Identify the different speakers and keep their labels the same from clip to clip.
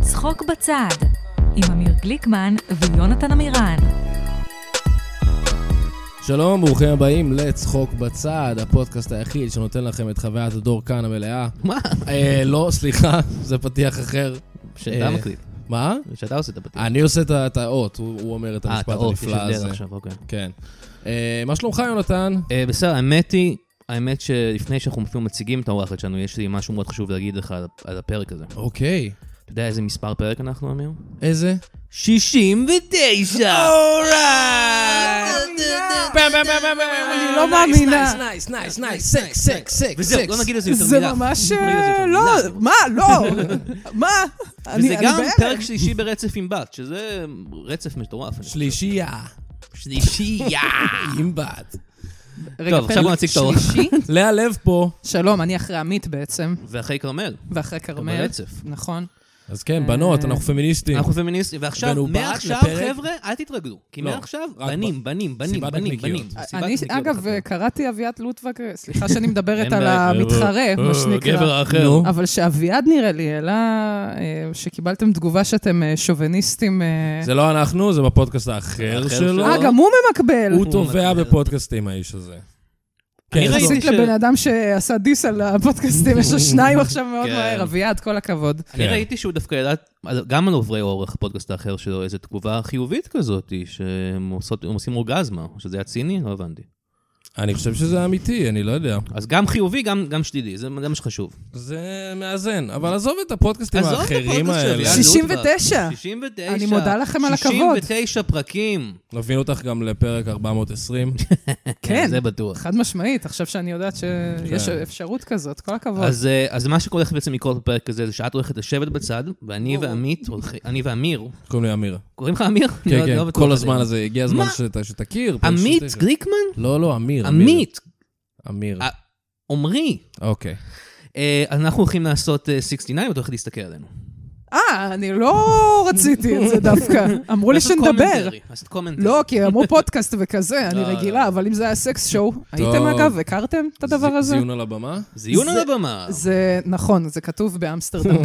Speaker 1: צחוק בצד, עם אמיר גליקמן ויונתן עמירן.
Speaker 2: שלום, ברוכים הבאים לצחוק בצד, הפודקאסט היחיד שנותן לכם את חוויית הדור כאן המלאה.
Speaker 3: מה?
Speaker 2: אה, לא, סליחה, זה פתיח אחר.
Speaker 3: שאתה
Speaker 2: אה,
Speaker 3: מקליט,
Speaker 2: מה?
Speaker 3: שאתה עושה את הפתיח.
Speaker 2: אני עושה את ה- את האות, הוא הוא אומר את
Speaker 3: אה,
Speaker 2: המשפט
Speaker 3: אתה עוף, יש
Speaker 2: הנפלא
Speaker 3: הבדל
Speaker 2: הזה.
Speaker 3: עכשיו, אוקיי.
Speaker 2: כן. אה, מה שלומך, יונתן?
Speaker 3: אה, בסדר, האמת היא, האמת שלפני שאנחנו אפילו מציגים את האורחת שלנו, יש לי משהו מאוד חשוב להגיד לך על- על הפרק הזה.
Speaker 2: אוקיי.
Speaker 3: אתה יודע איזה מספר פרק אנחנו, אמיר?
Speaker 2: איזה?
Speaker 3: 69!
Speaker 4: אני לא מאמינה.
Speaker 2: נייס, נייס, נייס, סקס, סקס, סקס.
Speaker 3: וזהו, לא נגיד לזה יותר
Speaker 4: זה
Speaker 3: מילה.
Speaker 4: ממש...
Speaker 3: לא נגיד לזה יותר
Speaker 4: לא,
Speaker 3: מילה.
Speaker 4: מה, לא, מה? אני-
Speaker 3: וזה
Speaker 4: אני
Speaker 3: גם
Speaker 4: בהלם.
Speaker 3: פרק שלישי ברצף עם בת, שזה רצף מטורף. אני חושב.
Speaker 2: שלישייה.
Speaker 3: שלישייה!
Speaker 2: עם בת.
Speaker 4: רגע,
Speaker 3: טוב, עכשיו בוא
Speaker 4: פרק
Speaker 3: נציג את האורח.
Speaker 4: שלישי.
Speaker 2: לאה לב פה.
Speaker 4: שלום, אני אחרי עמית בעצם,
Speaker 3: ואחרי כרמל,
Speaker 4: ואחרי כרמל.
Speaker 3: ברצף.
Speaker 4: נכון.
Speaker 2: אז כן, בנות, אנחנו פמיניסטים.
Speaker 3: אנחנו פמיניסטים, ועכשיו,
Speaker 2: ונובעת
Speaker 3: מעכשיו,
Speaker 2: כן. לפרק?
Speaker 3: חבר'ה, אל תתרגלו. כי
Speaker 2: לא,
Speaker 3: מעכשיו,
Speaker 2: רק
Speaker 3: בנים, בנים, בנים,
Speaker 2: סיבת
Speaker 3: בנים,
Speaker 2: נקניקיות.
Speaker 3: בנים. סיבת
Speaker 4: אני,
Speaker 3: נקניקיות
Speaker 4: אגב,
Speaker 3: בחתונה.
Speaker 4: קראתי אביעד לוטבק, סליחה שאני מדברת
Speaker 3: אין
Speaker 4: על
Speaker 3: בעיה. אה,
Speaker 4: המתחרה, מה שנקרא.
Speaker 2: האחר. נו.
Speaker 4: אבל שאביעד נראה לי העלה, אה, שקיבלתם תגובה שאתם אה, שוביניסטים. אה.
Speaker 2: זה לא אנחנו, זה בפודקאסט האחר
Speaker 3: האחר
Speaker 2: שלו.
Speaker 3: שלו.
Speaker 4: אה, גם הוא ממקבל.
Speaker 2: הוא
Speaker 3: לא- הוא
Speaker 2: תובע
Speaker 3: מתחיל.
Speaker 2: בפודקאסטים, האיש הזה. כן,
Speaker 3: ראיתי
Speaker 2: זה-
Speaker 4: יחסית
Speaker 3: ש-
Speaker 4: לבן אדם שעשה דיס על הפודקאסטים, יש לו שניים עכשיו מאוד
Speaker 3: כן.
Speaker 4: מהר. אביעד, כל הכבוד.
Speaker 3: אני
Speaker 2: כן.
Speaker 3: ראיתי שהוא דווקא העלה על- גם על עוברי אורח, הפודקאסט האחר שלו, איזו תגובה חיובית כזאת, שהם עושות- הם עושים אורגזמה, שזה היה ציני, לא הבנתי.
Speaker 2: אני חושב שזה אמיתי, אני לא יודע.
Speaker 3: אז גם חיובי, גם גם שלילי, זה זה מה שחשוב.
Speaker 2: זה מאזן, אבל עזוב את הפודקאסטים
Speaker 3: עזוב את
Speaker 2: האחרים
Speaker 3: הפודקאסט של
Speaker 2: האלה.
Speaker 3: אביעד.
Speaker 4: 69!
Speaker 3: 69.
Speaker 4: אני מודה לכם על הכבוד.
Speaker 3: 69 פרקים.
Speaker 2: נביא אותך גם לפרק 420.
Speaker 4: כן.
Speaker 3: זה בטוח.
Speaker 4: חד משמעית, עכשיו שאני יודעת שיש
Speaker 2: כן.
Speaker 4: אפשרות כזאת, כל הכבוד.
Speaker 3: אז, אה, אז מה שהולך בעצם לקרות בפרק הזה, זה שאת הולכת לשבת בצד, ואני ועמית, הולכי- אני ואמיר,
Speaker 2: קוראים לי אמיר.
Speaker 3: קוראים לך אמיר?
Speaker 2: כן,
Speaker 3: לא- לא
Speaker 2: כן,
Speaker 3: בטוח
Speaker 2: כל
Speaker 3: שזה-
Speaker 2: הזמן הזה, הגיע הזמן
Speaker 3: מה?
Speaker 2: שת- שתכיר. פשוט
Speaker 3: עמית
Speaker 2: תכיר.
Speaker 3: גליקמן?
Speaker 2: לא, לא, אמיר.
Speaker 3: עמית,
Speaker 2: אמיר.
Speaker 3: אה. עמרי.
Speaker 2: אוקיי.
Speaker 3: אה, אז אנחנו הולכים לעשות אה, 69, ואת הולכת להסתכל עלינו.
Speaker 4: אה, אני לא רציתי את זה דווקא. אמרו לי
Speaker 3: לעשות
Speaker 4: שנדבר.
Speaker 3: commentary, לעשות קומנטרי.
Speaker 4: לא, כי אמרו פודקאסט וכזה, אני
Speaker 3: לא, לא.
Speaker 4: רגילה, אבל אם זה היה סקס שואו, הייתם אגב, הכרתם את הדבר
Speaker 2: זי-
Speaker 4: הזה?
Speaker 2: זיון על הבמה?
Speaker 3: זיון על
Speaker 4: זה-
Speaker 3: הבמה.
Speaker 4: זה נכון, זה כתוב באמסטרדם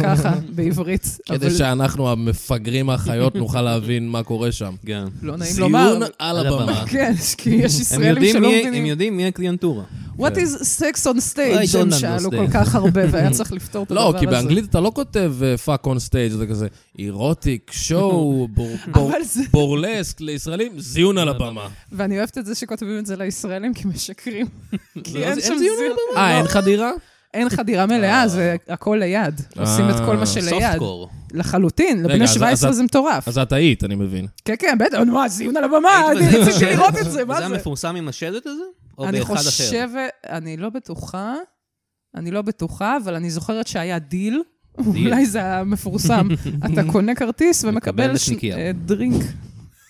Speaker 4: ככה, בעברית, אבל
Speaker 2: כדי שאנחנו המפגרים האחיות נוכל להבין מה קורה שם.
Speaker 3: גם.
Speaker 4: לא נעים לומר.
Speaker 2: זיון על
Speaker 3: על
Speaker 2: הבמה.
Speaker 3: הבמה.
Speaker 4: כן, כי יש
Speaker 3: אה. הם
Speaker 4: ישראלים
Speaker 3: יודעים
Speaker 4: שלא
Speaker 3: מי- הם
Speaker 4: מבינים.
Speaker 3: יודעים כן. מי הקליינטורה.
Speaker 4: What is sex on
Speaker 3: I
Speaker 4: stage?
Speaker 3: don't
Speaker 4: הם שאלו
Speaker 3: understand.
Speaker 4: כל כך הרבה, והיה צריך לפתור את הדבר
Speaker 2: לא,
Speaker 4: הזה.
Speaker 2: כי באנגלית אתה לא כותב פאק און סטייג', זה כזה אירוטיק, שואו, בור- בור-
Speaker 4: אבל לא, זה...
Speaker 2: בורלסק לישראלים, זיון על הבמה.
Speaker 4: ואני אוהבת את זה שכותבים את זה לישראלים, כי משקרים.
Speaker 2: לא,
Speaker 4: כי אין
Speaker 3: אז
Speaker 4: שם
Speaker 3: אין ציון על
Speaker 4: זיון.
Speaker 2: אה, אין חדירה?
Speaker 4: אין חדירה
Speaker 2: אה.
Speaker 4: מלאה, זה הכל ליד. עושים את כל מה
Speaker 3: סופט
Speaker 4: שליד.
Speaker 3: קור.
Speaker 4: לחלוטין,
Speaker 2: רגע,
Speaker 4: לבני
Speaker 2: אז-
Speaker 4: 17
Speaker 2: אז-
Speaker 4: זה מטורף.
Speaker 2: אז את היית, אני מבין.
Speaker 4: כן, כן, בטח, נו, מה, זיון על הבמה, אה, אני
Speaker 3: היית בזה
Speaker 4: רציתי
Speaker 3: בשלט?
Speaker 4: לראות את זה, מה
Speaker 3: זה
Speaker 4: זה?
Speaker 3: המפורסם עם השלט הזה? או
Speaker 4: אני
Speaker 3: באחד אחר?
Speaker 4: חושבת, אני לא בטוחה, אני לא בטוחה, אבל אני זוכרת שהיה דיל,
Speaker 3: דיל.
Speaker 4: אולי זה המפורסם. אתה קונה כרטיס ומקבל
Speaker 3: מקבל
Speaker 4: ש-
Speaker 3: נקניקייה.
Speaker 4: אה, דרינק.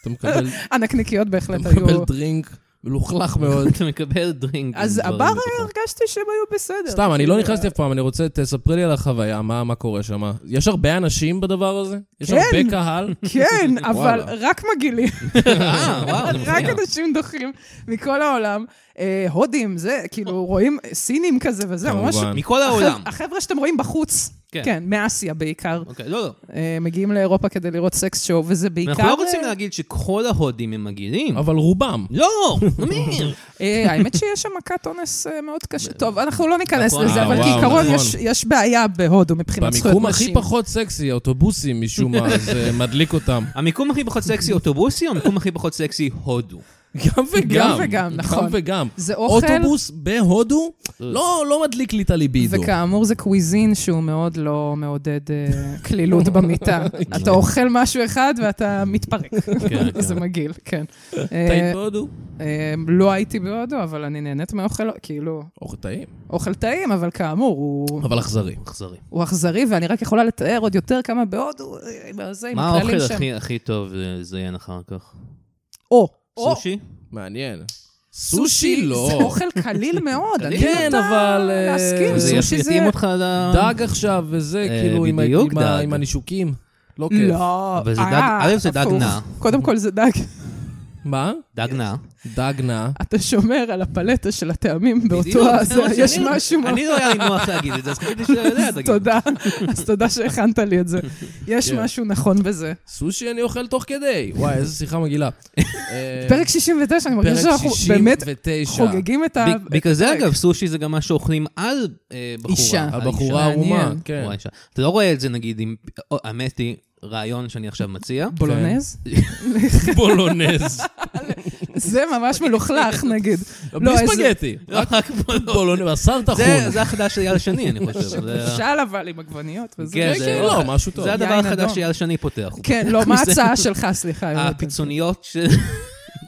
Speaker 2: אתה מקבל-
Speaker 4: הנקניקיות
Speaker 2: אתה
Speaker 4: בהחלט היו...
Speaker 2: מקבל דרינק מלוכלך מאוד.
Speaker 3: אתה מקבל דרינק. עם
Speaker 4: אז
Speaker 3: דברים
Speaker 4: הבר
Speaker 3: בתוכו.
Speaker 4: הרגשתי שהם היו בסדר.
Speaker 2: סתם, אני לא נכנסתי אף פעם, אני רוצה, תספרי לי על החוויה, מה מה קורה שם. יש הרבה אנשים בדבר הזה? יש
Speaker 4: כן.
Speaker 2: הרבה קהל?
Speaker 4: כן, אבל
Speaker 2: וואלה.
Speaker 4: רק מגעילים,
Speaker 3: אה, וואו, אני
Speaker 4: רק
Speaker 3: מפתיע.
Speaker 4: אנשים דוחים מכל העולם. אה, הודים, זה, כאילו, רואים סינים כזה וזה, ממש...
Speaker 2: כמובן.
Speaker 3: מכל העולם.
Speaker 4: החבר'ה- החבר'ה שאתם רואים בחוץ,
Speaker 3: כן.
Speaker 4: כן, מאסיה בעיקר,
Speaker 3: אוקיי, לא, לא.
Speaker 4: אה, מגיעים לאירופה כדי לראות סקס שואו, וזה בעיקר...
Speaker 3: אנחנו לא רוצים
Speaker 4: אה,
Speaker 3: להגיד שכל ההודים הם מגעילים.
Speaker 2: אבל רובם.
Speaker 3: לא, אמיר.
Speaker 4: אה, האמת שיש שם מכת אונס אה, מאוד קשה. טוב, אנחנו לא ניכנס
Speaker 3: נכון.
Speaker 4: לזה,
Speaker 2: אה,
Speaker 4: אבל
Speaker 2: וואו,
Speaker 4: כעיקרון
Speaker 2: נכון.
Speaker 4: יש- יש בעיה בהודו מבחינת זכויות נשים.
Speaker 2: במיקום הכי פחות סקסי, האוטובוסים משום מה, זה מדליק אותם.
Speaker 3: המיקום הכי פחות סקסי אוטובוסי, או המיקום הכי פחות סקסי הודו?
Speaker 2: גם וגם.
Speaker 4: גם וגם, נכון.
Speaker 2: גם וגם.
Speaker 4: זה אוכל,
Speaker 2: אוטובוס בהודו? לא לא מדליק לי את הליבידו.
Speaker 4: וכאמור זה קוויזין שהוא מאוד לא מעודד אה, קלילות במיטה. אתה אוכל משהו אחד ואתה מתפרק.
Speaker 3: כן,
Speaker 4: זה
Speaker 3: כן.
Speaker 4: מגעיל, כן.
Speaker 2: אתה
Speaker 4: אה,
Speaker 2: היית בהודו?
Speaker 4: אה, לא הייתי בהודו, אבל אני נהנית מהאוכל, כאילו,
Speaker 2: אוכל טעים.
Speaker 4: אוכל טעים, אבל כאמור, הוא-
Speaker 2: אבל אכזרי.
Speaker 3: אכזרי.
Speaker 4: הוא אכזרי, ואני רק יכולה לתאר עוד יותר כמה בהודו, אה, זה עם
Speaker 3: מה
Speaker 4: הכללים
Speaker 3: האוכל
Speaker 4: שם.
Speaker 3: הכי- הכי טוב לזיין אחר כך?
Speaker 4: או, או, אה,
Speaker 3: סושי?
Speaker 2: מעניין. סושי לא.
Speaker 4: זה אוכל קליל מאוד, אני
Speaker 3: קליל.
Speaker 2: כן,
Speaker 4: נוטה
Speaker 2: אבל, אה,
Speaker 4: להסכים,
Speaker 3: זה
Speaker 4: סושי זה...
Speaker 3: יפתים אותך על ה...
Speaker 2: דג עכשיו וזה,
Speaker 3: אה,
Speaker 2: כאילו, עם ה-
Speaker 3: בדיוק
Speaker 2: עם ה-
Speaker 3: דג.
Speaker 2: עם הנישוקים. לא כיף.
Speaker 4: לא,
Speaker 3: אבל זה
Speaker 4: אה,
Speaker 3: דג- א', זה דג
Speaker 4: הפוך.
Speaker 3: נע.
Speaker 4: קודם כל זה דג,
Speaker 2: מה?
Speaker 3: דג נא.
Speaker 2: דג נא.
Speaker 4: אתה שומר על הפלטה של הטעמים באותו...
Speaker 3: בדיוק,
Speaker 4: הזה.
Speaker 3: זה מה
Speaker 4: יש
Speaker 3: שאני-
Speaker 4: משהו...
Speaker 3: אני לא היה לי נוח להגיד את זה, אז חשבתי שאתה יודע,
Speaker 4: אז
Speaker 3: תגיד.
Speaker 4: תודה, אז תודה שהכנת לי את זה. יש
Speaker 2: כן.
Speaker 4: משהו נכון בזה.
Speaker 2: סושי אני אוכל תוך כדי. וואי, איזו שיחה מגעילה. אה,
Speaker 4: פרק 69, אני
Speaker 2: פרק
Speaker 4: מרגישה שאנחנו באמת
Speaker 2: 69.
Speaker 4: חוגגים את ה... אה,
Speaker 3: ב- אה, בגלל זה, אגב, סושי זה גם מה שאוכלים על אה, בחורה.
Speaker 4: אישה.
Speaker 3: על
Speaker 2: הבחורה
Speaker 4: מעניין.
Speaker 2: הערומה, כן.
Speaker 3: בחורה, אישה. אתה לא רואה את זה, נגיד, עם... או, האמת היא, רעיון שאני עכשיו מציע.
Speaker 4: בולונז?
Speaker 2: בולונז.
Speaker 4: זה ממש מלוכלך, נגיד.
Speaker 2: בלי
Speaker 4: אז-
Speaker 2: ספגטי.
Speaker 3: רק
Speaker 2: בולונז, בשר
Speaker 3: זה
Speaker 2: טחון.
Speaker 3: זה החדש של אייל שני, אני חושב. זה-
Speaker 4: שאל אבל עם עגבניות וזה.
Speaker 3: כן,
Speaker 2: כן,
Speaker 3: זה-
Speaker 2: כן, לא, משהו טוב.
Speaker 3: זה הדבר
Speaker 4: יין
Speaker 3: החדש
Speaker 4: אדום.
Speaker 3: שאייל שני פותח.
Speaker 4: כן, לא, מה ההצעה שלך? סליחה.
Speaker 3: אה,
Speaker 4: יונתן.
Speaker 3: הפיצוניות של-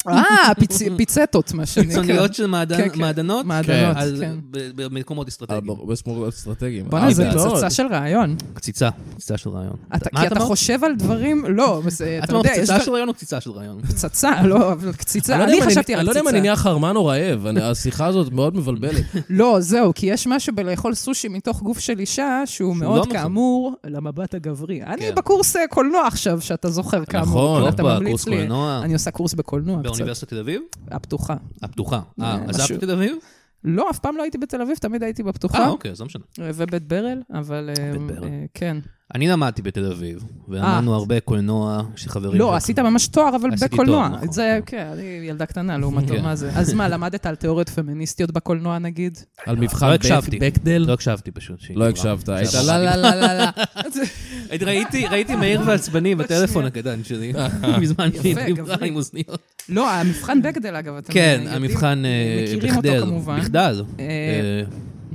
Speaker 4: כן, אה, פיצ- פיצטות, מה שנקרא.
Speaker 3: פיצוניות של מעדנ-
Speaker 4: כן, כן.
Speaker 3: מעדנות.
Speaker 4: מעדנות,
Speaker 3: על-
Speaker 4: כן.
Speaker 3: ב- במקומות
Speaker 2: אה,
Speaker 3: אסטרטגיים.
Speaker 2: ברור, בסמורות אסטרטגיים.
Speaker 4: בואנה, זו
Speaker 2: אה, מאוד.
Speaker 4: פצצה של רעיון.
Speaker 3: קציצה, קציצה של רעיון.
Speaker 4: אתה-
Speaker 3: מה
Speaker 4: כי אתה
Speaker 3: אמרת?
Speaker 4: חושב על דברים, לא, זה-
Speaker 3: את
Speaker 4: אתה
Speaker 3: אומרת
Speaker 4: יודע, יש
Speaker 3: פצצה
Speaker 4: דבר-
Speaker 3: של רעיון או קציצה של רעיון?
Speaker 4: פצצה, לא, אבל קציצה.
Speaker 2: אני לא
Speaker 4: אני
Speaker 2: יודע אם
Speaker 4: חשבתי
Speaker 2: אני
Speaker 4: על
Speaker 2: לא יודע אם אני
Speaker 4: קציצה.
Speaker 2: נהיה חרמן או רעב, אני- השיחה הזאת מאוד מבלבלת.
Speaker 4: לא, זהו, כי יש משהו בלאכול סושי מתוך גוף של אישה, שהוא
Speaker 3: לא
Speaker 4: מאוד
Speaker 3: נכון.
Speaker 4: כאמור למבט הגברי. אני
Speaker 3: כן.
Speaker 4: בקורס אה, קולנוע עכשיו, שאתה זוכר כאמור.
Speaker 2: נכון,
Speaker 4: כאילו,
Speaker 2: לא
Speaker 4: אתה
Speaker 3: הופה,
Speaker 4: ממליץ
Speaker 3: קורס
Speaker 4: לי.
Speaker 3: קולנוע
Speaker 4: אני עושה קורס בקולנוע קצת,
Speaker 3: באוניברסיטת תל אביב?
Speaker 4: הפתוחה.
Speaker 3: הפתוחה. אה,
Speaker 4: אה, משהו.
Speaker 3: עזבת תל אביב?
Speaker 4: לא, אף פעם לא הייתי בתל אביב, תמיד הייתי בפתוחה.
Speaker 3: אה, אוקיי, אז לא משנה.
Speaker 4: ובית ברל, אבל... אה,
Speaker 3: בית ברל.
Speaker 4: אה, כן.
Speaker 3: אני למדתי בתל אביב, ולמדנו הרבה קולנוע שחברים...
Speaker 4: אה. לא, עשית ממש תואר, אבל
Speaker 3: עשיתי
Speaker 4: בקולנוע.
Speaker 3: תואר, נכון.
Speaker 4: את זה, כן, אני ילדה קטנה לעומתו,
Speaker 3: כן.
Speaker 4: מה זה? אז מה, למדת על תיאוריות פמיניסטיות בקולנוע, נגיד?
Speaker 2: על מבחן
Speaker 3: לא
Speaker 2: בק-
Speaker 3: הקשבתי.
Speaker 2: בקדל.
Speaker 3: לא הקשבתי פשוט. שהיא
Speaker 2: לא
Speaker 3: דיברה.
Speaker 2: הקשבת, היית
Speaker 3: שאמרתי.
Speaker 2: לא, לא, לא, לא, לא.
Speaker 3: הייתי- ראיתי- ראיתי מהיר ועצבני בטלפון הקטן שלי, מזמן שהיא
Speaker 4: לא, יפה,
Speaker 3: דיברה
Speaker 4: גברי.
Speaker 3: עם אוזניות.
Speaker 4: לא, המבחן בגדל, אגב, אתם
Speaker 3: כן,
Speaker 4: יודעים?
Speaker 3: המבחן אה,
Speaker 4: מכירים אותו
Speaker 3: בחדל.
Speaker 4: כמובן.
Speaker 3: מחדל.
Speaker 4: אה,
Speaker 3: אה,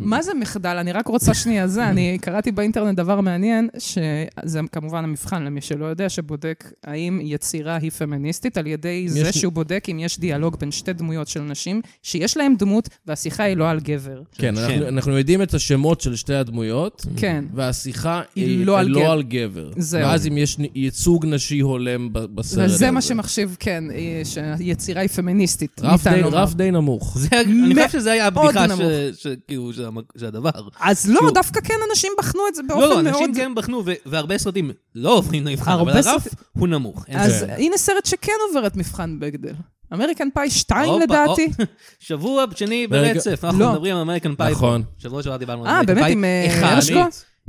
Speaker 4: מה זה מחדל? אני רק רוצה שנייה זה. אני קראתי באינטרנט דבר מעניין, שזה כמובן המבחן, למי שלא יודע, שבודק האם יצירה היא פמיניסטית, על ידי זה שהוא בודק אם יש דיאלוג בין שתי דמויות של נשים, שיש להם דמות, והשיחה היא לא על גבר.
Speaker 2: כן,
Speaker 3: שם.
Speaker 2: אנחנו- אנחנו יודעים את השמות של שתי הדמויות,
Speaker 4: כן.
Speaker 2: והשיחה
Speaker 4: היא
Speaker 2: היא
Speaker 4: לא על גבר.
Speaker 2: לא על גבר.
Speaker 4: זהו.
Speaker 2: ואז אם יש ייצוג נשי הולם ב- בסרט הזה.
Speaker 4: וזה מה שמחשיב, כן, אה, שהיצירה היא פמיניסטית,
Speaker 2: רף
Speaker 4: ניתן
Speaker 2: די-
Speaker 4: לומר.
Speaker 2: רף די נמוך.
Speaker 3: זה- אני חושב
Speaker 4: מאוד
Speaker 3: שזה היה הבדיחה ש-
Speaker 4: נמוך.
Speaker 3: שכאילו, של המק- של הדבר.
Speaker 4: אז לא,
Speaker 3: כאילו-
Speaker 4: דווקא כן אנשים בחנו את זה באופן
Speaker 3: לא,
Speaker 4: מאוד...
Speaker 3: לא, אנשים כן בחנו, ו- והרבה סרטים לא עוברים למבחן, אבל
Speaker 4: הרבה
Speaker 3: הרף
Speaker 4: סרט-
Speaker 3: הוא נמוך. אין
Speaker 4: אז
Speaker 2: כן.
Speaker 4: הנה סרט שכן עובר את מבחן בגדל. אמריקן פאי 2
Speaker 3: הופה,
Speaker 4: לדעתי.
Speaker 3: הופ. שבוע שני
Speaker 2: רגע,
Speaker 3: ברצף,
Speaker 4: לא.
Speaker 3: אנחנו מדברים על אמריקן פאי.
Speaker 2: נכון.
Speaker 3: שבוע שעבר דיברנו על
Speaker 4: אה,
Speaker 3: אמריקן
Speaker 4: באמת,
Speaker 3: פאי.
Speaker 4: עם אה,
Speaker 3: אחד,
Speaker 4: הרשקו?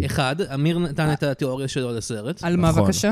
Speaker 3: אחד, אמיר נתן את התיאוריה שלו לסרט.
Speaker 4: על מה
Speaker 2: נכון.
Speaker 4: בבקשה?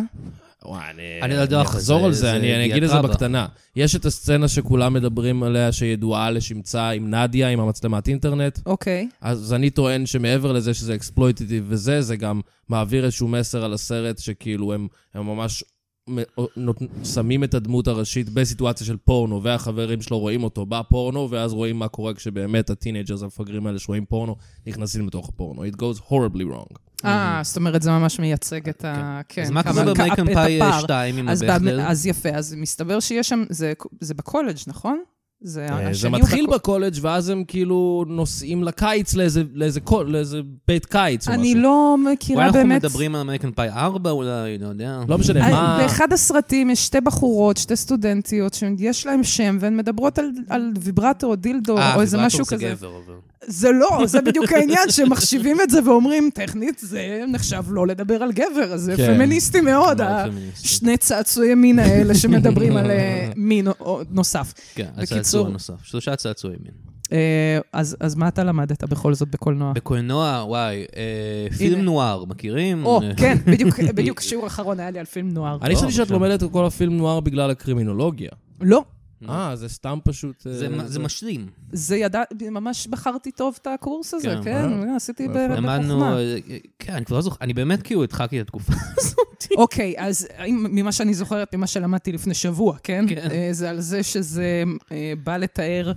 Speaker 2: וואי, אני...
Speaker 3: אני לא יודע,
Speaker 2: אני אחזור על זה,
Speaker 3: זה-
Speaker 2: אני
Speaker 3: זה
Speaker 2: אני אגיד את זה
Speaker 3: דיאטרבה.
Speaker 2: בקטנה. יש את הסצנה שכולם מדברים עליה, שידועה לשמצה עם נדיה, עם המצלמת אינטרנט.
Speaker 4: אוקיי.
Speaker 2: אז אני טוען שמעבר לזה שזה אקספלויטטיב וזה, זה גם מעביר איזשהו מסר על הסרט, שכאילו הם, הם ממש מ- נות- שמים את הדמות הראשית בסיטואציה של פורנו, והחברים שלו רואים אותו בפורנו, ואז רואים מה קורה כשבאמת הטינג'רס המפגרים האלה שרואים פורנו, נכנסים לתוך הפורנו. It goes horribly wrong.
Speaker 4: אה, זאת אומרת, זה ממש מייצג את ה... כן.
Speaker 3: אז מה
Speaker 4: כמה-
Speaker 3: קורה אה,
Speaker 4: כ-
Speaker 3: באמריקן
Speaker 4: את
Speaker 3: פאי
Speaker 4: הפער.
Speaker 3: 2 עם
Speaker 4: אז באמ-
Speaker 3: הבכלל?
Speaker 4: אז יפה, אז מסתבר שיש שם... זה- זה בקולג', נכון? זה
Speaker 2: אה,
Speaker 4: השני
Speaker 2: זה
Speaker 4: הוא
Speaker 2: מתחיל
Speaker 4: בקו-
Speaker 2: בקולג' ואז הם כאילו נוסעים לקיץ, לאיזה- לאיזה קול- לאיזה בית קיץ או משהו.
Speaker 4: אני לא
Speaker 3: אולי
Speaker 4: מכירה
Speaker 3: אנחנו
Speaker 4: באמת... אה,
Speaker 3: מדברים על אמריקן פאי 4 אולי, לא יודע.
Speaker 2: לא משנה, מה...
Speaker 4: באחד הסרטים יש שתי בחורות, שתי סטודנטיות, שיש להן שם, והן מדברות על- על ויברטור או דילדו,
Speaker 3: אה,
Speaker 4: או איזה
Speaker 3: ויברטור
Speaker 4: משהו
Speaker 3: זה
Speaker 4: כזה.
Speaker 3: גבר, אבל-
Speaker 4: זה לא, זה בדיוק העניין, שמחשיבים את זה ואומרים, טכנית זה נחשב לא לדבר על גבר, אז זה
Speaker 2: כן.
Speaker 4: פמיניסטי מאוד,
Speaker 3: מאוד
Speaker 4: ה-
Speaker 3: פמיניסטי.
Speaker 4: שני צעצועים מין האלה שמדברים על אה, מין או- נוסף.
Speaker 3: כן,
Speaker 4: בקיצור-
Speaker 3: הצעצוע נוסף. שלושה צעצועים. כן.
Speaker 4: אה, אז אז מה אתה למדת בכל זאת בקולנוע?
Speaker 3: בקולנוע, וואי, אה, פילם
Speaker 4: הנה.
Speaker 3: נואר, מכירים?
Speaker 4: או,
Speaker 3: אה,
Speaker 4: כן, בדיוק- בדיוק שיעור אחרון היה לי על פילם נוער.
Speaker 2: אני חשבתי
Speaker 3: לא,
Speaker 2: שאת
Speaker 3: לא.
Speaker 2: לומדת את כל הפילם נוער בגלל הקרימינולוגיה.
Speaker 4: לא,
Speaker 2: אה, זה סתם פשוט... אה,
Speaker 3: זה- זה משלים.
Speaker 4: זה ידע, ממש בחרתי טוב את הקורס הזה,
Speaker 3: כן,
Speaker 4: כן, עשיתי ב-
Speaker 3: למדנו,
Speaker 4: בחוכמה.
Speaker 3: אה, כן, אני כבר לא זוכר, אני באמת כאילו הדחקתי את התקופה הזאת.
Speaker 4: אוקיי, אז האם- ממה שאני זוכרת, ממה שלמדתי לפני שבוע, כן?
Speaker 3: כן.
Speaker 4: אה, זה על זה שזה אה, בא לתאר...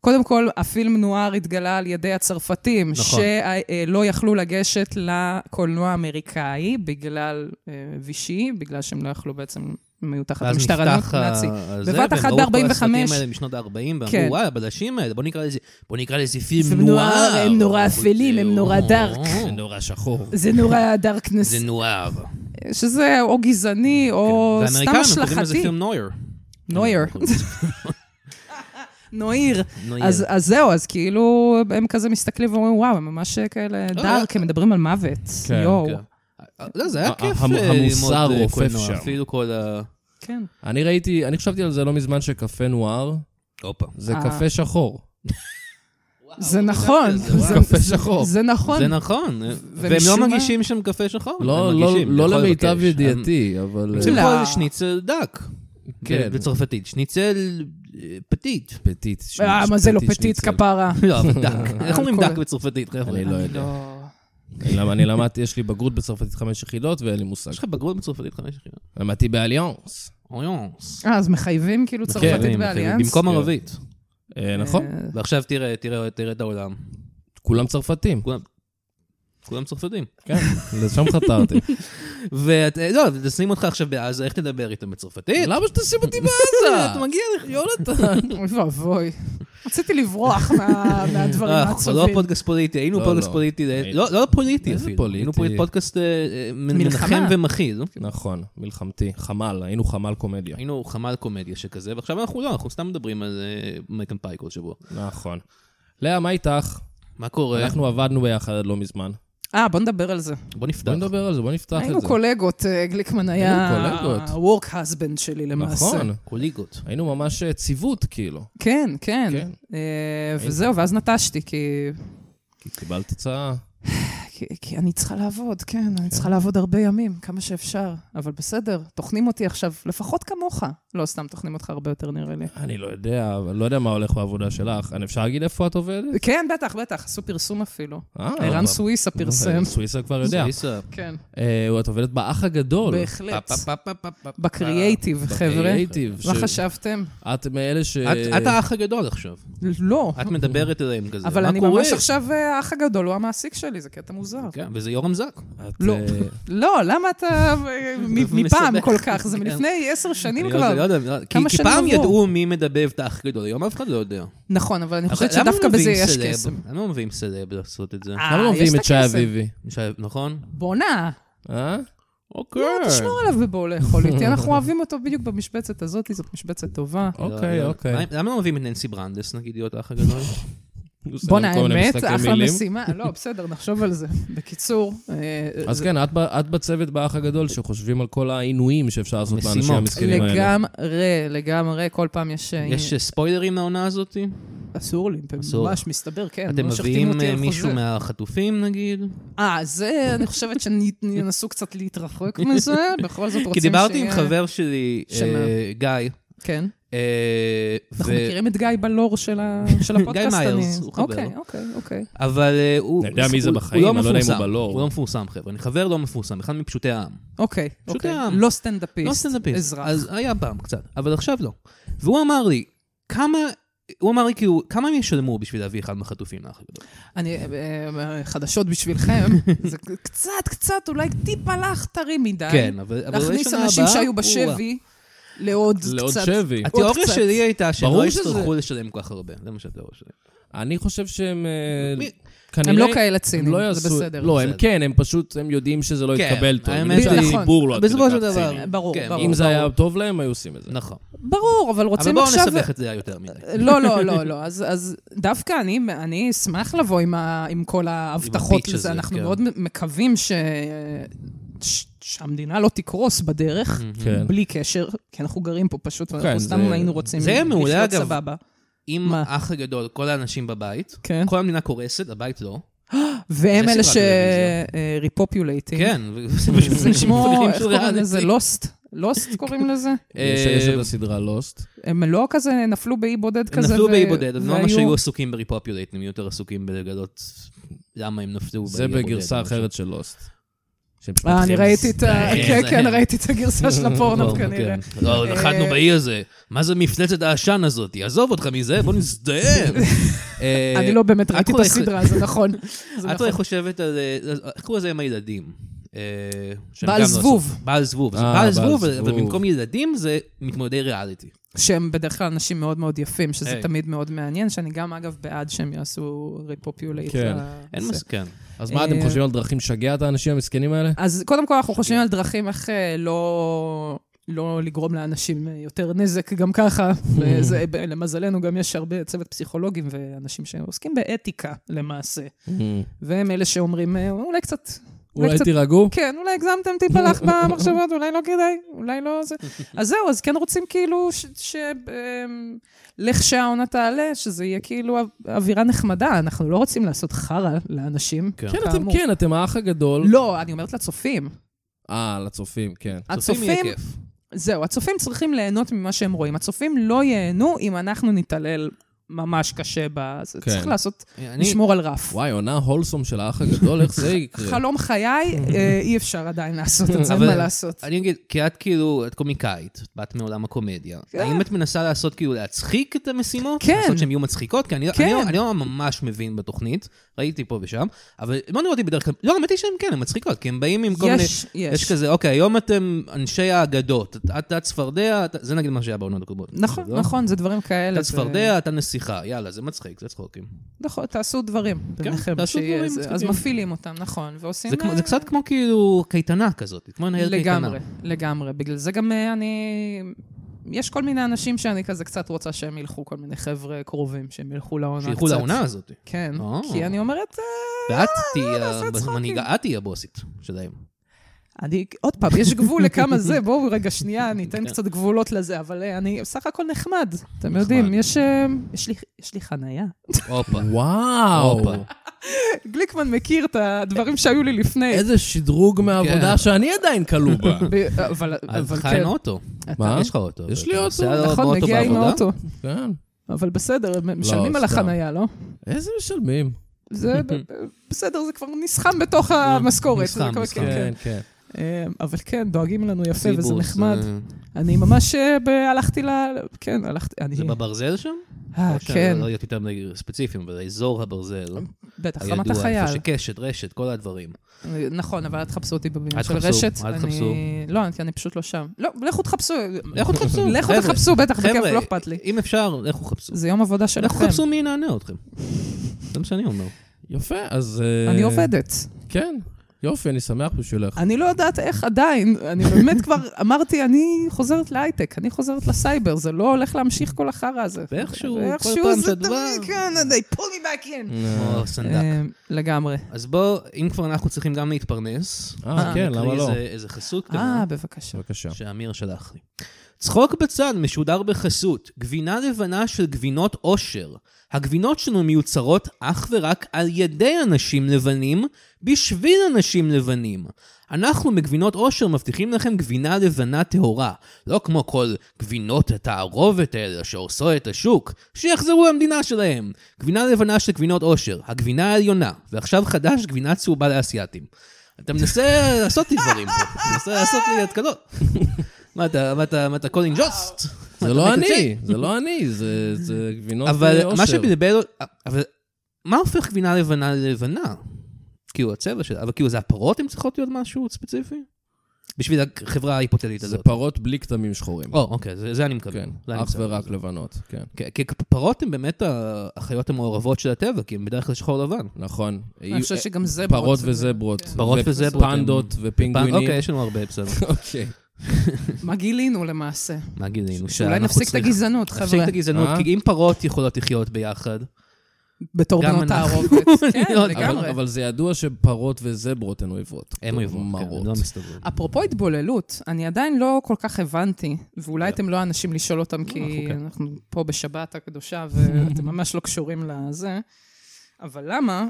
Speaker 4: קודם כל, הפילם נוער התגלה על ידי הצרפתים,
Speaker 3: נכון.
Speaker 4: שלא לא יכלו לגשת לקולנוע האמריקאי בגלל אה, וישי, בגלל שהם לא יכלו בעצם, הם היו תחת
Speaker 3: ואז
Speaker 4: המשטר
Speaker 3: נפתח
Speaker 4: הנאצי.
Speaker 3: ה- זה,
Speaker 4: בבת
Speaker 3: והם
Speaker 4: אחת
Speaker 3: ראו את כל
Speaker 4: ב-45.
Speaker 3: הסרטים האלה משנות ה-40,
Speaker 4: כן.
Speaker 3: ואמרו, וואי, הבלשים האלה, בוא נקרא לזה, בוא נקרא לזה פילם
Speaker 4: פילם נואר,
Speaker 3: נואר.
Speaker 4: הם נורא
Speaker 3: אנחנו-
Speaker 4: אפלים, הם נורא
Speaker 3: או,
Speaker 4: דארק.
Speaker 2: זה נורא שחור.
Speaker 4: זה נורא דארקנס,
Speaker 3: זה נואר.
Speaker 4: שזה או גזעני או
Speaker 3: כן.
Speaker 4: סתם
Speaker 3: והאמריקאים, הם קוראים לזה
Speaker 4: השלכתי.
Speaker 3: פילם נויר.
Speaker 4: נויר.
Speaker 3: הם קוראים לזה
Speaker 4: נויר.
Speaker 3: נויר.
Speaker 4: אז, אז זהו, אז כאילו, הם כזה מסתכלים ואומרים, וואו, הם ממש כאלה דארק, הם מדברים על מוות,
Speaker 2: כן,
Speaker 4: יואו.
Speaker 3: כן. לא, זה היה
Speaker 2: ה-
Speaker 3: כיף
Speaker 2: המ-
Speaker 3: אה,
Speaker 2: המוסר
Speaker 3: ללמוד אה,
Speaker 2: רופף
Speaker 3: קולנוע,
Speaker 2: שם.
Speaker 3: אפילו כל ה...
Speaker 4: כן.
Speaker 2: אני ראיתי, אני חשבתי על זה לא מזמן שקפה נואר
Speaker 3: הופה.
Speaker 2: זה
Speaker 4: אה.
Speaker 2: קפה שחור.
Speaker 4: זה נכון. זה-
Speaker 2: קפה
Speaker 4: זה-
Speaker 2: שחור.
Speaker 4: זה נכון.
Speaker 3: זה נכון. והם
Speaker 4: ומשום
Speaker 3: לא
Speaker 4: מה-
Speaker 3: מגישים שם קפה שחור.
Speaker 2: לא,
Speaker 3: הם
Speaker 2: לא-
Speaker 3: מגישים,
Speaker 2: לא
Speaker 3: אתה יכול
Speaker 2: למיטב
Speaker 3: לבקש.
Speaker 2: ידיעתי, אבל...
Speaker 3: הם עושים
Speaker 4: לא.
Speaker 3: פה איזה שניצל דק.
Speaker 2: כן.
Speaker 3: בצרפתית. שניצל אה, פטיט.
Speaker 2: פטיט.
Speaker 4: אה, מה זה לא פטיט
Speaker 2: שניצל.
Speaker 4: כפרה.
Speaker 3: לא, אבל דק. איך אומרים
Speaker 4: כל-
Speaker 3: דק בצרפתית, חבר'ה?
Speaker 2: אני לא יודע.
Speaker 4: לא.
Speaker 2: למה אני למדתי, יש לי בגרות בצרפתית חמש יחידות ואין לי מושג.
Speaker 3: יש לך בגרות בצרפתית חמש יחידות.
Speaker 2: למדתי באליאנס.
Speaker 3: אויונס.
Speaker 4: אה, אז מחייבים כאילו צרפתית
Speaker 3: כן,
Speaker 4: באליאנס?
Speaker 3: במקום
Speaker 2: כן.
Speaker 3: ערבית.
Speaker 2: אה, נכון,
Speaker 4: אה,
Speaker 3: ועכשיו תראה, תראה, תראה את העולם.
Speaker 2: כולם צרפתים.
Speaker 3: כולם- כולם צרפתים.
Speaker 2: כן, לשם חתרתי.
Speaker 3: ולא, נשים אותך עכשיו בעזה, איך תדבר איתם
Speaker 4: אה,
Speaker 3: בצרפתית?
Speaker 2: למה שתשים אותי בעזה?
Speaker 3: אתה מגיע לך, יונתן.
Speaker 4: אוי ואבוי. רציתי לברוח מה- מהדברים
Speaker 2: אה,
Speaker 3: אנחנו כבר לא
Speaker 4: העצובים.
Speaker 3: פודקאסט פוליטי, היינו
Speaker 2: לא,
Speaker 3: פודקאסט
Speaker 2: לא.
Speaker 3: פוליטי,
Speaker 2: היינו.
Speaker 3: לא לא פוליטי
Speaker 2: איזה
Speaker 3: אפילו,
Speaker 2: פוליטי?
Speaker 3: היינו פה פודקאסט אה, אה, מ-
Speaker 4: מלחמה.
Speaker 3: מנחם ומכיל.
Speaker 2: נכון, מלחמתי, חמ"ל, היינו חמ"ל קומדיה.
Speaker 3: היינו חמ"ל קומדיה שכזה, ועכשיו אנחנו לא, אנחנו סתם מדברים על אה, אמריקן פאי כל שבוע.
Speaker 2: נכון. לאה, מה איתך?
Speaker 3: מה קורה?
Speaker 2: אנחנו עבדנו ביחד עד לא מזמן.
Speaker 4: אה, בוא נדבר על זה.
Speaker 3: בוא נפתח.
Speaker 2: בוא נדבר על זה, בוא נפתח
Speaker 4: היינו
Speaker 2: את זה. נכון.
Speaker 4: קולגות, אה, גליקמן היה
Speaker 2: קולגות.
Speaker 4: ה-work husband שלי למעשה.
Speaker 2: נכון,
Speaker 3: קוליגות.
Speaker 2: היינו ממש אה, ציוות, כאילו.
Speaker 4: כן, כן.
Speaker 2: כן.
Speaker 4: אה, וזהו, ואז נטשתי, כי...
Speaker 2: כי קיבלת הצעה.
Speaker 4: כי, כי אני צריכה לעבוד, כן, אני צריכה לעבוד הרבה ימים, כמה שאפשר. אבל בסדר, טוחנים אותי עכשיו, לפחות כמוך. לא, סתם טוחנים אותך הרבה יותר, נראה לי.
Speaker 2: אני לא יודע, אבל לא יודע מה הולך בעבודה שלך. אני אפשר להגיד איפה את עובדת?
Speaker 4: כן, בטח, בטח, עשו פרסום אפילו.
Speaker 2: אה,
Speaker 4: ערן
Speaker 2: אבל-
Speaker 4: סוויסה פרסם.
Speaker 2: ערן סוויסה כבר לא יודע.
Speaker 3: סוויסה.
Speaker 4: כן,
Speaker 2: אה, את עובדת באח הגדול.
Speaker 4: בהחלט.
Speaker 3: פה, פה, פה, פה, פה, פה.
Speaker 4: בקריאייטיב, חבר'ה.
Speaker 2: בקריאייטיב,
Speaker 4: מה
Speaker 2: ש-
Speaker 4: חשבתם?
Speaker 2: את מאלה ש... אה,
Speaker 3: את את האח הגדול עכשיו.
Speaker 4: לא.
Speaker 3: את מדברת אליהם כזה.
Speaker 4: אבל
Speaker 3: מה
Speaker 4: אני
Speaker 3: קורה?
Speaker 4: ממש עכשיו, אה, האח הגדול הוא המעסיק שלי, זה קטע מוזר.
Speaker 3: כן, וזה יורם זק.
Speaker 2: את,
Speaker 4: לא.
Speaker 2: אה,
Speaker 4: לא, למה אתה אה, מ- מפעם
Speaker 3: מסבך.
Speaker 4: כל כך? זה
Speaker 3: כן.
Speaker 4: מלפני עשר שנים
Speaker 3: אני לא- לא
Speaker 4: כבר.
Speaker 3: יודע, לא- כי-
Speaker 4: כמה
Speaker 3: כי
Speaker 4: שנים
Speaker 3: פעם
Speaker 4: עברו?
Speaker 3: ידעו מי מדבב את האח הגדול, היום אף אחד לא יודע.
Speaker 4: נכון, אבל אני
Speaker 3: אבל
Speaker 4: חושבת
Speaker 3: למה לא
Speaker 4: שדווקא בזה
Speaker 3: מביאים
Speaker 4: יש
Speaker 3: סלב?
Speaker 4: קסם.
Speaker 3: למה לא מביאים סלב לעשות את זה?
Speaker 4: אה,
Speaker 2: למה לא
Speaker 4: יש
Speaker 2: מביאים
Speaker 4: את
Speaker 2: את שי
Speaker 4: הכסף.
Speaker 2: אביבי?
Speaker 3: שי- נכון?
Speaker 4: בואנה.
Speaker 2: אה?
Speaker 3: אוקיי.
Speaker 4: לא, תשמור עליו בבעולה חוליתי, אנחנו אוהבים אותו בדיוק במשבצת הזאת, זאת משבצת
Speaker 3: אה,
Speaker 4: טובה.
Speaker 2: אוקיי, אוקיי.
Speaker 3: למה לא מביאים את ננסי ברנדס, נגיד, להיות האח הגדול?
Speaker 4: בואנה,
Speaker 2: כל מיני
Speaker 4: האמת,
Speaker 2: משחקי
Speaker 4: אחלה
Speaker 2: מילים.
Speaker 4: משימה. לא, בסדר, נחשוב על זה. בקיצור, אה,
Speaker 2: אז
Speaker 4: זה
Speaker 2: כן, את ב- את בצוות באח הגדול שחושבים על כל העינויים שאפשר לעשות לאנשים
Speaker 3: משימות.
Speaker 2: המסכנים האלה.
Speaker 4: לגמרי, לגמרי, כל פעם יש... אה,
Speaker 3: יש אה, ספוילרים לעונה הזאת?
Speaker 4: אסור לי,
Speaker 3: אסור.
Speaker 4: ממש מסתבר, כן.
Speaker 3: אתם
Speaker 4: לא שוחטים
Speaker 3: מביאים
Speaker 4: אותי על
Speaker 3: אה, מישהו
Speaker 4: חוזה.
Speaker 3: מהחטופים, נגיד?
Speaker 4: אה, זה, אני חושבת שינסו קצת להתרחק מזה, בכל זאת רוצים שיהיה...
Speaker 3: כי דיברתי עם חבר שלי, אה,
Speaker 4: שמה?
Speaker 3: גיא.
Speaker 4: כן.
Speaker 3: אה,
Speaker 4: אנחנו
Speaker 3: ו-
Speaker 4: מכירים את גיא בלור של ה- של הפודקאסט.
Speaker 3: גיא
Speaker 4: אני-
Speaker 3: מיילס, הוא חבר. לא?
Speaker 4: אוקיי, אוקיי, אוקיי.
Speaker 3: אבל אה, הוא...
Speaker 2: אני יודע מי זה
Speaker 3: הוא-
Speaker 2: בחיים,
Speaker 3: הוא
Speaker 2: אני לא יודע אם הוא
Speaker 3: מפורסם.
Speaker 2: בלור.
Speaker 3: הוא לא מפורסם, חבר'ה. אני חבר לא מפורסם, אחד מפשוטי העם.
Speaker 4: אוקיי,
Speaker 3: פשוט
Speaker 4: אוקיי.
Speaker 3: היה-
Speaker 4: לא סטנדאפיסט.
Speaker 3: לא סטנדאפיסט.
Speaker 4: אזרח.
Speaker 3: אז היה פעם קצת, אבל עכשיו לא. והוא אמר לי, כמה... הוא אמר לי כאילו, כמה הם ישלמו בשביל להביא אחד מהחטופים לאח הגדול?
Speaker 4: אני, אה, אה, חדשות בשבילכם, זה קצת, קצת, אולי טיפה לאכטרי מדי.
Speaker 3: כן, אבל... אבל
Speaker 4: להכניס
Speaker 3: לשנה
Speaker 4: אנשים
Speaker 3: הבאה,
Speaker 4: שהיו
Speaker 3: וואו.
Speaker 4: בשבי לעוד קצת.
Speaker 2: לעוד שבי.
Speaker 4: עוד
Speaker 3: התיאוריה
Speaker 4: קצת.
Speaker 3: שלי הייתה שהם
Speaker 2: ברור
Speaker 3: לא
Speaker 2: שזה-
Speaker 3: יצטרכו לשלם כל כך הרבה, זה מה שהתיאוריה שלי.
Speaker 2: אני חושב שהם... אה,
Speaker 3: מי-
Speaker 2: כנראה...
Speaker 4: הם לא כאלה
Speaker 2: הם
Speaker 4: ציניים,
Speaker 2: לא
Speaker 4: זה
Speaker 2: יעשו-
Speaker 4: בסדר.
Speaker 2: לא, הם
Speaker 3: בסדר.
Speaker 2: כן, הם פשוט, הם יודעים שזה לא
Speaker 3: כן,
Speaker 2: יתקבל טוב. הם
Speaker 3: האמת
Speaker 2: יודעים
Speaker 4: שזה-
Speaker 2: שהציבור לא עד כדי
Speaker 3: בסופו של
Speaker 2: כך
Speaker 3: דבר.
Speaker 2: ציני.
Speaker 4: ברור,
Speaker 3: כן,
Speaker 4: ברור.
Speaker 2: אם זה היה טוב להם, היו עושים את זה.
Speaker 3: נכון.
Speaker 4: ברור, אבל
Speaker 3: אבל
Speaker 4: רוצים
Speaker 3: בואו
Speaker 4: עכשיו...
Speaker 3: נסבך את זה יותר מדי.
Speaker 4: לא, לא, לא, לא. אז, אז דווקא אני, אני אשמח לבוא עם, ה, עם כל ההבטחות
Speaker 3: הפיץ'
Speaker 4: לזה.
Speaker 3: הזה,
Speaker 4: אנחנו
Speaker 3: כן.
Speaker 4: מאוד מקווים ש, ש, שהמדינה לא תקרוס בדרך,
Speaker 2: כן.
Speaker 4: בלי קשר, כי אנחנו גרים פה פשוט,
Speaker 2: כן,
Speaker 4: ואנחנו סתם
Speaker 2: זה-
Speaker 4: היינו רוצים
Speaker 3: זה יהיה מעולה,
Speaker 4: לחיות
Speaker 3: אגב.
Speaker 4: סבבה.
Speaker 3: אם
Speaker 4: מה?
Speaker 3: האח הגדול, כל האנשים בבית,
Speaker 4: כן.
Speaker 3: כל המדינה קורסת, הבית לא.
Speaker 4: והם
Speaker 3: זה
Speaker 4: אלה
Speaker 3: סדרת
Speaker 4: שריפופיולייטים.
Speaker 3: כן, וזה פשוט
Speaker 4: זה
Speaker 3: אנשים
Speaker 4: כמו,
Speaker 3: מפחידים
Speaker 4: איך
Speaker 3: של
Speaker 4: קוראים
Speaker 3: ריאליטי.
Speaker 4: לזה? לא? לוסט? לוסט קוראים לזה?
Speaker 2: יש
Speaker 3: אה,
Speaker 2: יש את הסדרה לוסט.
Speaker 4: הם לא כזה, נפלו באי בודד
Speaker 3: הם
Speaker 4: כזה.
Speaker 3: נפלו
Speaker 4: ו-
Speaker 3: באי בודד, הם לא ממש
Speaker 4: והיו-
Speaker 3: היו עסוקים בריפופולייט, הם היו יותר עסוקים בלגלות למה הם נפלו באי
Speaker 2: זה
Speaker 3: הבודד.
Speaker 2: בגרסה אחרת של לוסט. שהם פשוט
Speaker 4: אה, אני
Speaker 2: מתחילים
Speaker 4: ראיתי את ה...
Speaker 3: כן,
Speaker 4: כן,
Speaker 3: זה-
Speaker 4: כן, ראיתי את הגרסה של הפורנו
Speaker 3: כן.
Speaker 4: כנראה.
Speaker 3: לא,
Speaker 4: אה,
Speaker 3: נחתנו באי הזה, מה זה מפלצת העשן הזאת? עזוב אותך מזה, בוא נזדהם. אה,
Speaker 4: אני לא באמת
Speaker 3: את
Speaker 4: ראיתי את
Speaker 3: אולי-
Speaker 4: הסדרה, זה נכון. זה
Speaker 3: את אולי
Speaker 4: נכון.
Speaker 3: חושבת על... אה, איך קוראים לזה עם הילדים? אה, שהם
Speaker 4: בעל
Speaker 3: גם לא
Speaker 4: זבוב.
Speaker 3: עשו- בעל זבוב. זה
Speaker 2: אה,
Speaker 3: בעל
Speaker 2: בעל
Speaker 3: זבוב, אבל
Speaker 2: זבוב.
Speaker 3: במקום ילדים זה מתמודדי ריאליטי.
Speaker 4: שהם בדרך כלל אנשים מאוד מאוד יפים, שזה
Speaker 3: היי.
Speaker 4: תמיד מאוד מעניין, שאני גם, אגב, בעד שהם יעשו ריפופיולייט.
Speaker 2: כן.
Speaker 3: אין מסכן.
Speaker 2: אז מה, אתם
Speaker 4: אה,
Speaker 2: חושבים על דרכים לשגע את האנשים המסכנים האלה?
Speaker 4: אז קודם כל אנחנו חושבים על דרכים איך אה, לא... לא לגרום לאנשים אה, יותר נזק גם ככה. וזה- ב- למזלנו גם יש הרבה צוות פסיכולוגים ואנשים שעוסקים באתיקה למעשה. והם אלה שאומרים, אה, אולי קצת, אולי
Speaker 2: אולי
Speaker 4: קצת-
Speaker 2: תירגעו?
Speaker 4: כן, אולי הגזמתם טיפה לך במחשבות, אולי לא כדאי, אולי לא זה. אז זהו, אז כן רוצים כאילו ש... ש אמ, לכשהעונה תעלה, שזה יהיה כאילו אב- אווירה נחמדה, אנחנו לא רוצים לעשות חרא לאנשים.
Speaker 3: כן.
Speaker 2: כן, אתם
Speaker 4: כאמור.
Speaker 2: כן, אתם האח הגדול.
Speaker 4: לא, אני אומרת לצופים.
Speaker 2: אה, לצופים, כן.
Speaker 3: צופים יהיה
Speaker 4: הצופים,
Speaker 3: כיף.
Speaker 4: זהו, הצופים צריכים ליהנות ממה שהם רואים. הצופים לא ייהנו אם אנחנו נתעלל ממש קשה בזה.
Speaker 2: כן.
Speaker 4: צריך לעשות,
Speaker 3: אני-
Speaker 4: לשמור על רף.
Speaker 2: וואי, עונה הולסום של האח הגדול, איך זה יקרה?
Speaker 4: חלום חיי, אה, אי אפשר עדיין לעשות את זה, אין
Speaker 3: אבל-
Speaker 4: מה לעשות.
Speaker 3: אני אגיד, כי את כאילו, את קומיקאית, את באת מעולם הקומדיה.
Speaker 4: כן.
Speaker 3: האם את מנסה לעשות כאילו להצחיק את המשימות?
Speaker 4: כן.
Speaker 3: לעשות שהן יהיו מצחיקות? כי אני לא-
Speaker 4: כן.
Speaker 3: אני לא- אני לא ממש מבין בתוכנית, ראיתי פה ושם, אבל לא נראיתי בדרך כלל, לא, האמת היא שהן כן, הן מצחיקות, כי הן באים עם כל מיני...
Speaker 4: יש,
Speaker 3: יש
Speaker 4: יש.
Speaker 3: כזה, אוקיי, היום אתם אנשי האגדות, את- את הצפרדע, את- זה נגיד מה שהיה בעונות הקודמות.
Speaker 4: נכון,
Speaker 3: לא?
Speaker 4: נכון, זה דברים כאלה.
Speaker 3: אתה
Speaker 4: זה-
Speaker 3: צפרדע, אתה נסיכה, יאללה, זה מצחיק, זה צחוקים.
Speaker 4: נכון, תעשו דברים ביניכם.
Speaker 3: כן, תעשו
Speaker 4: שיהיה
Speaker 3: דברים
Speaker 4: זה. אז
Speaker 3: מצחיקים.
Speaker 4: מפעילים אותם, נכון, ועושים...
Speaker 3: זה כמו- זה
Speaker 4: אה,
Speaker 3: קצת כמו כאילו קייטנה כזאת, כמו לנהל קייטנה.
Speaker 4: לגמרי, לגמרי. בגלל זה גם אה, אני... יש כל מיני אנשים שאני כזה קצת רוצה שהם ילכו, כל מיני חבר'ה קרובים, שהם ילכו לעונה קצת.
Speaker 3: שילכו לעונה הזאת.
Speaker 4: כן,
Speaker 3: אה.
Speaker 4: כי אני אומרת, אה,
Speaker 3: ואת
Speaker 4: נעשה
Speaker 3: תהיי
Speaker 4: צחוקים.
Speaker 3: המנהיגה, את תהיי הבוסית שלהם.
Speaker 4: אני, עוד פעם, יש גבול לכמה זה, בואו רגע שנייה, אני אתן
Speaker 3: כן.
Speaker 4: קצת גבולות לזה, אבל אה, אני בסך הכל נחמד, אתם יודעים, יש, אה, יש לי- יש לי חנייה.
Speaker 3: הופה.
Speaker 2: וואו,
Speaker 3: הופה.
Speaker 4: גליקמן מכיר את הדברים שהיו לי לפני.
Speaker 2: איזה שדרוג
Speaker 3: כן.
Speaker 2: מהעבודה שאני עדיין כלוא בה.
Speaker 4: ב- אבל,
Speaker 3: אז לא,
Speaker 4: אבל
Speaker 3: חי
Speaker 4: כן,
Speaker 3: עם אוטו.
Speaker 4: אתה-
Speaker 2: מה?
Speaker 3: יש לך אוטו.
Speaker 2: יש לי
Speaker 3: אתה
Speaker 2: אוטו.
Speaker 3: נוסע לו
Speaker 4: נכון,
Speaker 3: באוטו
Speaker 4: מגיע עם
Speaker 3: בעבודה?
Speaker 4: האוטו.
Speaker 2: כן.
Speaker 4: אבל בסדר,
Speaker 3: לא,
Speaker 4: הם משלמים על
Speaker 2: סתם.
Speaker 4: החנייה, לא?
Speaker 2: איזה משלמים.
Speaker 4: זה ב- ב- בסדר, זה כבר נסחם בתוך המשכורת.
Speaker 3: נסחם,
Speaker 4: זה כבר-
Speaker 3: נסחם.
Speaker 4: כן,
Speaker 2: כן.
Speaker 4: כן. אה, אבל כן, דואגים לנו יפה וזה
Speaker 3: סיבוס,
Speaker 4: נחמד.
Speaker 3: זה-
Speaker 4: אני ממש אה, ב- הלכתי ל... כן, הלכתי... אני-
Speaker 3: זה בברזל שם?
Speaker 4: אה,
Speaker 3: או שאני
Speaker 4: כן,
Speaker 3: לא יודעת יותר מדי ספציפיים, אבל אזור הברזל.
Speaker 4: בטח,
Speaker 3: הידוע,
Speaker 4: רמת
Speaker 3: לא- איפה
Speaker 4: החייל.
Speaker 3: שקשת, רשת, כל הדברים.
Speaker 4: נכון, אבל אל תחפשו אותי
Speaker 3: אל
Speaker 4: בבניין של
Speaker 3: תחפשו,
Speaker 4: רשת.
Speaker 3: אל
Speaker 4: אני-
Speaker 3: תחפשו.
Speaker 4: לא, אני- אני פשוט לא שם. לא, לכו תחפשו.
Speaker 3: לכו תחפשו,
Speaker 4: לכו
Speaker 3: חבר'ה.
Speaker 4: תחפשו, בטח, בכיף,
Speaker 3: חבר'ה,
Speaker 4: לא אכפת לי.
Speaker 3: אם אפשר, לכו חפשו.
Speaker 4: זה יום עבודה שלכם.
Speaker 3: לכו חפשו מי ינענע אתכם. זה מה שאני אומר.
Speaker 2: יפה, אז... אה,
Speaker 4: אני עובדת.
Speaker 2: כן. יופי, אני שמח בשבילך.
Speaker 4: אני לא יודעת איך עדיין, אני באמת כבר אמרתי, אני חוזרת להייטק, אני חוזרת לסייבר, זה לא הולך להמשיך כל החרא הזה.
Speaker 3: ואיכשהו, כל
Speaker 4: ואיכשהו
Speaker 3: פעם
Speaker 4: זה
Speaker 3: שהדבר-
Speaker 4: תמיד, כן, they pull me back in.
Speaker 3: כמו סנדק.
Speaker 4: אה, לגמרי.
Speaker 3: אז בוא, אם כבר אנחנו צריכים גם להתפרנס,
Speaker 2: אה, כן,
Speaker 3: נקריא
Speaker 2: למה לא?
Speaker 3: איזה- איזה חסות קטנה
Speaker 4: אה, בבקשה.
Speaker 2: בבקשה.
Speaker 3: שאמיר שלח לי. צחוק בצד משודר בחסות, גבינה לבנה של גבינות עושר. הגבינות שלנו מיוצרות אך ורק על ידי אנשים לבנים, בשביל אנשים לבנים. אנחנו מגבינות עושר מבטיחים לכם גבינה לבנה טהורה. לא כמו כל גבינות התערובת האלה שהורסו את השוק, שיחזרו למדינה שלהם. גבינה לבנה של גבינות עושר, הגבינה העליונה, ועכשיו חדש גבינה צהובה לאסייתים. אתה מנסה לעשות לי דברים פה, אתה מנסה לעשות לי התקלות. מה אתה, מה אתה, מה אתה קולין
Speaker 2: אה,
Speaker 3: ג'וסט?
Speaker 2: זה לא אני, זה לא אני, זה זה גבינות אה,
Speaker 3: אבל
Speaker 2: אושר.
Speaker 3: מה שבלבל, אבל מה הופך גבינה לבנה ללבנה? כאילו הצבע שלה, אבל כאילו זה הפרות הן צריכות להיות משהו ספציפי? בשביל החברה ההיפותטית
Speaker 2: זה
Speaker 3: הזאת.
Speaker 2: פרות בלי כתמים שחורים.
Speaker 3: או, אוקיי, זה זה אני מקווה.
Speaker 2: כן,
Speaker 3: זה אני
Speaker 2: אך
Speaker 3: מסתכל.
Speaker 2: ורק לבנות, כן.
Speaker 3: כן, כי פרות הן באמת החיות המעורבות של הטבע, כי הן בדרך כלל שחור לבן.
Speaker 2: נכון.
Speaker 4: אני חושבת שגם זה...
Speaker 2: פרות
Speaker 4: ברוט.
Speaker 2: וזברות.
Speaker 3: פרות וזברות,
Speaker 2: ופנדות
Speaker 3: פעם-
Speaker 2: ופינגווינים.
Speaker 3: אוקיי, יש לנו הרבה, בסדר.
Speaker 2: אוקיי.
Speaker 4: מה גילינו למעשה?
Speaker 3: מה גילינו?
Speaker 4: אולי
Speaker 3: שאנחנו
Speaker 4: נפסיק את
Speaker 3: צריכים-
Speaker 4: הגזענות,
Speaker 3: נפסיק
Speaker 4: חבר'ה.
Speaker 3: את הגזענות,
Speaker 2: אה?
Speaker 3: כי אם פרות יכולות לחיות ביחד,
Speaker 4: בתור
Speaker 3: גם
Speaker 4: בנות
Speaker 3: אנחנו.
Speaker 4: תערובת. כן,
Speaker 3: אבל-
Speaker 2: אבל
Speaker 4: לגמרי.
Speaker 2: אבל זה ידוע שפרות וזברות הן אויבות.
Speaker 3: הן אויבות, כן, הן לא
Speaker 2: מרות.
Speaker 3: מסתדרות.
Speaker 4: אפרופו התבוללות, אני עדיין לא כל כך הבנתי, ואולי אתם לא האנשים לשאול אותם, כי
Speaker 3: אנחנו כן.
Speaker 4: אנחנו פה בשבת הקדושה, ואתם ממש לא קשורים לזה, אבל למה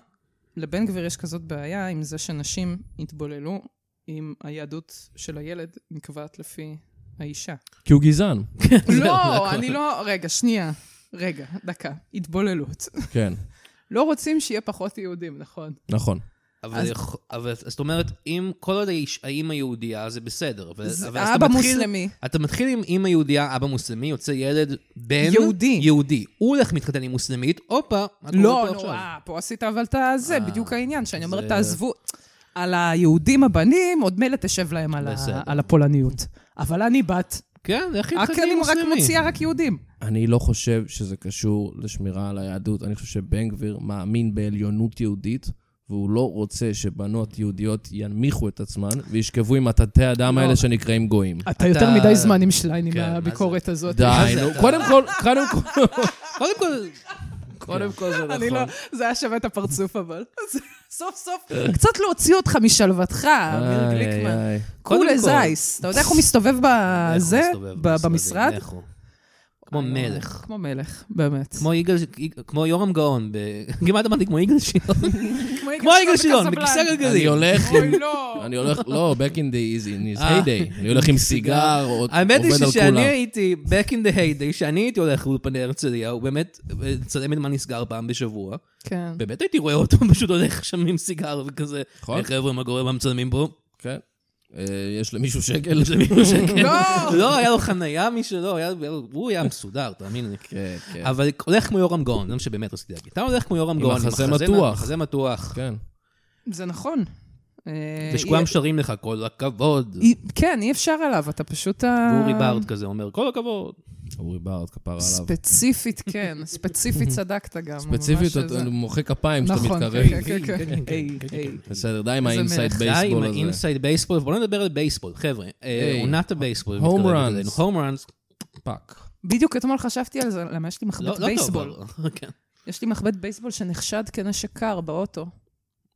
Speaker 4: לבן גביר יש כזאת בעיה עם זה שנשים התבוללו אם היהדות של הילד נקבעת לפי האישה?
Speaker 2: כי הוא גזען.
Speaker 4: לא, אני לא... רגע, שנייה. רגע, דקה. התבוללות.
Speaker 2: כן,
Speaker 4: לא רוצים שיהיה פחות יהודים, נכון?
Speaker 2: נכון.
Speaker 3: אבל,
Speaker 4: אז-
Speaker 3: יכ- אבל זאת אומרת, אם כל עוד האיש- האימא יהודייה זה בסדר, אבל,
Speaker 4: זה
Speaker 3: אבל אז
Speaker 4: אבא
Speaker 3: אתה מתחיל-
Speaker 4: מוסלמי.
Speaker 3: אתה מתחיל עם אימא יהודייה, אבא מוסלמי, יוצא ילד בן...
Speaker 4: יהודי.
Speaker 3: יהודי. הוא הולך מתחתן עם מוסלמית, הופה, מה קורה
Speaker 4: לא,
Speaker 3: פה עכשיו? אה,
Speaker 4: נורא, פה עשית אבל את הזה, בדיוק העניין, שאני
Speaker 3: זה-
Speaker 4: אומרת, תעזבו. על היהודים הבנים, עוד מילא תשב להם על ה-
Speaker 3: בסדר.
Speaker 4: על הפולניות. אבל אני בת,
Speaker 3: כן, איך
Speaker 4: רק
Speaker 3: התחתן
Speaker 4: אני
Speaker 3: עם
Speaker 4: רק
Speaker 3: מוסלמי?
Speaker 4: מוציאה רק יהודים.
Speaker 2: אני לא חושב שזה קשור לשמירה על היהדות. אני חושב שבן גביר מאמין בעליונות יהודית, והוא לא רוצה שבנות יהודיות ינמיכו את עצמן וישכבו עם התתי אדם
Speaker 4: לא.
Speaker 2: האלה שנקראים גויים.
Speaker 4: אתה יותר מדי זמן עם שליין עם
Speaker 3: כן, מה זה?
Speaker 4: לא הביקורת הזאת.
Speaker 2: די,
Speaker 3: זה
Speaker 2: נו.
Speaker 3: אתה?
Speaker 2: קודם כל, קודם כל...
Speaker 3: קודם כל,
Speaker 2: קודם כל זה
Speaker 4: אני לא,
Speaker 2: נכון.
Speaker 4: זה היה שווה את הפרצוף, אבל. זה- סוף סוף, קצת להוציא אותך משלוותך, אמיר
Speaker 2: איי,
Speaker 4: גליקמן.
Speaker 2: איי.
Speaker 3: קודם
Speaker 4: קול
Speaker 3: כל.
Speaker 4: איזה אייס. אתה יודע איך הוא מסתובב בזה?
Speaker 3: איך הוא מסתובב
Speaker 4: אה, ב-
Speaker 3: במשרדים,
Speaker 4: במשרד? אה.
Speaker 3: איך הוא? כמו מלך.
Speaker 4: כמו מלך, באמת.
Speaker 3: כמו יגאל, כמו יורם גאון, ב- כמעט אמרתי כמו יגאל שילון. כמו יגאל שילון, בכיסא
Speaker 2: אני
Speaker 3: גלגלים.
Speaker 2: הולך עם...
Speaker 4: אוי, לא.
Speaker 2: אני הולך, לא, back in the is in his
Speaker 3: אה.
Speaker 2: heyday. אני הולך עם סיגר, או- עובד על כולם.
Speaker 3: האמת היא שכשאני הייתי, back in the heyday, כשאני הייתי הולך לאולפני הרצליה, הוא באמת אה, צלם את מה נסגר פעם בשבוע.
Speaker 4: כן.
Speaker 3: באמת הייתי רואה אותו פשוט הולך שם עם סיגר וכזה.
Speaker 2: נכון.
Speaker 3: "היי, חבר'ה, מה קורה? מה מצלמים פה?
Speaker 2: כן. אה, יש למישהו שקל?
Speaker 3: זה מישהו שכן.
Speaker 4: לא!
Speaker 3: לא, היה לו חנייה משלו, היה- היה לו- הוא היה מסודר, תאמין לי.
Speaker 2: כן, כן.
Speaker 3: אבל הולך כמו יורם גאון, זה מה שבאמת רציתי להגיד. אתה הולך כמו יורם
Speaker 2: עם
Speaker 3: גאון,
Speaker 2: מחזה מתוח.
Speaker 3: מחזה מתוח.
Speaker 2: כן.
Speaker 4: זה נכון. אה,
Speaker 3: ושכולם
Speaker 4: אי-
Speaker 3: שרים לך, כל הכבוד.
Speaker 4: אי- כן, אי אפשר עליו, אתה פשוט... ה-
Speaker 3: גורי בארד כזה אומר, כל הכבוד.
Speaker 2: אורי בארד, כפרה עליו.
Speaker 4: ספציפית, כן. ספציפית צדקת גם.
Speaker 2: ספציפית,
Speaker 4: ממש זה.
Speaker 2: אתה מוחא כפיים כשאתה
Speaker 4: נכון,
Speaker 2: מתקרב.
Speaker 4: כן, כן, כן, כן. היי, היי.
Speaker 2: בסדר, די עם
Speaker 4: איזה
Speaker 2: האינסייד
Speaker 4: מלך.
Speaker 3: די עם
Speaker 2: בייסבול הזה.
Speaker 3: האינסייד בייסבול, בואו נדבר על בייסבול, חבר'ה. אה,
Speaker 2: היי,
Speaker 3: עונת הבייסבול.
Speaker 2: הום ראנס.
Speaker 3: הום ראנס.
Speaker 2: פאק.
Speaker 4: בדיוק אתמול חשבתי על זה, למה יש לי
Speaker 3: לא
Speaker 4: מחבט
Speaker 3: לא טוב.
Speaker 4: בייסבול.
Speaker 3: אבל- כן.
Speaker 4: יש לי מחבט בייסבול שנחשד כנשק קר באוטו.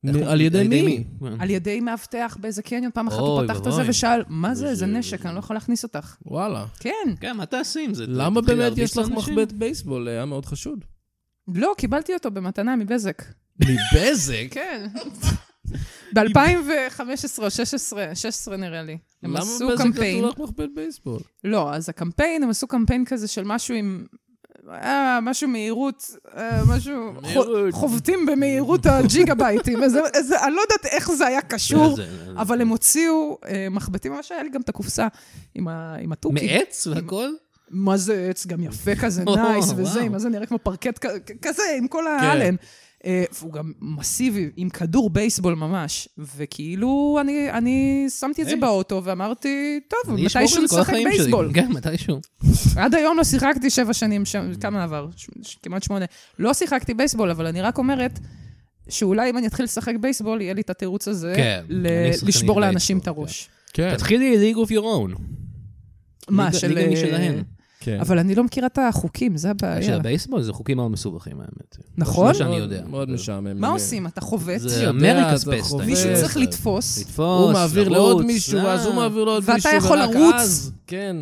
Speaker 3: Mm-hmm.
Speaker 2: מ- על ידי מי?
Speaker 3: כן.
Speaker 4: על ידי מאבטח באיזה קניון, פעם אחת הוא
Speaker 3: אוי
Speaker 4: פתח את
Speaker 3: ואבוי.
Speaker 4: זה ושאל, מה זה,
Speaker 3: וזה-
Speaker 4: איזה נשק, אני לא יכול להכניס אותך.
Speaker 2: וואלה.
Speaker 4: כן.
Speaker 3: כן, מה תעשי עם זה?
Speaker 2: למה
Speaker 3: תתחיל
Speaker 2: באמת
Speaker 3: להרביץ
Speaker 2: יש לך
Speaker 3: לאנשים?
Speaker 2: מחבט בייסבול? היה מאוד חשוד.
Speaker 4: לא, קיבלתי אותו במתנה מבזק.
Speaker 2: מבזק?
Speaker 4: כן. ב-2015 או 2016, 16 נראה לי. הם
Speaker 2: למה
Speaker 4: עשו
Speaker 2: בזק לא
Speaker 4: קמפיין.
Speaker 2: נתנו לך מחבט בייסבול?
Speaker 4: לא, אז הקמפיין, הם עשו קמפיין כזה של משהו עם... אה, משהו מהירות, אה, משהו...
Speaker 3: מהירות.
Speaker 4: חו- חובטים במהירות הג'יגה בייטים. איזה- איזה- אני לא יודעת איך זה היה קשור,
Speaker 3: זה-
Speaker 2: אה,
Speaker 3: זה-
Speaker 4: אבל הם הוציאו אה, מחבטים, ממש היה לי גם את הקופסה עם ה- עם התוכי.
Speaker 3: מעץ והכל?
Speaker 4: מה זה עץ, גם יפה כזה,
Speaker 3: או,
Speaker 4: נייס
Speaker 3: וואו. כן.
Speaker 4: וזה, מה זה נראה כמו פרקט כ- כ- כזה, עם כל האלן. אה, והוא גם מסיבי, עם כדור בייסבול ממש. וכאילו, אני- אני שמתי את זה
Speaker 2: היי.
Speaker 4: באוטו ואמרתי, טוב,
Speaker 3: אני אשמור את
Speaker 4: מתישהו
Speaker 3: זה כל
Speaker 4: נשחק
Speaker 3: החיים שלי.
Speaker 4: בייסבול.
Speaker 3: כן, מתישהו.
Speaker 4: עד היום לא שיחקתי שבע שנים שם, כמה עבר? ש- ש- כמעט שמונה. לא שיחקתי בייסבול, אבל אני רק אומרת שאולי אם אני אתחיל לשחק בייסבול, יהיה לי את התירוץ הזה
Speaker 3: כן,
Speaker 4: ל-
Speaker 3: אני שחקנית
Speaker 4: לשבור לאנשים את
Speaker 3: בייסבול,
Speaker 4: הראש.
Speaker 2: כן.
Speaker 3: תתחילי ליג אוף יור און.
Speaker 4: מה,
Speaker 3: ליגה-
Speaker 4: של... אה,
Speaker 3: ליגה משלהם.
Speaker 2: כן.
Speaker 4: אבל אני לא מכירה את החוקים, זה
Speaker 3: של
Speaker 4: הבעיה.
Speaker 3: הבייסבול זה חוקים מאוד מסובכים, האמת.
Speaker 4: אה, נכון?
Speaker 3: לא שאני יודע.
Speaker 2: מאוד משעמם.
Speaker 4: מה
Speaker 2: אני-
Speaker 4: עושים? אתה חובט?
Speaker 3: זה
Speaker 2: יודע,
Speaker 3: אמריקס
Speaker 2: זה
Speaker 3: בסט.
Speaker 2: חובט.
Speaker 4: מישהו
Speaker 2: זה-
Speaker 4: צריך לתפוס.
Speaker 3: אה, לתפוס,
Speaker 2: הוא מעביר
Speaker 3: לרוץ,
Speaker 2: לעוד מישהו,
Speaker 3: אה.
Speaker 2: ואז הוא מעביר לעוד
Speaker 4: ואתה
Speaker 2: מישהו,
Speaker 4: יכול
Speaker 2: ורק
Speaker 4: לרוץ.
Speaker 2: אז, כן.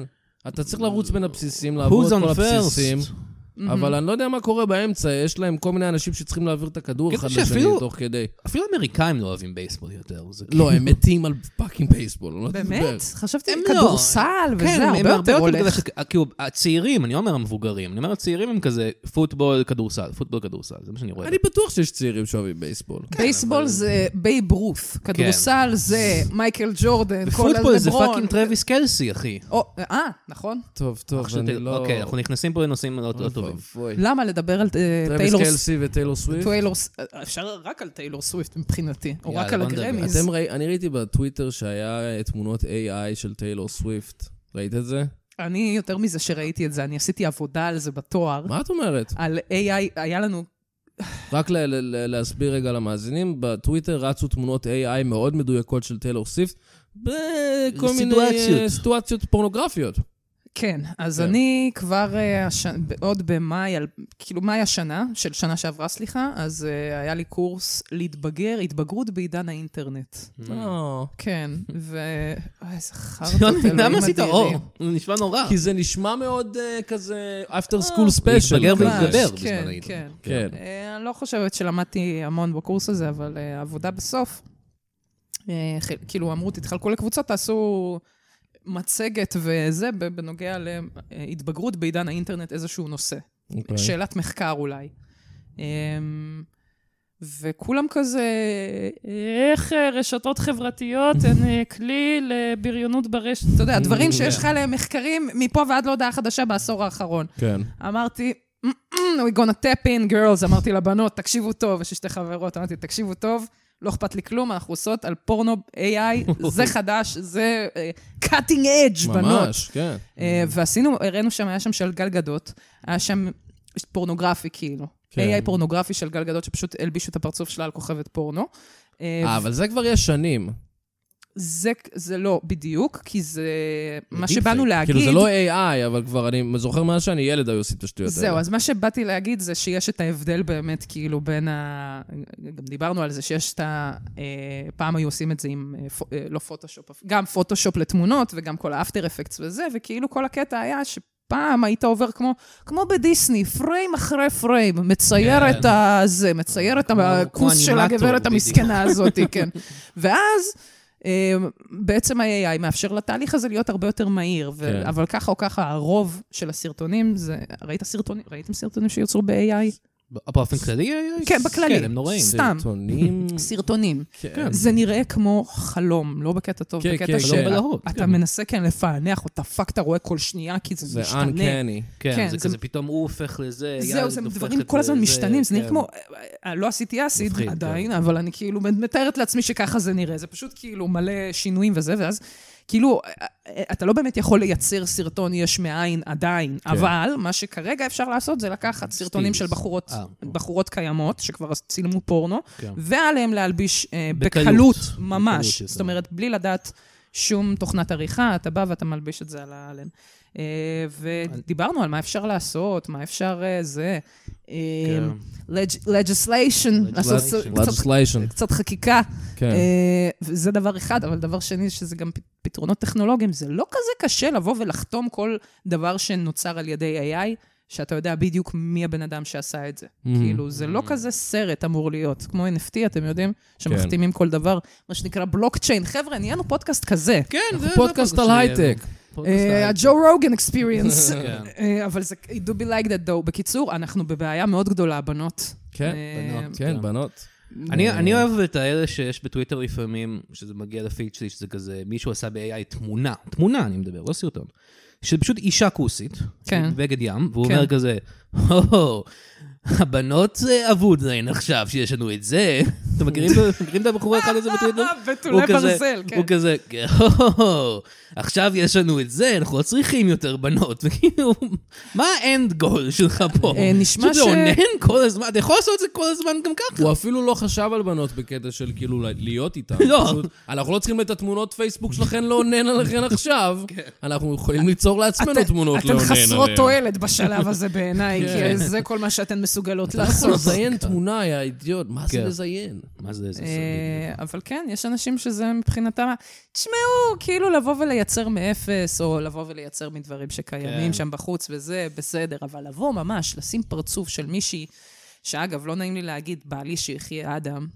Speaker 2: אתה צריך לרוץ בין הבסיסים, לעבור את
Speaker 3: Who's on
Speaker 2: כל הבסיסים.
Speaker 3: first?
Speaker 2: אבל אני לא יודע מה קורה באמצע, יש להם כל מיני אנשים שצריכים להעביר את הכדור
Speaker 3: כן,
Speaker 2: אחד לשני
Speaker 3: שאפילו-
Speaker 2: תוך כדי.
Speaker 3: אפילו אמריקאים לא אוהבים בייסבול יותר. זה כאילו-
Speaker 2: לא, הם מתים על פאקינג בייסבול. לא תדבר.
Speaker 4: באמת? חשבתי
Speaker 3: הם
Speaker 4: על
Speaker 3: לא.
Speaker 4: כדורסל
Speaker 3: כן,
Speaker 4: וזה, הרבה יותר הולך.
Speaker 3: כזה, כאילו, הצעירים, אני לא אומר המבוגרים, אני אומר הצעירים הם כזה פוטבול, כדורסל, פוטבול, כדורסל, זה מה שאני רואה.
Speaker 2: אני בטוח שיש צעירים שאוהבים בייסבול.
Speaker 4: בייסבול זה בייב רוף, כדורסל זה מייקל ג'ורדן, כל
Speaker 3: ופוטבול זה
Speaker 4: לברון.
Speaker 3: פאקינג טרוויס קלסי, אחי.
Speaker 4: או, אה, נכון.
Speaker 2: טוב, טוב,
Speaker 3: עכשיו
Speaker 2: אני
Speaker 3: ת-
Speaker 2: לא...
Speaker 3: אוקיי, אנחנו נכנסים פה לנושאים לא לא טובים.
Speaker 4: למה לדבר על אה,
Speaker 2: טרוויס
Speaker 4: טיילור
Speaker 2: קלסי וטיילור סוויפט.
Speaker 4: טיילור ס- אה, אפשר רק על טיילור סוויפט מבחינתי, או
Speaker 3: יאללה,
Speaker 4: רק על
Speaker 3: בוא נדבר.
Speaker 4: הגרמיז.
Speaker 2: אתם ראי... אני ראיתי בטוויטר שהיה אה, תמונות AI של טיילור סוויפט. ראית את זה?
Speaker 4: אני יותר מזה שראיתי את זה, אני עשיתי עבודה על זה בתואר.
Speaker 2: מה את אומרת?
Speaker 4: על AI, היה לנו...
Speaker 2: רק ל- ל- ל- להסביר רגע למאזינים, בטוויטר רצו תמונות AI מאוד מדויקות של טיילור סוויפט, בכל מיני אה,
Speaker 3: סיטואציות. Mm.
Speaker 2: סיטואציות פורנוגרפיות.
Speaker 4: כן, אז
Speaker 2: כן.
Speaker 4: אני כבר אה, הש- עוד במאי, על- כאילו מאי השנה, של שנה שעברה, סליחה, אז אה, היה לי קורס להתבגר, התבגרות בעידן האינטרנט.
Speaker 3: Mm.
Speaker 2: אה.
Speaker 4: כן, ו... אוי, איזה חרטוט,
Speaker 3: ציון,
Speaker 4: אלוהים
Speaker 3: למה לא עשית
Speaker 4: אדירים.
Speaker 3: אור? זה נשמע נורא.
Speaker 2: כי זה נשמע מאוד אה, כזה after school special.
Speaker 3: אה, להתבגר
Speaker 2: כזה.
Speaker 3: ולהתגבר.
Speaker 4: ממש,
Speaker 3: בזמן
Speaker 4: כן,
Speaker 3: ההתבגרות.
Speaker 4: כן.
Speaker 2: כן.
Speaker 4: אה, אני לא חושבת שלמדתי המון בקורס הזה, אבל אה, העבודה בסוף, אה, ח- כאילו אמרו, תתחלקו לקבוצות, תעשו מצגת וזה, ב- בנוגע להתבגרות בעידן האינטרנט, איזשהו נושא.
Speaker 2: אוקיי.
Speaker 3: כן.
Speaker 4: שאלת מחקר אולי. אמ, וכולם כזה, איך אה, רשתות חברתיות הן אה, כלי לבריונות ברשת, אתה יודע, דברים שיש לך עליהם מחקרים מפה ועד להודעה חדשה בעשור האחרון.
Speaker 2: כן.
Speaker 4: אמרתי, "Mm, mm, we gonna tap in girls, אמרתי לבנות, תקשיבו טוב, יש לי שתי חברות, אמרתי, תקשיבו טוב, לא אכפת לי כלום, אנחנו עושות על פורנו AI, זה חדש, זה אה, cutting edge, בנות.
Speaker 2: ממש, כן.
Speaker 4: אה, ועשינו, הראינו שם, היה שם של גל גדות, היה שם פורנוגרפי כאילו.
Speaker 2: כן.
Speaker 4: AI פורנוגרפי של גל גדות, שפשוט הלבישו את הפרצוף שלה על כוכבת פורנו. אה,
Speaker 2: אה, אבל זה כבר יש שנים.
Speaker 4: זה, זה לא בדיוק, כי זה מה
Speaker 3: דיפ
Speaker 4: שבאנו
Speaker 3: פייק.
Speaker 4: להגיד...
Speaker 2: כאילו, זה לא AI, אבל כבר אני זוכר מאז שאני ילד היו עושים את השטויות האלה.
Speaker 4: זהו, אז מה שבאתי להגיד זה שיש את ההבדל באמת, כאילו, בין ה... גם דיברנו על זה שיש את ה... אה, פעם היו עושים את זה עם, אה, פו- אה, לא פוטושופ, גם פוטושופ לתמונות, וגם כל האפטר אפקטס וזה, וכאילו כל הקטע היה ש... פעם היית עובר כמו, כמו בדיסני, פריים אחרי פריים, מצייר
Speaker 3: כן.
Speaker 4: כן. את הזה, מצייר את
Speaker 3: כמו-
Speaker 4: הכוס
Speaker 3: כמו
Speaker 4: של
Speaker 3: אנימטור,
Speaker 4: הגברת
Speaker 3: בדיוק.
Speaker 4: המסכנה הזאת, כן. ואז אה, בעצם ה-AI מאפשר לתהליך הזה להיות הרבה יותר מהיר, ו-
Speaker 2: כן.
Speaker 4: אבל ככה או ככה, הרוב של הסרטונים זה... ראית סרטונים? ראיתם סרטונים שיוצרו ב-AI?
Speaker 3: ב- באופן כללי? אה,
Speaker 4: כן, בכללי.
Speaker 3: כן, הם נוראים.
Speaker 4: ס- סתם.
Speaker 2: סרטונים...
Speaker 4: סרטונים.
Speaker 2: כן.
Speaker 4: זה נראה כמו חלום, לא בקטע טוב,
Speaker 2: כן, כן,
Speaker 4: בקטע
Speaker 2: חלום
Speaker 3: בלהות,
Speaker 4: אתה
Speaker 3: כן.
Speaker 4: מנסה כן לפענח, או דפק, אתה רואה כל שנייה, כי זה
Speaker 2: זה
Speaker 4: משתנה.
Speaker 2: uncanny.
Speaker 3: כן,
Speaker 4: כן,
Speaker 3: זה
Speaker 4: זה-
Speaker 3: כזה פתאום הוא הופך לזה,
Speaker 4: זהו,
Speaker 3: יד
Speaker 4: זה
Speaker 3: הופכת
Speaker 4: דברים כל הזמן
Speaker 3: לזה,
Speaker 4: משתנים, זה נראה
Speaker 3: כן.
Speaker 4: כמו, אה, אה, לא עשיתי אסיד
Speaker 3: מפחיד, כן.
Speaker 4: עדיין, אבל אני כאילו מתארת לעצמי שככה זה נראה, זה פשוט כאילו מלא שינויים וזה, ואז כאילו, אה, אה, אתה לא באמת יכול לייצר סרטון יש מאין עדיין,
Speaker 3: כן.
Speaker 4: אבל מה שכרגע אפשר לעשות זה לקחת סרטונים של
Speaker 3: סטילס.
Speaker 4: בחורות
Speaker 3: אה.
Speaker 4: בחורות קיימות, שכבר צילמו פורנו,
Speaker 3: כן.
Speaker 4: ועליהם להלביש אה,
Speaker 3: בקלות.
Speaker 4: בקלות,
Speaker 3: בקלות
Speaker 4: ממש.
Speaker 3: יותר.
Speaker 4: זאת אומרת, בלי לדעת שום תוכנת עריכה, אתה בא ואתה מלביש את זה על העלן. אה, ודיברנו על מה אפשר לעשות, מה אפשר אה, זה. אה, לג- legislation, לעשות
Speaker 3: Legislation.
Speaker 4: קצת-
Speaker 2: legislation,
Speaker 4: קצת חקיקה.
Speaker 2: כן.
Speaker 4: אה, וזה דבר אחד, אבל דבר שני, שזה גם פ- פתרונות טכנולוגיים, זה לא כזה קשה לבוא ולחתום כל דבר שנוצר על ידי AI, שאתה יודע בדיוק מי הבן אדם שעשה את זה.
Speaker 3: Mm-hmm.
Speaker 4: כאילו, זה לא כזה סרט אמור להיות, כמו NFT, אתם יודעים,
Speaker 3: כן.
Speaker 4: שמחתימים כל דבר, מה שנקרא בלוקצ'יין. חבר'ה, נהיינו פודקאסט כזה.
Speaker 3: כן, זה
Speaker 2: פודקאסט על הייטק.
Speaker 3: פודקאסט על
Speaker 4: אה,
Speaker 3: הייטק.
Speaker 4: הג'ו רוגן אקספיריאנס.
Speaker 3: כן.
Speaker 4: אה, אבל זה, it do be like that though. בקיצור, אנחנו בבעיה מאוד גדולה, בנות.
Speaker 2: כן,
Speaker 4: אה,
Speaker 3: בנות.
Speaker 2: כן, בנות.
Speaker 3: אני, אני אוהב את האלה שיש בטוויטר לפעמים, שזה מגיע לפיד שלי, שזה כזה, מישהו עשה ב-AI תמונה, תמונה אני מדבר, לא סרטון. שזה פשוט אישה כוסית,
Speaker 4: כן.
Speaker 3: בגד ים, והוא
Speaker 4: כן.
Speaker 3: אומר כזה, הו, הבנות אה, אבוד להן עכשיו שיש לנו את זה. אתם מכירים את- מכירים את הבחור האחד הזה בטוויטר?
Speaker 4: בתולי
Speaker 3: הוא כזה-
Speaker 4: ברזל, כן.
Speaker 3: הוא כזה, הו, עכשיו יש לנו את זה, אנחנו לא צריכים יותר בנות. וכאילו, מה האנד גול שלך פה?
Speaker 4: אה, נשמע
Speaker 3: פשוט
Speaker 4: ש-
Speaker 3: לאונן כל הזמן, אתה יכול לעשות את זה כל הזמן גם ככה.
Speaker 2: הוא אפילו לא חשב על בנות בקטע של כאילו ל- להיות איתן.
Speaker 3: לא.
Speaker 2: פשוט, אנחנו לא צריכים את התמונות פייסבוק שלכן לאונן עליכן עכשיו. אנחנו יכולים ליצור לעצמנו תמונות
Speaker 4: כן. אתן
Speaker 2: לאונן עליהן.
Speaker 4: חסרות תועלת בשלב הזה בעיניי,
Speaker 2: כן. נכון.
Speaker 4: כי זה כל מה שאתן מסוגלות
Speaker 2: אנחנו
Speaker 4: לעשות.
Speaker 2: לזיין "לא, תמונה, יא אידיוט, מה זה
Speaker 3: כן.
Speaker 2: לזיין?
Speaker 3: מה זה איזה סרטים?
Speaker 4: אה, אבל כן, יש אנשים שזה מבחינתם, ה- תשמעו, כאילו לבוא ולייצר מאפס, או לבוא ולייצר מדברים
Speaker 3: כן.
Speaker 4: שקיימים שם בחוץ וזה, בסדר, אבל לבוא ממש, לשים פרצוף של מישהי, שאגב, לא נעים לי להגיד, בעלי שיחיה אדם,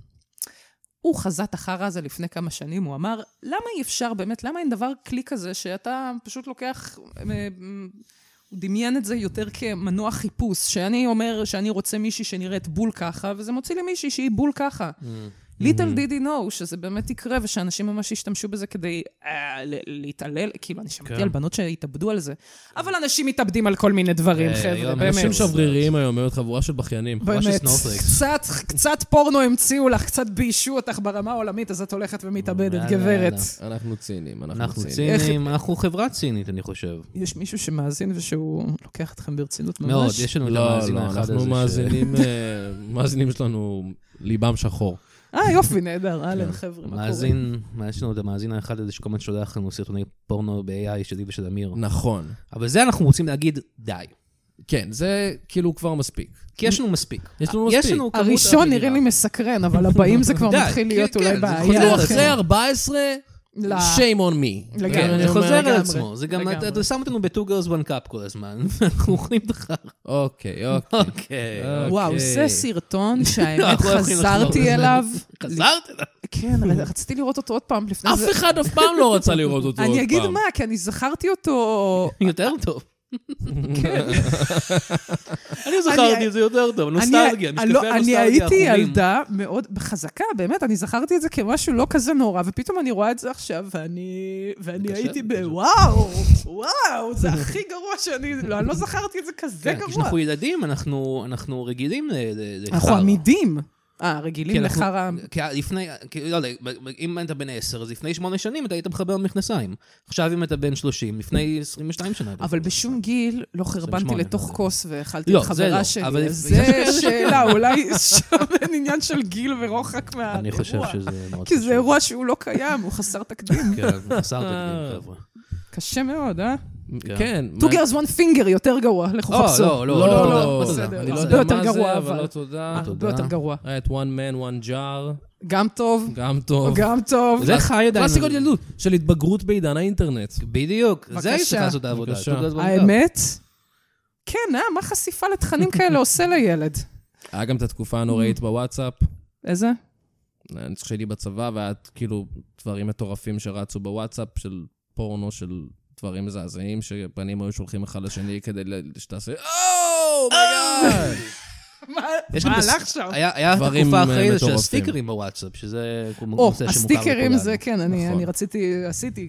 Speaker 4: הוא חזה את החרא הזה לפני כמה שנים, הוא אמר, למה אי אפשר באמת, למה אין דבר כלי כזה שאתה פשוט לוקח... אה, הוא דמיין את זה יותר כמנוע חיפוש, שאני אומר שאני רוצה מישהי שנראית בול ככה, וזה מוציא לי מישהי שהיא בול ככה.
Speaker 3: Mm.
Speaker 4: ליטל
Speaker 3: Mm-hmm.
Speaker 4: דידי נו, שזה באמת יקרה, ושאנשים ממש ישתמשו בזה כדי אה, ל- להתעלל, כאילו, אני
Speaker 3: כן.
Speaker 4: שמעתי על בנות שהתאבדו על זה, אבל אנשים מתאבדים על כל מיני דברים,
Speaker 3: אה,
Speaker 4: חבר'ה,
Speaker 3: היום
Speaker 4: באמת.
Speaker 2: אנשים שבריריים היום, באמת חבורה של בכיינים.
Speaker 3: ממש
Speaker 4: באמת,
Speaker 3: סנופלקס.
Speaker 4: קצת, קצת פורנו המציאו לך, קצת ביישו אותך ברמה העולמית, אז את הולכת ומתאבדת,
Speaker 3: יאללה,
Speaker 4: גברת.
Speaker 3: יאללה.
Speaker 2: אנחנו ציניים, אנחנו
Speaker 3: אנחנו
Speaker 2: ציניים.
Speaker 3: צינים, אנחנו חברה צינית, אני חושב.
Speaker 4: יש מישהו שמאזין ושהוא לוקח אתכם ברצינות ממש?
Speaker 3: מאוד, יש לנו את
Speaker 2: לא,
Speaker 3: המאזין
Speaker 2: לא,
Speaker 3: האחד הזה.
Speaker 2: אנחנו
Speaker 3: ש-
Speaker 2: מאזינים, אה, מאזינים שלנו, ליבם שחור.
Speaker 4: אה, יופי, נהדר, אהלן, חבר'ה, מה קורה?
Speaker 3: כן. מאזין, מה, יש לנו את המאזין האחד הזה שכל הזמן שולח לנו סרטוני פורנו ב-AI שלי ושל אמיר.
Speaker 2: נכון.
Speaker 3: אבל זה אנחנו רוצים להגיד די.
Speaker 2: כן, זה כאילו כבר מספיק.
Speaker 3: כי יש לנו מספיק. אה,
Speaker 2: יש לנו
Speaker 3: יש
Speaker 2: מספיק.
Speaker 3: לנו כמות
Speaker 4: הראשון
Speaker 3: אדירה.
Speaker 4: נראה לי מסקרן, אבל הבאים זה כבר
Speaker 3: די,
Speaker 4: מתחיל
Speaker 3: כן,
Speaker 4: להיות
Speaker 3: כן,
Speaker 4: אולי
Speaker 3: זה
Speaker 4: בעיה.
Speaker 2: כאילו,
Speaker 3: חוזר
Speaker 2: אחרי
Speaker 4: אחי.
Speaker 2: 14,
Speaker 4: לא.
Speaker 2: shame on me.
Speaker 4: לגמרי.
Speaker 2: כן,
Speaker 3: כן,
Speaker 2: אני
Speaker 3: זה
Speaker 2: אומר,
Speaker 3: חוזר על
Speaker 4: לגמרי,
Speaker 3: עצמו. זה גם,
Speaker 4: לגמרי.
Speaker 3: אתה שם אותנו ב-2 girls one cup כל הזמן. אנחנו אוכלים את החרא.
Speaker 2: אוקיי, אוקיי.
Speaker 3: אוקיי.
Speaker 2: אה,
Speaker 4: וואו,
Speaker 2: אוקיי.
Speaker 4: זה סרטון
Speaker 3: לא,
Speaker 4: שהאמת
Speaker 3: אנחנו לא יכולים לחזור
Speaker 4: חזרתי
Speaker 3: לזה.
Speaker 4: אליו.
Speaker 3: חזרת אליו.
Speaker 4: כן, אבל רציתי לראות אותו עוד פעם לפני
Speaker 2: אף
Speaker 4: זה.
Speaker 2: אחד אף פעם לא רצה לראות אותו עוד פעם.
Speaker 4: אני אגיד מה, כי אני זכרתי אותו...
Speaker 3: יותר טוב.
Speaker 4: כן.
Speaker 3: אני זכרתי את זה יותר טוב, נוסטלגיה,
Speaker 4: אני-
Speaker 3: משקפי
Speaker 4: לא,
Speaker 3: הנוסטלגיה
Speaker 4: אני הייתי
Speaker 3: החומים.
Speaker 4: ילדה מאוד חזקה, באמת, אני זכרתי את זה כמשהו לא כזה נורא, ופתאום אני רואה את זה עכשיו, ואני ואני
Speaker 3: בבקשה,
Speaker 4: הייתי
Speaker 3: בבקשה.
Speaker 4: בוואו, וואו, זה הכי גרוע שאני... לא, אני לא זכרתי את זה כזה
Speaker 3: כן,
Speaker 4: גרוע.
Speaker 3: כשאנחנו ילדים, אנחנו, אנחנו רגילים ל- ל- לחרא.
Speaker 4: אנחנו עמידים. אה,
Speaker 3: כי
Speaker 4: רגילים
Speaker 3: אנחנו-
Speaker 4: לחרא...
Speaker 3: כי לפני, כי לא יודע, ב- ב- אם אתה בן 10, אז לפני 8 שנים אתה היית מחבר מכנסיים. עכשיו אם אתה בן 30, לפני 22 שנה.
Speaker 4: אבל בשום גיל לא חרבנתי
Speaker 3: 28,
Speaker 4: לתוך
Speaker 3: אבל-
Speaker 4: כוס ואכלתי
Speaker 3: לא,
Speaker 4: את
Speaker 3: זה
Speaker 4: חברה
Speaker 3: לא, אבל
Speaker 4: שלי.
Speaker 3: לפ-
Speaker 4: אז
Speaker 3: יש
Speaker 4: זה
Speaker 3: כאלה ש-
Speaker 4: שאלה, אולי שם אין עניין של גיל ורוחק מהאירוע.
Speaker 3: אני חושב שזה מאוד
Speaker 4: כי זה אירוע שהוא לא קיים, הוא חסר תקדים.
Speaker 3: כן, חסר
Speaker 2: אה.
Speaker 3: תקדים, חבר'ה.
Speaker 4: קשה מאוד, אה?
Speaker 3: כן.
Speaker 2: כן.
Speaker 4: Two
Speaker 2: מה-
Speaker 4: girls one finger, יותר גרוע, לכו
Speaker 3: או,
Speaker 4: חפשו.
Speaker 3: לא,
Speaker 2: לא, לא, לא,
Speaker 4: בסדר.
Speaker 2: אני לא
Speaker 4: זה
Speaker 2: יודע
Speaker 4: יותר
Speaker 2: מה
Speaker 4: גרוע,
Speaker 2: זה, אבל
Speaker 4: אבל.
Speaker 2: לא תודה.
Speaker 4: הרבה אה, יותר גרוע.
Speaker 2: היה את one man, one jar,
Speaker 4: גם טוב,
Speaker 2: גם טוב.
Speaker 4: גם טוב.
Speaker 3: זה חי עדיין.
Speaker 2: קלאסיקות ילדות של התבגרות בעידן האינטרנט.
Speaker 3: בדיוק, זה היית
Speaker 4: בבקשה.
Speaker 3: צריכה לעשות את העבודה.
Speaker 2: בבקשה.
Speaker 3: אתה יודע, זה לא בעבודה.
Speaker 4: האמת? כן, אה? מה חשיפה לתכנים כאלה עושה לילד?
Speaker 2: היה גם את התקופה
Speaker 4: Mm.
Speaker 2: הנוראית בוואטסאפ.
Speaker 4: איזה?
Speaker 2: אני צריך שהייתי בצבא, והיה כאילו דברים מטורפים שרצו בוואטסאפ של פורנו, של דברים מזעזעים, שבנים היו שולחים אחד לשני כדי ל- שתעשה, "Oh אוו,
Speaker 4: אה!"
Speaker 2: מגאד!
Speaker 4: מה
Speaker 3: יש גם
Speaker 4: מה
Speaker 3: בס-
Speaker 4: הלך שם?
Speaker 3: היה היה את
Speaker 2: דברים,
Speaker 3: התקופה
Speaker 2: אה,
Speaker 3: אחרי זה של
Speaker 2: מטורפים.
Speaker 3: הסטיקרים בוואטסאפ, שזה
Speaker 4: או,
Speaker 3: נושא שמוכר
Speaker 4: הסטיקרים
Speaker 3: לכולנו.
Speaker 4: זה, כן, אני
Speaker 2: נכון.
Speaker 4: אני רציתי, עשיתי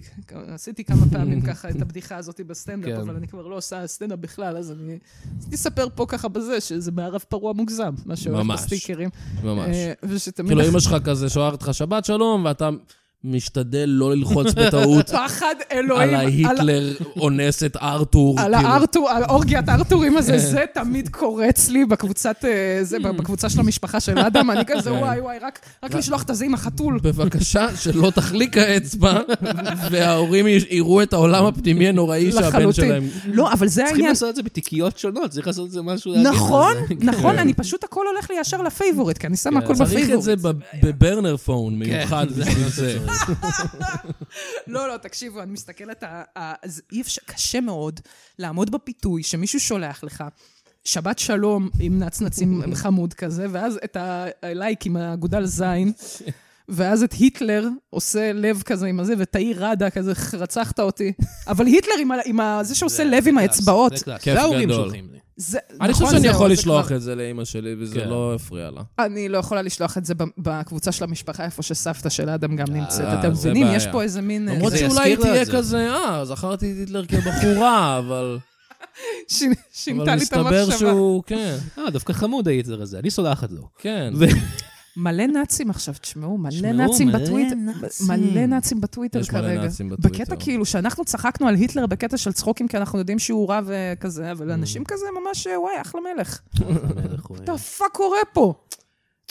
Speaker 4: עשיתי כמה פעמים ככה את הבדיחה הזאת בסטנדאפ,
Speaker 3: כן.
Speaker 4: אבל אני כבר לא עושה סטנדאפ בכלל, אז אני... אז נספר פה ככה בזה, שזה מערב פרוע מוגזם, מה שהולך
Speaker 2: ממש.
Speaker 4: בסטיקרים.
Speaker 2: ממש.
Speaker 4: אה, ושתמיד...
Speaker 2: כאילו, אמא שלך כזה שואלת אותך שבת שלום, ואתה משתדל לא ללחוץ בטעות
Speaker 4: פחד
Speaker 2: על
Speaker 4: אלוהים, על
Speaker 2: ההיטלר אונס את ארתור.
Speaker 4: על
Speaker 2: כאילו.
Speaker 4: הארתור, על אורגיית ארתורים הזה, זה תמיד קורץ לי בקבוצת, אה, זה, בקבוצה של המשפחה של אדם, אני כזה,
Speaker 2: Hmm. כן.
Speaker 4: וואי וואי, רק רק לשלוח את הזה עם החתול.
Speaker 2: בבקשה, שלא תחליק האצבע, וההורים יראו את העולם הפנימי הנוראי שהבן
Speaker 4: לחלוטין.
Speaker 2: שלהם...
Speaker 4: לא, אבל זה
Speaker 3: צריכים
Speaker 4: העניין.
Speaker 3: לעשות את זה בתיקיות שונות, צריך לעשות את זה משהו...
Speaker 4: נכון,
Speaker 3: להגיד על זה.
Speaker 4: נכון, אני פשוט הכל הולך לי ישר לפייבוריט, כי אני שמה הכל
Speaker 2: כן. צריך את
Speaker 4: בפייבוריט.
Speaker 2: זה בב- בברנר פון מיוחד בשביל זה.
Speaker 4: לא, לא, תקשיבו, אני מסתכלת, ה- ה- אז אי אפשר, קשה מאוד לעמוד בפיתוי שמישהו שולח לך. שבת שלום עם נצנצים חמוד כזה, ואז את הלייק עם האגודל זין, ואז את היטלר עושה לב כזה עם הזה, ותאיר ראדה כזה, "ח, רצחת אותי. אבל היטלר עם, ה- עם ה- זה שעושה לב עם
Speaker 3: קלאס,
Speaker 4: האצבעות,
Speaker 3: זה קלאס,
Speaker 2: כיף
Speaker 3: זה ההורים
Speaker 2: גדול.
Speaker 3: שולחים לי.
Speaker 4: זה,
Speaker 2: אני חושב
Speaker 4: נכון,
Speaker 2: שאני
Speaker 4: זהו,
Speaker 2: יכול
Speaker 4: זה
Speaker 2: לשלוח
Speaker 4: כבר-
Speaker 2: את זה לאימא שלי, וזה
Speaker 3: כן.
Speaker 2: לא יפריע לה.
Speaker 4: אני לא יכולה לשלוח את זה ב- בקבוצה של המשפחה, איפה שסבתא של אדם גם נמצאת,
Speaker 2: אה,
Speaker 4: אתם
Speaker 2: זה
Speaker 4: מבינים? יש
Speaker 2: בעיה.
Speaker 4: פה איזה מין...
Speaker 2: למרות
Speaker 4: איזה-
Speaker 3: זה
Speaker 2: שאולי היא
Speaker 3: יזכיר לה
Speaker 2: תהיה
Speaker 3: את זה.
Speaker 2: כזה, אה, זכרתי את היטלר כבחורה, אבל...
Speaker 4: שינ-
Speaker 2: אבל
Speaker 4: אה, שינתה לי את
Speaker 2: מסתבר
Speaker 4: המחשבה.
Speaker 2: שהוא... כן,
Speaker 3: אה, דווקא חמוד היצר הזה, אני סולחת לו.
Speaker 2: כן.
Speaker 3: ו-
Speaker 4: מלא נאצים עכשיו, תשמעו, מלא
Speaker 2: תשמעו,
Speaker 4: נאצים
Speaker 2: מלא
Speaker 4: בטוויטר.
Speaker 2: נאצים.
Speaker 4: מלא נאצים בטוויטר
Speaker 2: יש מלא
Speaker 4: כרגע.
Speaker 2: נאצים בטוויטר.
Speaker 4: בקטע כאילו, שאנחנו צחקנו על היטלר בקטע של צחוקים, כי אנחנו יודעים שהוא רע וכזה,
Speaker 2: Mm.
Speaker 4: אבל אנשים כזה ממש, אה, וואי, אחלה מלך.
Speaker 2: כן.
Speaker 4: אתה פאק קורה פה?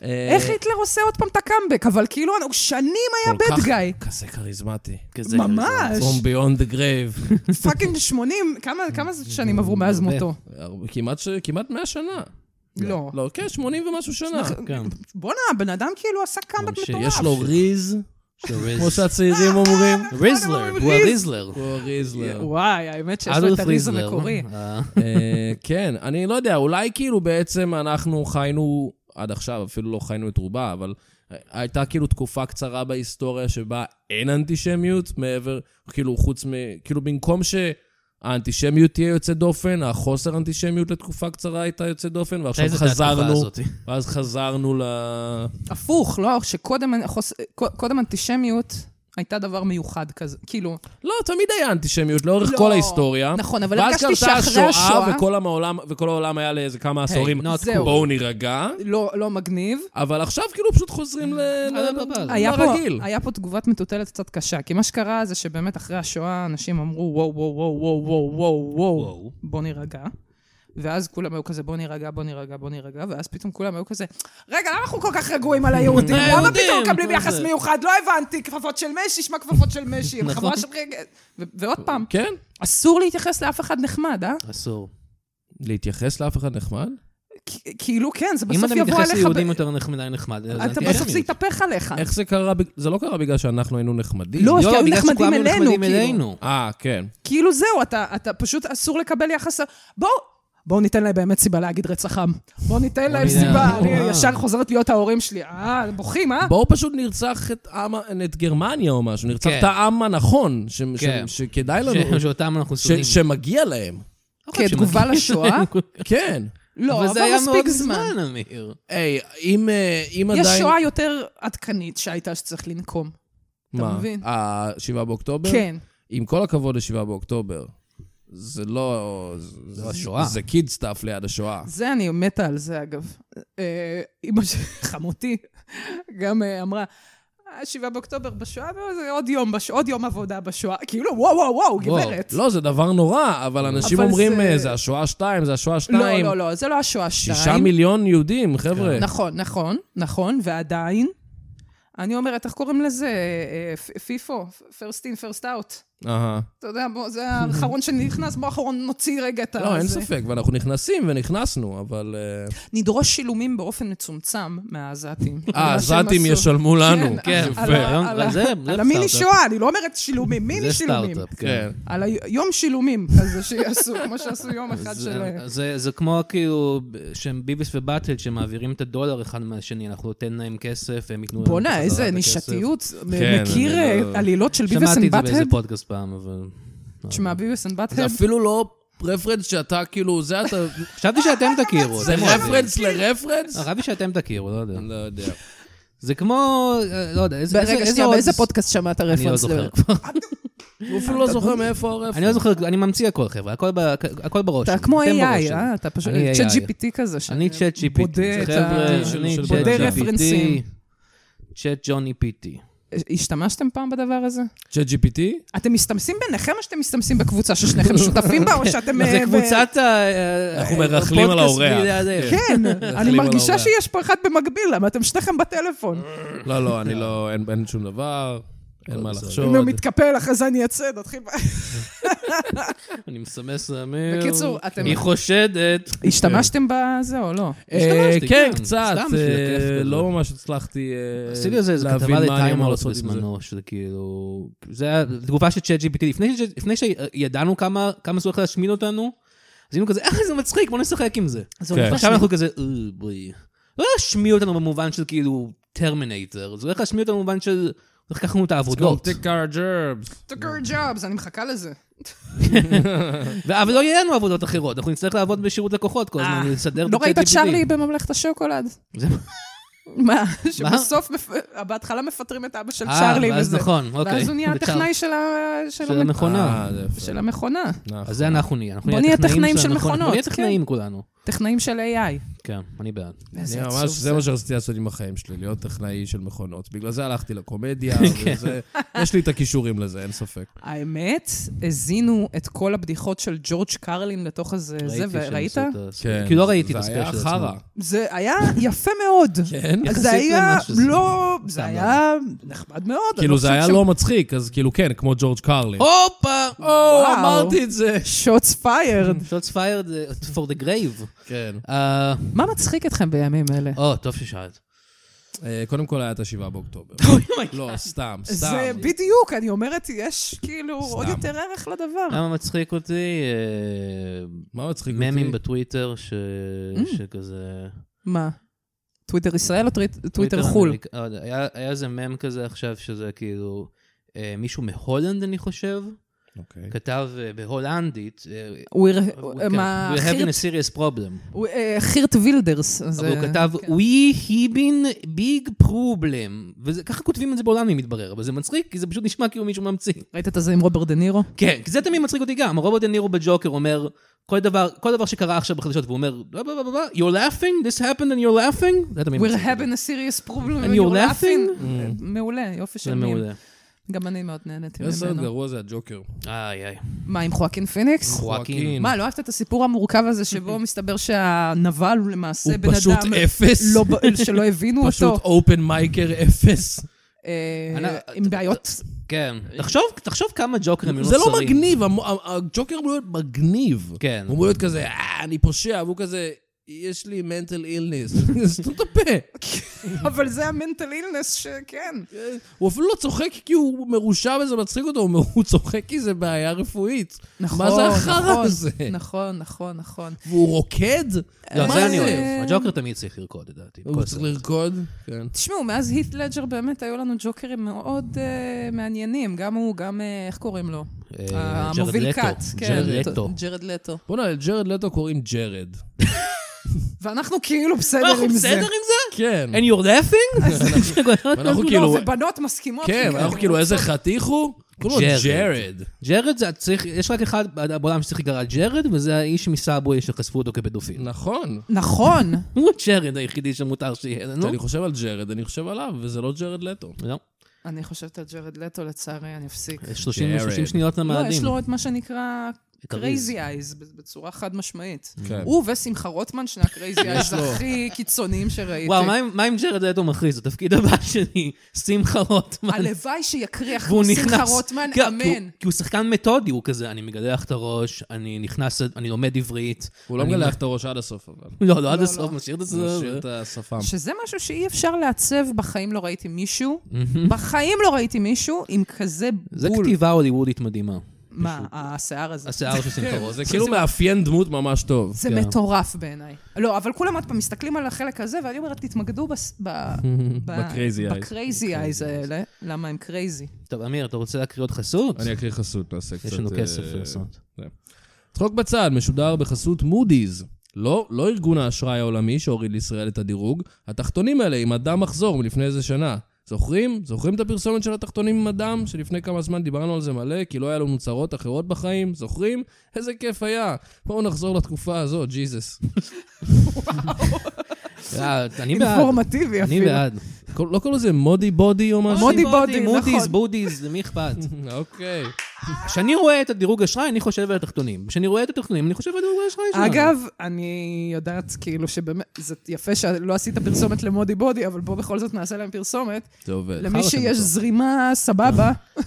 Speaker 2: אה,
Speaker 4: איך היטלר עושה עוד פעם את הקאמבק? אבל כאילו, הוא שנים היה
Speaker 2: כל כך-
Speaker 4: בד גאי.
Speaker 2: כזה כריזמטי.
Speaker 3: כזה
Speaker 4: ממש.
Speaker 2: From beyond the grave.
Speaker 4: פאקינג 80, כמה- כמה שנים עברו מאז
Speaker 3: הרבה.
Speaker 4: מותו?
Speaker 2: הרבה- כמעט ש- כמעט 100 שנה.
Speaker 4: לא.
Speaker 2: לא, כן, 80 ומשהו שנה.
Speaker 4: נכון.
Speaker 3: כן.
Speaker 4: בואנה, הבן אדם כאילו עשה קאמבק
Speaker 3: ממשיך.
Speaker 4: מטורף.
Speaker 2: יש לו ריז, כמו
Speaker 3: ריזלר.
Speaker 2: שהצעירים אומרים.
Speaker 4: אומרים
Speaker 3: הוא
Speaker 4: ריז.
Speaker 3: הריזלר.
Speaker 2: הוא הריזלר.
Speaker 4: וואי, האמת שיש לו
Speaker 3: אדולף
Speaker 4: את הריז
Speaker 3: ריזלר.
Speaker 4: המקורי.
Speaker 3: אה,
Speaker 2: אה, כן, אני לא יודע, אולי כאילו בעצם אנחנו חיינו, עד עכשיו אפילו לא חיינו את רובה, אבל הייתה כאילו תקופה קצרה בהיסטוריה שבה אין אנטישמיות מעבר, כאילו חוץ מ... כאילו במקום שהאנטישמיות תהיה יוצאת דופן, החוסר אנטישמיות לתקופה קצרה הייתה יוצאת דופן, ועכשיו
Speaker 3: איזה תקופה
Speaker 2: חזרנו,
Speaker 3: הזאת.
Speaker 2: ואז חזרנו ל...
Speaker 4: הפוך, לא? שקודם חוס- קודם אנטישמיות הייתה דבר מיוחד כזה. כאילו,
Speaker 2: לא, תמיד היה אנטישמיות לאורך
Speaker 4: לא.
Speaker 2: כל ההיסטוריה.
Speaker 4: נכון, אבל
Speaker 2: ואז
Speaker 4: הרגשתי
Speaker 2: קרתה
Speaker 4: שאחרי השואה-
Speaker 2: וכל העולם, וכל העולם היה לאיזה כמה עשורים,
Speaker 3: not
Speaker 4: זהו. cool.
Speaker 2: בואו נירגע.
Speaker 4: לא, לא מגניב.
Speaker 2: אבל עכשיו כאילו פשוט חוזרים ל... ל-
Speaker 3: בבא.
Speaker 4: היה
Speaker 2: לא
Speaker 4: פה,
Speaker 2: רגיל.
Speaker 4: היה פה תגובת מטוטלת קצת קשה, כי מה שקרה זה שבאמת אחרי השואה אנשים אמרו, וואו, וואו, וואו, וואו, וואו, וואו,
Speaker 3: וואו.
Speaker 4: וואו, בוא נירגע. ואז כולם היו כזה, בוא נירגע, בוא נירגע, בוא נירגע, ואז פתאום כולם היו כזה, רגע, למה אנחנו כל כך רגועים על היהודים? למה
Speaker 3: היהודים,
Speaker 4: פתאום מקבלים
Speaker 3: מה
Speaker 4: יחס
Speaker 3: זה?"
Speaker 4: מיוחד? לא הבנתי, כפפות של משי, שמע כפפות של משי, הם
Speaker 3: נכון.
Speaker 4: חבורה של רגע... ו- ועוד פעם,
Speaker 2: כן.
Speaker 4: אסור להתייחס לאף אחד נחמד, אה?
Speaker 3: אסור.
Speaker 2: להתייחס לאף אחד נחמד?
Speaker 4: כ- כאילו, כן, זה
Speaker 3: אם
Speaker 4: בסוף
Speaker 3: אתה
Speaker 4: יבוא
Speaker 3: מתייחס
Speaker 4: עליך...
Speaker 3: ליהודים
Speaker 4: ב-
Speaker 3: יותר נחמד, נחמד, אז
Speaker 4: אתה
Speaker 3: אנטישמיות.
Speaker 4: בסוף זה יתהפך עליך.
Speaker 2: איך זה קרה? בג- זה לא קרה בגלל שאנחנו היינו נחמדים.
Speaker 4: לא,
Speaker 3: לא,
Speaker 4: שהיו
Speaker 3: בגלל
Speaker 4: נחמדים
Speaker 3: שכולם היו
Speaker 4: אלינו,
Speaker 3: נחמדים
Speaker 4: כאילו.
Speaker 3: אלינו.
Speaker 2: אה, כן.
Speaker 4: כאילו זהו, אתה, אתה פשוט אסור לקבל יחס... בואו, בואו ניתן להם באמת סיבה להגיד רצח עם. בואו ניתן להם
Speaker 3: ניתן
Speaker 4: סיבה,
Speaker 3: להם.
Speaker 4: אני
Speaker 3: וואו.
Speaker 4: ישר חוזרת להיות ההורים שלי. אה, בוכים, אה?
Speaker 2: בואו פשוט נרצח את עם ה- את גרמניה או משהו. נרצח
Speaker 3: כן.
Speaker 2: את העם הנכון, ש- ש-
Speaker 3: כן.
Speaker 2: שכדאי
Speaker 3: ש-
Speaker 2: לנו,
Speaker 3: שאותם אנחנו
Speaker 2: לא, ש-
Speaker 3: שונאים.
Speaker 2: שמגיע להם.
Speaker 4: כתגובה אוקיי, לשואה?
Speaker 2: כן.
Speaker 4: לא,
Speaker 3: אבל
Speaker 4: עבר
Speaker 3: זה היה מאוד
Speaker 4: מספיק זמן.
Speaker 3: זמן, אמיר.
Speaker 2: היי, אם אה, אם עדיין...
Speaker 4: יש שואה יותר עדכנית שהייתה שצריך לנקום.
Speaker 2: מה?
Speaker 4: מבין?
Speaker 2: ה- 7 באוקטובר?
Speaker 4: כן.
Speaker 2: עם כל הכבוד ל-7 באוקטובר, זה לא...
Speaker 3: זה השואה.
Speaker 2: זה קיד סטאפ ליד השואה.
Speaker 4: זה, אני מתה על זה, אגב. אה, אמא שלי, חמותי, גם אה, אמרה, "אה, שבעה באוקטובר בשואה, לא, זה עוד יום, בש... עוד יום עבודה בשואה. כאילו, וואו, וואו, וואו, גברת.
Speaker 2: לא, זה דבר נורא, אבל אנשים
Speaker 4: אבל
Speaker 2: אומרים,
Speaker 4: זה-
Speaker 2: "אה, זה השואה 2, זה השואה 2.
Speaker 4: לא, לא, לא, זה לא השואה שתיים.
Speaker 2: שישה מיליון יהודים, חבר'ה.
Speaker 4: נכון, נכון, נכון, ועדיין, אני אומרת, איך קוראים לזה? אה, פ- פיפו, first in, first out.
Speaker 2: אהה.
Speaker 4: אתה יודע, בוא, זה האחרון שנכנס, בוא האחרון נוציא רגע את ה...
Speaker 2: לא, אין
Speaker 4: נכון. זה.
Speaker 2: ספק, ואנחנו נכנסים ונכנסנו, אבל... אה,
Speaker 4: נדרוש שילומים באופן מצומצם מהעזתים.
Speaker 2: אה, העזתים ישלמו לנו.
Speaker 3: כן,
Speaker 2: יפה.
Speaker 4: על ה-
Speaker 3: היום-
Speaker 4: על ה-
Speaker 3: זה- זה
Speaker 4: על המיני
Speaker 3: סטארט-אפ.
Speaker 4: שואה, אני לא אומרת שילומים, מיני
Speaker 3: זה
Speaker 4: שילומים.
Speaker 3: סטארט-אפ,
Speaker 2: כן.
Speaker 3: כן.
Speaker 4: על היום שילומים כזה שיעשו, כמו שעשו יום אחד של...
Speaker 3: זה- זה זה כמו כאילו שהם ביביס ובטל שמעבירים את הדולר אחד מהשני, אנחנו ניתן להם כסף, הם ייתנו לנו
Speaker 4: בואנה,
Speaker 3: בחזרה את
Speaker 4: איזה
Speaker 3: הכסף.
Speaker 4: נישתיות.
Speaker 2: כן,
Speaker 4: מכיר
Speaker 2: אני
Speaker 4: אה,
Speaker 2: לא-
Speaker 4: עלילות של ביבס
Speaker 3: שמעתי
Speaker 4: אנד
Speaker 3: את זה באיזה
Speaker 4: באטהד?
Speaker 3: פודקאסט פעם, אבל...
Speaker 4: תשמע, ביבס אנד
Speaker 2: זה
Speaker 4: באטהד,
Speaker 2: אפילו לא רפרנס שאתה, כאילו, זה אתה...
Speaker 3: חשבתי שאתם תכירו.
Speaker 2: זה
Speaker 3: אתם יודעים.
Speaker 2: רפרנס לרפרנס?
Speaker 3: חשבתי שאתם תכירו, לא יודע.
Speaker 2: לא יודע.
Speaker 3: זה כמו, אה, לא יודע, איזה...
Speaker 4: ברגע
Speaker 3: איזה-
Speaker 4: שנייה,
Speaker 3: עוד-
Speaker 4: באיזה פודקאסט שמעת
Speaker 3: אני לא
Speaker 4: רפרנס?
Speaker 3: זוכר
Speaker 4: ל-
Speaker 3: כבר.
Speaker 2: הוא אפילו לא זוכר מאיפה הרפרנס.
Speaker 3: אני לא זוכר, אני ממציא הכל, חבר'ה, הכל ב- הכל בראש.
Speaker 4: אתה כמו
Speaker 3: אתם בראש
Speaker 4: AI,
Speaker 3: שלי.
Speaker 4: אה? אתה פשוט...
Speaker 3: אני
Speaker 4: צ'אט
Speaker 3: AI.
Speaker 4: GPT כזה. ש-
Speaker 3: אני צ'אט GPT.
Speaker 4: בודה את
Speaker 3: חבר'ה,
Speaker 4: ה-
Speaker 2: של-
Speaker 3: אני
Speaker 2: של
Speaker 3: צ'אט
Speaker 2: בודה
Speaker 4: רפרנסים.
Speaker 3: GPT, צ'אט ג'וני PT.
Speaker 4: השתמשתם פעם בדבר הזה?
Speaker 2: צ'אט GPT?
Speaker 4: אתם מסתמסים ביניכם או שאתם מסתמסים בקבוצה ששניכם שותפים בה או שאתם...
Speaker 3: זה
Speaker 4: אה, ו-
Speaker 3: קבוצת ה... אה,
Speaker 2: אנחנו מרכלים על האורח.
Speaker 3: הפודקאסט בלי הדרך.
Speaker 4: כן,
Speaker 2: על
Speaker 4: אני מרגישה
Speaker 2: ההורה.
Speaker 4: שיש פה אחד במקביל, למה אתם שניכם בטלפון.
Speaker 2: לא, לא, אני לא, אין- אין שום דבר, אין מה
Speaker 3: בסדר.
Speaker 2: לחשוב.
Speaker 4: אם הוא מתקפל, אחרי זה אני אצא, נתחיל... ב-
Speaker 3: אני מסמס לאמיר.
Speaker 4: בקיצור, אתם-
Speaker 3: היא חושדת.
Speaker 4: השתמשתם בזה או לא?
Speaker 2: אה,
Speaker 3: השתמשתי,
Speaker 2: כן,
Speaker 3: כן,
Speaker 2: קצת,
Speaker 3: סתם בשביל
Speaker 2: אה,
Speaker 3: הכיף כזה.
Speaker 2: לא ממש הצלחתי אה,
Speaker 3: עשיתי איזה איזה
Speaker 2: להבין
Speaker 3: כתבה
Speaker 2: מה אני אמור
Speaker 3: לטיימאוט
Speaker 2: לעשות עם זה.
Speaker 3: בזמנו, שזה כאילו... זה היה
Speaker 4: Mm-hmm.
Speaker 3: תגובה של צ'אט GPT. לפני ש- לפני שידענו כמה כמה זה הולך להשמין אותנו, אז היינו כזה, אה, זה מצחיק, בוא נשחק עם זה.
Speaker 4: זה
Speaker 2: כן.
Speaker 4: הולך
Speaker 3: עכשיו
Speaker 4: לשני-
Speaker 3: אנחנו כזה, "אה, בואי. לא להשמיע אותנו במובן של כאילו טרמינטר, זה הולך להשמיע אותנו במובן של... לקחנו את העבודות.
Speaker 2: Take our jobs.
Speaker 4: took her jobs, אני מחכה לזה.
Speaker 3: ו- אבל לא יהיה לנו עבודות אחרות, אנחנו נצטרך לעבוד בשירות לקוחות כל הזמן,
Speaker 4: אה,
Speaker 3: לסדר
Speaker 4: לא ראית
Speaker 3: ב-ChatGPT.
Speaker 4: את צ'ארלי בממלכת השוקולד?
Speaker 3: זה-
Speaker 4: מה? שבסוף, מפ- בהתחלה מפטרים את אבא של צ'ארלי
Speaker 3: אה, ואז
Speaker 4: וזה.
Speaker 3: נכון, אוקיי.
Speaker 4: ואז הוא נהיה
Speaker 3: בצ'אר-
Speaker 4: הטכנאי של ה- של
Speaker 3: של
Speaker 4: המ-
Speaker 3: המכונה.
Speaker 2: אה, זה יפה.
Speaker 4: של המכונה.
Speaker 2: נכון.
Speaker 3: אז זה אנחנו נהיה, אנחנו
Speaker 4: בוא
Speaker 3: נהיה
Speaker 4: נהיה
Speaker 3: הטכנאים
Speaker 4: טכנאים של
Speaker 3: המכונה. בוא נהיה
Speaker 4: מכונות, כן.
Speaker 3: טכנאים כולנו.
Speaker 4: טכנאים של AI.
Speaker 3: כן, אני בעד.
Speaker 4: איזה
Speaker 2: אני
Speaker 4: עצוב
Speaker 2: ממש,
Speaker 4: זה.
Speaker 2: זה מה שרציתי לעשות עם החיים שלי, להיות טכנאי של מכונות. בגלל זה הלכתי לקומדיה, וזה, יש לי את הכישורים לזה, אין ספק.
Speaker 4: האמת, הזינו את כל הבדיחות של ג'ורג' קרלין לתוך איזה... זה,
Speaker 3: ראיתי שהם
Speaker 4: וראית?
Speaker 3: עשו את ה- כאילו לא ראיתי את הספיישל עצמו.
Speaker 2: כן. זה היה חרא.
Speaker 4: זה היה יפה מאוד.
Speaker 2: כן?
Speaker 4: זה
Speaker 3: יחסית
Speaker 4: היה
Speaker 3: למה שזה.
Speaker 4: לא...
Speaker 3: סתם,
Speaker 4: זה היה נחמד מאוד. אני
Speaker 2: כאילו זה
Speaker 4: חושבת
Speaker 2: היה
Speaker 4: ש-
Speaker 2: לא מצחיק, אז כאילו כן, כמו ג'ורג' קרלין.
Speaker 3: הופה!
Speaker 2: או,
Speaker 4: וואו.
Speaker 2: אמרתי את זה.
Speaker 4: שוטס פיירד.
Speaker 3: שוטס פיירד uh, for the grave.
Speaker 2: כן.
Speaker 3: אה,
Speaker 4: מה מצחיק אתכם בימים אלה?
Speaker 3: או, טוב ששאלת.
Speaker 2: אה, קודם כל היה את השבעה באוקטובר. לא, סתם, סתם.
Speaker 4: זה בדיוק, אני אומרת, יש כאילו
Speaker 2: סתם.
Speaker 4: עוד יותר ערך לדבר.
Speaker 3: למה מצחיק אותי? אה,
Speaker 2: מה מצחיק אותי?
Speaker 3: ממים בטוויטר ש-
Speaker 4: Mm.
Speaker 3: שכזה...
Speaker 4: מה? טוויטר ישראל או טוויט- טוויטר חו"ל?
Speaker 3: אמריק- לא יודע, היה היה איזה מם כזה עכשיו שזה כאילו... אה, מישהו מהולנד, אני חושב,
Speaker 2: אוקיי.
Speaker 3: כתב אה, בהולנדית, אה,
Speaker 4: הוא ירא-
Speaker 3: we
Speaker 4: אה,
Speaker 3: can-
Speaker 4: מה,
Speaker 3: We're having
Speaker 4: חירט-
Speaker 3: a serious problem.
Speaker 4: הוא, אה, חירט וילדרס.
Speaker 3: אבל
Speaker 4: זה-
Speaker 3: הוא כתב, We have been big problem. וככה כותבים את זה בהולנדית, מתברר, אבל זה מצחיק, כי זה פשוט נשמע כאילו מישהו ממציא.
Speaker 4: ראית את זה עם רוברט דה נירו?
Speaker 3: כן, כי זה תמיד מצחיק אותי גם. רוברט דה נירו בג'וקר אומר, כל דבר, כל דבר שקרה עכשיו בחדשות, והוא אומר, "בלה, בלה, בלה, בלה, you're laughing, this happened and you're laughing, זה תמיד
Speaker 4: We're
Speaker 3: מצחיק. אותי.
Speaker 4: having a serious problem
Speaker 3: And you're laughing?
Speaker 4: Mm.
Speaker 3: Mm.
Speaker 4: מעולה, יופי של
Speaker 3: זה
Speaker 4: מים.
Speaker 3: מעולה.
Speaker 4: גם אני מאוד נהניתי
Speaker 2: איזה סרט
Speaker 4: ממנו.
Speaker 2: גרוע זה הג'וקר.
Speaker 3: איי איי.
Speaker 4: מה, עם חואקין פיניקס?
Speaker 3: חואקין.
Speaker 4: מה, לא אהבת את הסיפור המורכב הזה שבו מסתבר שהנבל הוא למעשה
Speaker 2: הוא
Speaker 4: בן אדם...
Speaker 2: פשוט אפס.
Speaker 4: לא ב- שלא הבינו
Speaker 2: פשוט
Speaker 4: אותו.
Speaker 2: אופן מייקר אפס.
Speaker 4: אה,
Speaker 3: אני-
Speaker 4: עם בעיות.
Speaker 3: כן. תחשוב, תחשוב כמה ג'וקרים היו
Speaker 2: זה לא
Speaker 3: נוצרים.
Speaker 2: מגניב, המ- ה- הג'וקר אמור להיות מגניב.
Speaker 3: כן.
Speaker 2: הוא אמור להיות כזה, "אה, אני פושע, והוא כזה, יש לי mental illness. סתום את הפה.
Speaker 4: אבל זה המנטל אילנס שכן.
Speaker 2: הוא אפילו לא צוחק כי הוא מרושע וזה מצחיק אותו, הוא אומר, הוא צוחק כי זה בעיה רפואית.
Speaker 4: נכון,
Speaker 2: מה זה החרא
Speaker 4: נכון,
Speaker 2: הזה?
Speaker 4: נכון, נכון, נכון.
Speaker 2: והוא רוקד?
Speaker 3: לא,
Speaker 2: מה
Speaker 3: זה אני
Speaker 4: זה?
Speaker 3: אוהב. הג'וקר תמיד צריך לרקוד, לדעתי.
Speaker 2: הוא
Speaker 3: בכל
Speaker 2: צריך
Speaker 3: סרט.
Speaker 2: לרקוד? כן.
Speaker 4: תשמעו, מאז הית' לג'ר באמת היו לנו ג'וקרים מאוד אה, מעניינים. גם הוא, גם, אה, איך קוראים לו?
Speaker 3: אה, ג'רד
Speaker 4: המוביל
Speaker 3: לטו.
Speaker 4: קאט. כן,
Speaker 3: ג'רד לטו.
Speaker 4: ג'רד לטו.
Speaker 2: בוא'נה, לג'רד לטו קוראים ג'רד.
Speaker 4: ואנחנו כאילו בסדר
Speaker 3: אנחנו
Speaker 4: עם זה.
Speaker 3: בסדר עם זה?
Speaker 2: כן.
Speaker 3: And you're laughing?
Speaker 2: ואנחנו
Speaker 4: לא,
Speaker 2: כאילו,
Speaker 4: ובנות מסכימות.
Speaker 2: כן,
Speaker 4: שכן.
Speaker 3: כאילו-
Speaker 2: אנחנו כאילו, איזה חתיך הוא? קוראים לו
Speaker 3: ג'רד.
Speaker 2: ג'רד.
Speaker 3: ג'רד זה צריך, יש רק אחד בעולם שצריך להיקרא ג'רד, וזה האיש מסאבווי שחשפו אותו כפדופיל.
Speaker 4: לא.
Speaker 2: נכון.
Speaker 4: נכון.
Speaker 3: הוא הג'רד היחידי שמותר שיהיה לנו.
Speaker 2: כשאני חושב על ג'רד, אני חושב עליו, וזה לא ג'רד לטו.
Speaker 3: לא,
Speaker 4: אני חושבת על ג'רד לטו, לצערי, אני אפסיק.
Speaker 3: 30
Speaker 2: ג'רד.
Speaker 3: 30 שניות
Speaker 4: לא, יש
Speaker 3: למאדים.
Speaker 4: לו את מה שנקרא
Speaker 3: כריז.
Speaker 4: קרייזי אייז, בצורה חד משמעית.
Speaker 2: כן.
Speaker 4: הוא ושמחה רוטמן, שני הקרייזי אייז
Speaker 2: לו.
Speaker 4: הכי קיצוניים שראיתי.
Speaker 3: וואו, מה עם- מה אם ג'רד לטו מכריז? התפקיד הבא שלי, שמחה רוטמן.
Speaker 4: הלוואי שיקריח
Speaker 3: והוא
Speaker 4: שמחה
Speaker 3: נכנס.
Speaker 4: רוטמן,
Speaker 3: כן, כי הוא-
Speaker 4: אמן.
Speaker 3: כי הוא שחקן מתודי, הוא כזה, אני מגלח את הראש, אני נכנס, אני לומד עברית.
Speaker 2: הוא לא
Speaker 3: אני-
Speaker 2: מגלח את הראש עד הסוף, אבל.
Speaker 3: לא, לא, עד
Speaker 4: לא,
Speaker 3: הסוף,
Speaker 4: לא.
Speaker 3: משאיר את
Speaker 2: הוא משאיר
Speaker 3: הסוף.
Speaker 2: את השפם.
Speaker 4: שזה משהו שאי אפשר לעצב, בחיים לא ראיתי מישהו. בחיים לא ראיתי מישהו עם כזה בול.
Speaker 3: זה כתיבה הוליוודית מדהימה.
Speaker 4: מה, השיער הזה.
Speaker 3: השיער של שמחה
Speaker 2: כן,
Speaker 3: רוטמן.
Speaker 2: זה כאילו מאפיין דמות ממש טוב.
Speaker 4: זה
Speaker 3: כן.
Speaker 4: מטורף בעיניי. לא, אבל כולם עוד פעם מסתכלים על החלק הזה, ואני אומרת, תתמקדו בס- ב- ב-
Speaker 2: בקרייזי אייז.
Speaker 4: בקרייזי אייז האלה, למה הם קרייזי.
Speaker 3: טוב, אמיר, אתה רוצה להקריא עוד חסות?
Speaker 2: אני אקריא חסות, נעשה קצת...
Speaker 3: יש לנו
Speaker 2: אה,
Speaker 3: כסף לעשות.
Speaker 2: זה. צחוק בצד משודר בחסות מודי'ס. לא, לא ארגון האשראי העולמי שהוריד לישראל את הדירוג, התחתונים האלה עם אדם מחזור מלפני איזה שנה. זוכרים? זוכרים את הפרסומת של התחתונים עם אדם, שלפני כמה זמן דיברנו על זה מלא, כי לא היה לו מוצרות אחרות בחיים? זוכרים? איזה כיף היה. בואו נחזור לתקופה הזו, ג'יזוס.
Speaker 3: אה, אני בעד.
Speaker 4: אינפורמטיבי
Speaker 3: אני
Speaker 4: אפילו.
Speaker 3: בעד.
Speaker 2: כל- לא קראו לזה מודי בודי או משהו?
Speaker 4: מודי בודי,
Speaker 3: מודי'ס,
Speaker 4: נכון.
Speaker 3: בודי'ס, למי אכפת?
Speaker 2: אוקיי.
Speaker 3: כשאני רואה את הדירוג אשראי, אני חושב על התחתונים. כשאני רואה את התחתונים, אני חושב על הדירוג האשראי שלנו.
Speaker 4: אגב, אני יודעת כאילו שבאמת, זה יפה שלא עשית פרסומת למודי בודי, אבל בוא בכל זאת נעשה להם פרסומת.
Speaker 2: זה עובד.
Speaker 4: למי
Speaker 3: חרא של
Speaker 4: שיש
Speaker 3: מקום.
Speaker 4: זרימה, סבבה.
Speaker 3: כן.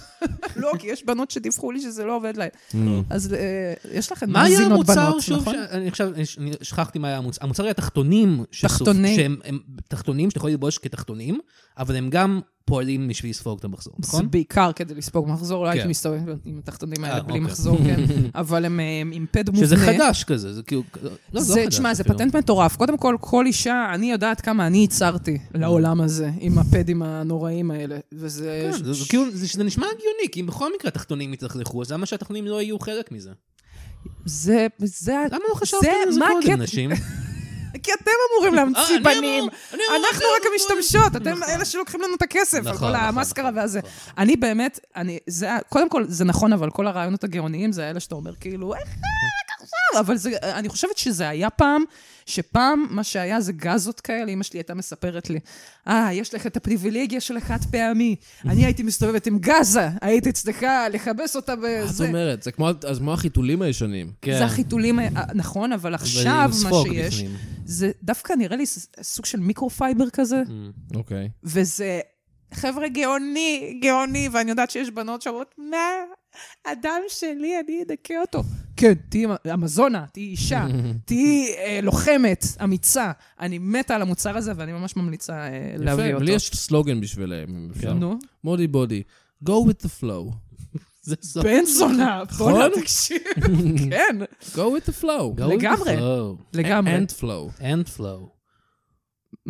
Speaker 4: לא, כי יש בנות שדיווחו לי שזה לא עובד להן.
Speaker 2: נו.
Speaker 4: אז אה, יש לכם
Speaker 3: מה היה
Speaker 4: מאזינות
Speaker 3: המוצר
Speaker 4: בנות,
Speaker 3: שוב?
Speaker 4: נכון?
Speaker 3: ש- אני עכשיו, אני ש- אני שכחתי מה היה המוצר. המוצר היה תחתונים. שסופ-
Speaker 4: תחתוני.
Speaker 3: שהם הם תחתונים שאתה יכול ללבוש כתחתונים, אבל הם גם פועלים בשביל לספוג את המחזור,
Speaker 4: זה
Speaker 3: נכון?
Speaker 4: בעיקר כדי לספוג מחזור, לא הייתי
Speaker 3: כן.
Speaker 4: מסתובבת עם התחתונים
Speaker 3: אה,
Speaker 4: האלה בלי
Speaker 3: אוקיי.
Speaker 4: מחזור, כן. אבל הם אה, עם פד מובנה.
Speaker 3: שזה חדש כזה, זה כאילו... לא, זה לא
Speaker 4: זה,
Speaker 3: חדש
Speaker 4: תשמע, זה
Speaker 3: אפילו.
Speaker 4: פטנט מטורף. קודם כל, כל אישה, אני יודעת כמה אני ייצרתי לעולם הזה, עם הפדים הנוראים האלה. וזה...
Speaker 3: כן, זה- זה כאילו, זה- שזה נשמע הגיוני, כי אם בכל מקרה התחתונים יתלכלכו, אז למה שהתחתונים לא יהיו חלק מזה?
Speaker 4: זה... זה...
Speaker 3: למה לא חשבתם על זה
Speaker 4: מה
Speaker 3: קודם,
Speaker 4: הקטע?
Speaker 3: נשים?
Speaker 4: כי אתם
Speaker 3: אה,
Speaker 4: אמורים להמציא
Speaker 3: אני
Speaker 4: בנים.
Speaker 3: אמור- אני אמור-
Speaker 4: אנחנו רק המשתמשות, אתם אלה שלוקחים לנו את הכסף, על
Speaker 3: נכון,
Speaker 4: כל
Speaker 3: נכון,
Speaker 4: המאסקרה
Speaker 3: נכון,
Speaker 4: והזה.
Speaker 3: נכון.
Speaker 4: אני באמת, אני, זה, ה- קודם כל, זה נכון, אבל כל הרעיונות הגאוניים זה האלה שאתה אומר, כאילו,
Speaker 3: אוקיי.
Speaker 4: איך רק עכשיו? אבל זה, אני חושבת שזה היה פעם, שפעם מה שהיה זה גזות כאלה, אמא שלי הייתה מספרת לי, אה, יש לך את הפריבילגיה של החד פעמי. אני הייתי מסתובבת עם גזה, הייתי צריכה לכבס אותה
Speaker 3: אה,
Speaker 2: מה את
Speaker 4: בזה.
Speaker 2: אומרת? זה כמו- אז כמו החיתולים הישנים.
Speaker 4: כן. זה החיתולים, ה- נכון, אבל עכשיו מה
Speaker 3: ולספוג
Speaker 4: שיש,
Speaker 3: בפנים.
Speaker 4: זה דווקא נראה לי ס- סוג של מיקרופייבר כזה,
Speaker 2: אוקיי.
Speaker 4: וזה חבר'ה גאוני, גאוני, ואני יודעת שיש בנות שאומרות, מה, הדם שלי, אני אדכא אותו. כן, תהיי אמזונה, תהיי אישה, תהיי אה, לוחמת, אמיצה. אני מתה על המוצר הזה, ואני ממש ממליצה אה, להביא
Speaker 2: יפה,
Speaker 4: אותו.
Speaker 2: לי יש סלוגן בשבילם, אם אפשר.
Speaker 4: נו,
Speaker 2: מודי בודי, go with the flow.
Speaker 3: זה סוף.
Speaker 4: בן זונה, בוא'נה,
Speaker 2: נכון?
Speaker 4: תקשיב. כן,
Speaker 2: go with the flow.
Speaker 4: לגמרי. לגמרי. Mm,
Speaker 2: And flow.
Speaker 3: אנד פלואו.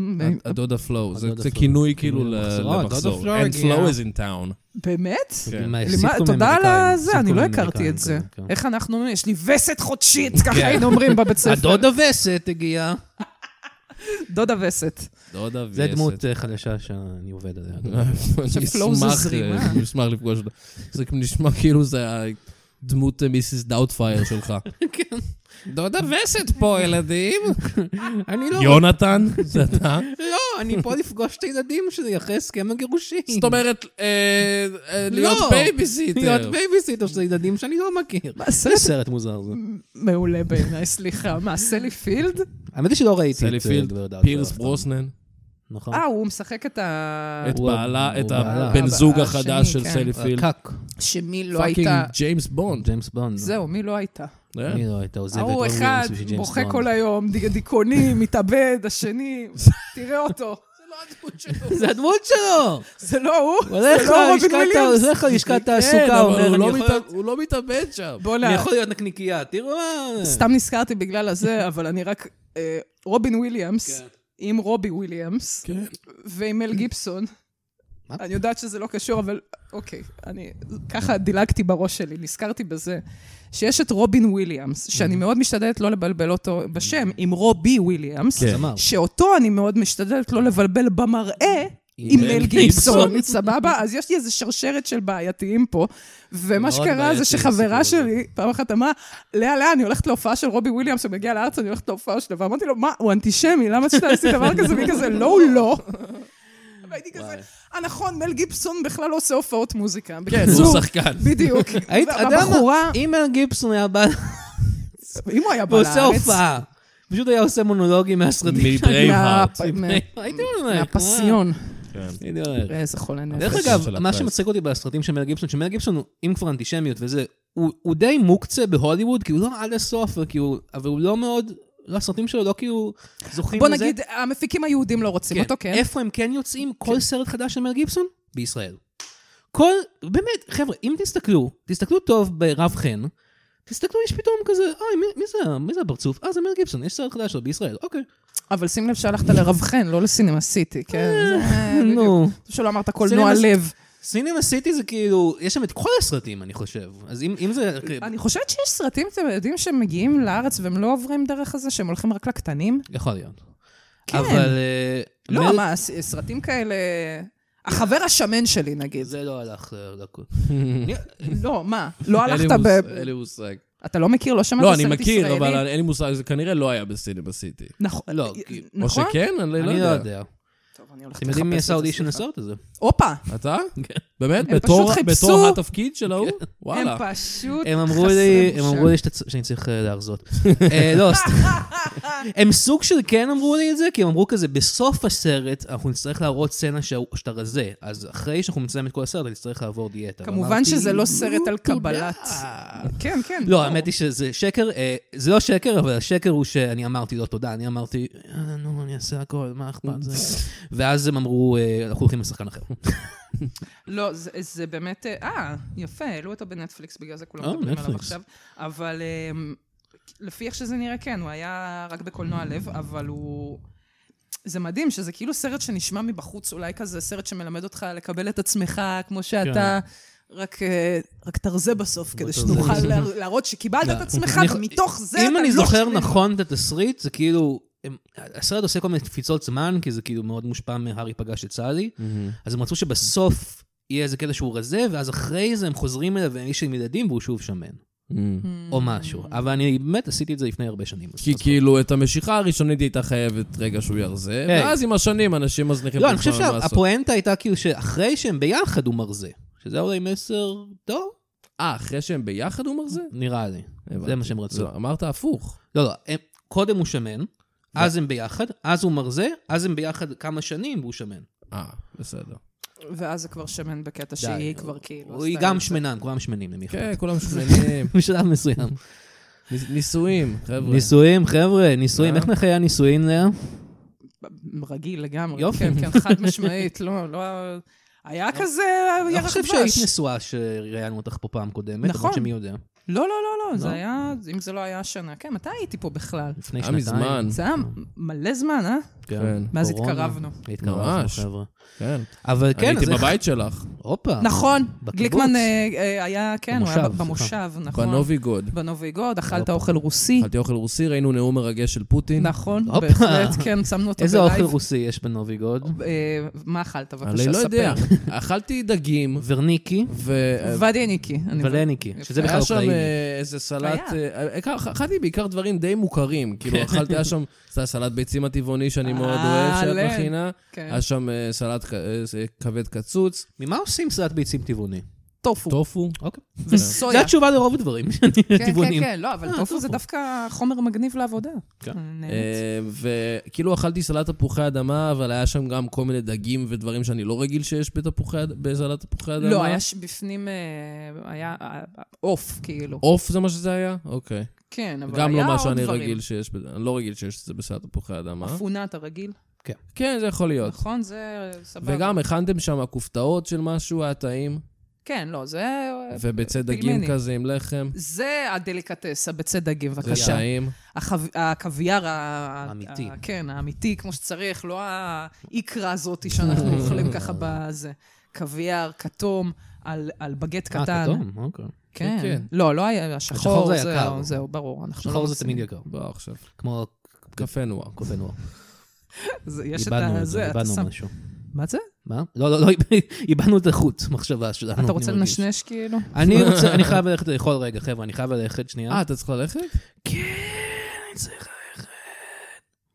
Speaker 4: מ-
Speaker 2: הדודה flow. זה-
Speaker 3: הדודה
Speaker 2: זה
Speaker 3: flow.
Speaker 2: כינוי כאילו ל-
Speaker 3: למחזור, הדודה
Speaker 2: למחזור.
Speaker 3: flow
Speaker 2: And
Speaker 3: הגיעה.
Speaker 2: flow is in town.
Speaker 4: באמת?
Speaker 2: כן.
Speaker 4: למה- תודה על זה, אני לא הכרתי את זה.
Speaker 3: כן,
Speaker 4: איך אנחנו, יש לי וסת חודשית, ככה היינו אומרים בבית ספר.
Speaker 3: הדודה וסת הגיעה.
Speaker 4: דודה וסת.
Speaker 2: דודה
Speaker 3: זה
Speaker 2: ויסת.
Speaker 3: דמות אה, חדשה שאני עובד עליה.
Speaker 2: אני
Speaker 4: flow זה
Speaker 2: אשמח,
Speaker 4: זרימה.
Speaker 2: אני אשמח לפגוש אותה. זה כאילו נשמע כאילו זה הדמות מיסיס דאוטפייר שלך.
Speaker 4: לא.
Speaker 3: כן.
Speaker 2: דודה וסת פה, ילדים.
Speaker 3: אני לא...
Speaker 2: יונתן, זה אתה?
Speaker 3: לא, אני פה לפגוש את הילדים שלי אחרי הסכם הגירושים.
Speaker 2: זאת אומרת, אה, אה, להיות
Speaker 3: לא.
Speaker 2: בייביסיטר.
Speaker 3: להיות
Speaker 4: אה,
Speaker 3: בייביסיטר של ילדים שאני לא מכיר.
Speaker 4: מה,
Speaker 3: זה
Speaker 4: סרט?
Speaker 3: סרט מוזר זה.
Speaker 4: מעולה בעיניי, סליחה. מה, סלי פילד?
Speaker 3: האמת היא שלא ראיתי
Speaker 2: סלי
Speaker 3: את אה,
Speaker 2: פילד,
Speaker 3: גברת דארק.
Speaker 2: פירס ברוסנן.
Speaker 3: נכון.
Speaker 4: אה, הוא משחק את ה...
Speaker 2: את
Speaker 3: הוא
Speaker 2: בעלה,
Speaker 3: ה-
Speaker 2: את
Speaker 3: הוא בעלה.
Speaker 2: הבן זוג
Speaker 4: השני,
Speaker 2: החדש של
Speaker 4: כן.
Speaker 2: סלי
Speaker 3: לא,
Speaker 2: פילד.
Speaker 3: אה, קאק.
Speaker 4: שמי לא
Speaker 2: פאקינג
Speaker 4: הייתה...
Speaker 2: ג'יימס בונד.
Speaker 3: ג'יימס בונד.
Speaker 4: זהו, מי לא הייתה?
Speaker 2: אה?
Speaker 3: אני לא הייתה עוזבת.
Speaker 4: ההוא
Speaker 3: רון
Speaker 4: אחד,
Speaker 3: וויליאמס וג'יימס
Speaker 4: בוכה
Speaker 3: בונד.
Speaker 4: כל היום, ד- דיכאוני, מתאבד, השני, תראה אותו. זה לא הדמות שלו.
Speaker 3: זה הדמות שלו!
Speaker 4: זה לא הוא,
Speaker 3: הוא הולך
Speaker 4: זה לא רובין
Speaker 3: ללשכת ה-
Speaker 4: וויליאמס.
Speaker 3: הוא הולך ללשכת
Speaker 2: כן,
Speaker 3: תעסוקה,
Speaker 2: אבל
Speaker 3: הוא אומר,
Speaker 2: הוא
Speaker 3: "אני
Speaker 2: לא
Speaker 3: יכול
Speaker 2: מת-
Speaker 3: להיות-
Speaker 2: הוא לא מתאבד שם.
Speaker 3: אני
Speaker 4: בוא'נה,
Speaker 3: יכול להיות נקניקייה, תראו מה...
Speaker 4: לא. סתם נזכרתי בגלל הזה, אבל אני רק... אה, רובין וויליאמס,
Speaker 3: כן.
Speaker 4: עם רובי וויליאמס,
Speaker 2: כן.
Speaker 4: ועם מל גיבסון.
Speaker 3: מה?
Speaker 4: אני יודעת שזה לא קשור, אבל אוקיי, אני ככה דילגתי בראש שלי, נזכרתי בזה, שיש את רובין וויליאמס, שאני מאוד משתדלת לא לבלבל אותו בשם, עם רובי וויליאמס,
Speaker 2: כן.
Speaker 3: זמר.
Speaker 4: שאותו אני מאוד משתדלת לא לבלבל במראה עם מל גיבסון, סבבה? אז יש לי איזו שרשרת של בעייתיים פה, ומה
Speaker 2: מאוד
Speaker 4: שקרה
Speaker 2: בעייתי
Speaker 4: זה שחברה
Speaker 2: הסיפור
Speaker 4: שלי פעם אחת אמרה, לאה, לאה, אני הולכת להופעה של רובי וויליאמס, הוא מגיע לארץ, אני הולכת להופעה שלו, ואמרתי לו, מה, הוא אנטישמי, למה שאתה עשית דבר כזה? והיא כזה, לא, הוא לא. והייתי כזה, אה, נכון, מל גיבסון בכלל לא עושה הופעות מוזיקה.
Speaker 2: כן,
Speaker 4: בקיצור,
Speaker 2: הוא שחקן.
Speaker 4: בדיוק.
Speaker 3: היית אדם,
Speaker 4: הבחורה,
Speaker 3: אם מל גיבסון היה בא
Speaker 4: אם הוא היה בא לארץ...
Speaker 3: ועושה הופעה, פשוט היה עושה מונולוגים מהסרטים.
Speaker 2: מברייבהארט.
Speaker 4: מה-
Speaker 3: הייתי אומר,
Speaker 4: מהפסיון.
Speaker 3: הייתי אומר.
Speaker 4: איזה חולה נפש.
Speaker 3: דרך
Speaker 2: הפרס של
Speaker 3: אגב, מה
Speaker 2: הפרס.
Speaker 3: שמצחיק אותי בסרטים של מל גיבסון, שמל גיבסון הוא, אם כבר אנטישמיות וזה, הוא הוא די מוקצה בהוליווד, כי הוא לא עד הסוף, וכי הוא- אבל הוא לא מאוד, לא, הסרטים שלו לא כאילו זוכים
Speaker 4: בוא
Speaker 3: לזה.
Speaker 4: נגיד, המפיקים היהודים לא רוצים אותו, כן?
Speaker 3: איפה הם כן יוצאים? כל סרט חדש של מל גיבסון? בישראל. כל, באמת, חבר'ה, אם תסתכלו, תסתכלו טוב ברב חן, תסתכלו, יש פתאום כזה, אוי, מי, מי זה, מי זה הפרצוף? אה, זה מל גיבסון, יש סרט חדש שלו בישראל, אוקיי.
Speaker 4: אבל שים לב שהלכת לרב חן, לא לסינמה סיטי, כן?
Speaker 3: אה.
Speaker 4: זה-
Speaker 3: נו.
Speaker 4: טוב שלא אמרת קולנוע
Speaker 3: סינמה-
Speaker 4: לב.
Speaker 3: סינמה סיטי זה כאילו, יש שם את כל הסרטים, אני חושב. אז אם, אם זה...
Speaker 4: אני חושבת שיש סרטים, אתם יודעים, שהם מגיעים לארץ והם לא עוברים דרך הזה, שהם הולכים רק לקטנים?
Speaker 3: יכול להיות.
Speaker 4: כן.
Speaker 3: אבל... אה,
Speaker 4: לא,
Speaker 3: מל-
Speaker 4: מה, ס- סרטים כאלה... החבר השמן שלי, נגיד.
Speaker 3: זה לא הלך אה, לקול.
Speaker 4: לא, מה?
Speaker 2: אין
Speaker 4: לא
Speaker 2: לי
Speaker 4: הלכת
Speaker 2: מוס-
Speaker 4: ב...
Speaker 2: אין לי מושג.
Speaker 4: אתה לא מכיר, לא שמעת
Speaker 2: לא,
Speaker 4: סרט
Speaker 2: אני
Speaker 4: ישראלי?
Speaker 2: מכיר, אבל אין לי מושג, זה כנראה לא היה בסינמה סיטי.
Speaker 4: נכון.
Speaker 3: לא, כי-
Speaker 2: או
Speaker 4: נכון?
Speaker 2: שכן? אני לא
Speaker 3: אני לא
Speaker 2: יודע.
Speaker 3: יודע.
Speaker 4: טוב, אני הולכת
Speaker 3: אתם יודעים מי
Speaker 4: לחפש
Speaker 3: עשה
Speaker 4: את זה,
Speaker 3: אודישן
Speaker 4: סליחה.
Speaker 3: לסרט הזה?
Speaker 4: הופה!
Speaker 2: אתה?
Speaker 3: כן.
Speaker 2: באמת?
Speaker 4: הם
Speaker 2: בתור
Speaker 4: פשוט חיפשו- כן.
Speaker 2: בתור התפקיד של ההוא?
Speaker 4: הם
Speaker 2: וואלה.
Speaker 4: פשוט
Speaker 3: הם אמרו
Speaker 4: חסרי
Speaker 3: לי, הם
Speaker 4: בושה.
Speaker 3: אמרו לי שת- שאני צריך אה, להרזות. אה, לא, סתם. הם סוג של כן אמרו לי את זה, כי הם אמרו כזה, בסוף הסרט אנחנו נצטרך להראות סצנה שה- שאתה רזה, אז אחרי שאנחנו נצלם את כל הסרט, אני צריך לעבור דיאטה.
Speaker 4: כמובן
Speaker 3: ואמרתי,
Speaker 4: שזה לא סרט על קבלת.
Speaker 3: "תודה."
Speaker 4: כן, כן.
Speaker 3: לא, האמת היא שזה שקר, אה, זה לא שקר, אבל השקר הוא שאני אמרתי לו תודה, אני אמרתי, "אה, נו, אני אעשה הכל, מה אכפת זה? ואז הם אמרו, אה, אנחנו הולכים לשחקן אחר.
Speaker 4: לא, זה, זה באמת... אה, אה, יפה, העלו אותו בנטפליקס, בגלל זה כולם
Speaker 3: אה,
Speaker 4: מדברים עליו
Speaker 3: נטפליקס.
Speaker 4: עכשיו. אבל אמ, לפי איך שזה נראה, כן, הוא היה רק בקולנוע לב, אבל הוא... זה מדהים שזה כאילו סרט שנשמע מבחוץ, אולי כזה סרט שמלמד אותך לקבל את עצמך כמו שאתה, רק, אה, רק תרזה בסוף, כדי
Speaker 3: כן. תרזה. כן.
Speaker 4: שנוכל לה- להראות שקיבלת את עצמך,
Speaker 3: אני-
Speaker 4: ומתוך זה
Speaker 3: אם
Speaker 4: אתה
Speaker 3: אני
Speaker 4: לא
Speaker 3: זוכר
Speaker 4: שלילי.
Speaker 3: נכון את התסריט, זה כאילו, הם- הסרט עושה כל מיני תפיצות זמן, כי זה כאילו מאוד מושפע מהארי פגש את סאלי,
Speaker 2: מהמם.
Speaker 3: אז הם רצו שבסוף יהיה איזה קטע שהוא רזה, ואז אחרי זה הם חוזרים אליו והם איש עם ילדים והוא שוב שמן,
Speaker 2: מהמם.
Speaker 3: או משהו. אבל אני באמת עשיתי את זה לפני הרבה שנים. אז-
Speaker 2: Mm. כי כאילו, את המשיכה הראשונית היא הייתה חייבת רגע שהוא ירזה,
Speaker 3: כן.
Speaker 2: ואז עם השנים אנשים מזניחים
Speaker 3: לא,
Speaker 2: את
Speaker 3: אני חושב
Speaker 2: עצמם מה לעשות.
Speaker 3: שהפואנטה הייתה כאילו שאחרי שהם ביחד הוא מרזה. שזה אולי מסר טוב,
Speaker 2: אה, אחרי שהם ביחד הוא מרזה?
Speaker 3: נראה לי.
Speaker 2: הבנתי.
Speaker 3: מה שהם רצו.
Speaker 2: לא, אמרת הפוך.
Speaker 3: לא, לא, הם, קודם הוא שמן, אז הם ביחד, אז הוא מרזה, אז הם ביחד כמה שנים והוא שמן.
Speaker 2: אה, בסדר.
Speaker 4: ואז זה כבר שמן בקטע
Speaker 3: די,
Speaker 4: שהיא כבר כאילו...
Speaker 3: הוא- היא
Speaker 4: עשתה
Speaker 3: גם
Speaker 4: את זה.
Speaker 3: שמנה, הם כולם שמנים, למי
Speaker 2: כן,
Speaker 3: אכפת.
Speaker 2: כולם שמנים.
Speaker 3: בשלב מסוים.
Speaker 2: ניס- נישואים, חבר'ה.
Speaker 3: נישואים, חבר'ה, נישואים,
Speaker 2: אה?
Speaker 3: איך מחיי הנישואים לאה?
Speaker 4: רגיל לגמרי.
Speaker 3: יופי. לא.
Speaker 4: יופי. כן, כן, חד משמעית, לא, לא... היה כזה
Speaker 3: אני
Speaker 4: ירח
Speaker 3: חושב שהיית
Speaker 4: דבש.
Speaker 3: נשואה שראיינו אותך פה פעם קודמת,
Speaker 4: נכון.
Speaker 3: למרות שמי יודע,
Speaker 4: לא, לא, לא, לא, זה היה, אם זה לא היה השנה. כן, מתי הייתי פה בכלל?
Speaker 3: לפני
Speaker 2: היה
Speaker 3: שנתיים.
Speaker 2: מזמן.
Speaker 4: זה היה מלא זמן, אה?
Speaker 2: כן.
Speaker 4: מאז
Speaker 3: קורונה.
Speaker 4: התקרבנו.
Speaker 3: התקרבנו,
Speaker 2: ממש.
Speaker 3: חבר'ה.
Speaker 2: כן.
Speaker 3: אבל
Speaker 2: אני
Speaker 3: כן,
Speaker 2: הייתי
Speaker 3: זה...
Speaker 2: בבית שלך,
Speaker 3: הופה.
Speaker 4: נכון,
Speaker 3: אה, בקיבוץ.
Speaker 4: גליקמן אה, אה, היה, כן, הוא היה
Speaker 3: במושב,
Speaker 4: במושב, נכון.
Speaker 2: בנוביגוד.
Speaker 4: בנוביגוד, אכלת
Speaker 3: הופה.
Speaker 4: אוכל רוסי.
Speaker 2: אכלתי אוכל רוסי, ראינו נאום מרגש של פוטין.
Speaker 4: נכון,
Speaker 3: הופה.
Speaker 4: בהחלט, כן, שמנו אותו בלייב.
Speaker 3: איזה אוכל רוסי יש בנוביגוד?
Speaker 4: אה, מה אכלת? בבקשה, ספר.
Speaker 2: אני לא יודע. אכלתי דגים,
Speaker 3: ורניקי
Speaker 2: ו...
Speaker 4: ודיניקי. אני-
Speaker 3: ולניקי, שזה בכלל לא
Speaker 2: היה שם
Speaker 3: אוקראיני.
Speaker 2: אה, איזה סלט,
Speaker 4: היה.
Speaker 2: אה, אה, אכ- אכלתי בעיקר דברים די מוכרים, כאילו אכלתי, היה שם זה הסלט ביצים הטבעוני שאני מאוד
Speaker 4: אה,
Speaker 2: אוהב, שאת
Speaker 4: לב.
Speaker 2: מכינה,
Speaker 4: כן.
Speaker 2: היה שם אה, סלט כ- אה, זה כבד קצוץ,
Speaker 3: ממה עושים סלט ביצים טבעוני?
Speaker 4: טופו.
Speaker 2: טופו,
Speaker 3: אוקיי.
Speaker 4: וסויה.
Speaker 3: זו התשובה לרוב הדברים, אה, טבעונים.
Speaker 4: כן, כן, כן, לא, אבל טופו זה דווקא חומר מגניב לעבודה.
Speaker 3: כן.
Speaker 4: אני נהנית.
Speaker 2: אה, וכאילו אכלתי סלט תפוחי אדמה, אבל היה שם גם כל מיני דגים ודברים שאני לא רגיל שיש בתפוחי אד- בסלט תפוחי אדמה.
Speaker 4: לא, היה ש- בפנים, אה, היה אה, עוף, כאילו.
Speaker 2: עוף זה מה שזה היה? אוקיי.
Speaker 4: כן, אבל היה
Speaker 2: גם
Speaker 4: עוד דברים.
Speaker 2: לא מה שאני רגיל שיש, ב- אני לא רגיל שיש את זה בסלט תפוחי אדמה.
Speaker 4: אפונה אתה רגיל,
Speaker 2: כן, זה יכול להיות.
Speaker 4: נכון? זה סבבה.
Speaker 2: וגם הכנתם שם כופתאות של משהו, היה טעים,
Speaker 4: כן, לא, זה...
Speaker 2: וביצי דגים
Speaker 4: פיגמני.
Speaker 2: כזה עם לחם.
Speaker 4: זה הדליקטס, הביצי דגים,
Speaker 2: זה
Speaker 4: בבקשה.
Speaker 2: טעים.
Speaker 4: החב- הקוויאר ה-
Speaker 3: האמיתי.
Speaker 4: ה- כן, האמיתי, כמו שצריך, לא האיקרה הזאת שאנחנו אוכלים ככה בזה. קוויאר, כתום, על על בגט
Speaker 3: אה,
Speaker 4: קטן.
Speaker 3: כתום, אוקיי.
Speaker 2: כן.
Speaker 4: כן. לא, לא היה,
Speaker 3: השחור
Speaker 4: השחור
Speaker 3: זה יקר.
Speaker 4: זהו, זהו, ברור. אנחנו
Speaker 3: שחור
Speaker 4: לא
Speaker 3: זה
Speaker 4: מסיעים.
Speaker 3: תמיד יקר.
Speaker 2: בוא עכשיו,
Speaker 3: כמו
Speaker 2: קפה נוער.
Speaker 3: קופנוע.
Speaker 4: זה- יש את
Speaker 3: איבדנו את
Speaker 4: הזה,
Speaker 3: זה,
Speaker 4: אתה
Speaker 3: איבדנו
Speaker 4: שם...
Speaker 3: משהו.
Speaker 4: מה זה?
Speaker 3: מה? לא, לא, לא, איבדנו את החוט מחשבה שלנו.
Speaker 4: אתה
Speaker 3: אני
Speaker 4: רוצה
Speaker 3: מרגיש.
Speaker 4: לנשנש כאילו?
Speaker 3: אני רוצה, אני חייב ללכת לאכול רגע, חבר'ה, אני חייב ללכת שנייה.
Speaker 2: אה, אתה צריך ללכת? כן,
Speaker 3: אני צריך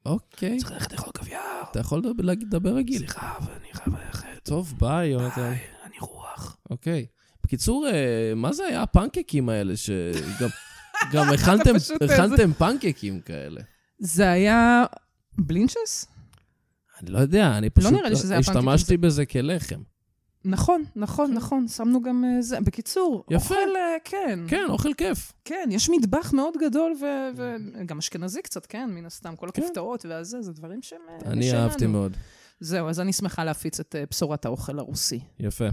Speaker 2: אוקיי.
Speaker 3: ללכת לאכול קוויאר.
Speaker 2: אתה יכול לדבר- לדבר רגיל.
Speaker 3: סליחה, אבל אני חייב ללכת.
Speaker 2: טוב, ביי, יונתן.
Speaker 3: אני רוח.
Speaker 2: אוקיי. בקיצור, אה, מה זה היה הפנקקים האלה ש... גם- גם הכנתם-
Speaker 4: פשוט איזה-
Speaker 2: הכנתם פנקקים כאלה.
Speaker 4: זה היה בלינצ'ס?
Speaker 2: אני לא יודע, אני פשוט...
Speaker 4: נראה לי שזה היה פנקקים,
Speaker 2: השתמשתי בזה כלחם.
Speaker 4: נכון, נכון, נכון, שמנו גם אה, זה. בקיצור,
Speaker 2: כן. יפה.
Speaker 4: אוכל, אה, כן,
Speaker 2: כן, אוכל כיף.
Speaker 4: כן, יש מטבח מאוד גדול, ו-
Speaker 2: Mm.
Speaker 4: וגם אשכנזי קצת, כן, מן הסתם, כל הכפתרות והזה, זה דברים שהם אה,
Speaker 2: אני
Speaker 4: משלנו.
Speaker 2: אהבתי מאוד.
Speaker 4: זהו, אז אני שמחה להפיץ את אה, בשורת האוכל הרוסי.
Speaker 2: יפה.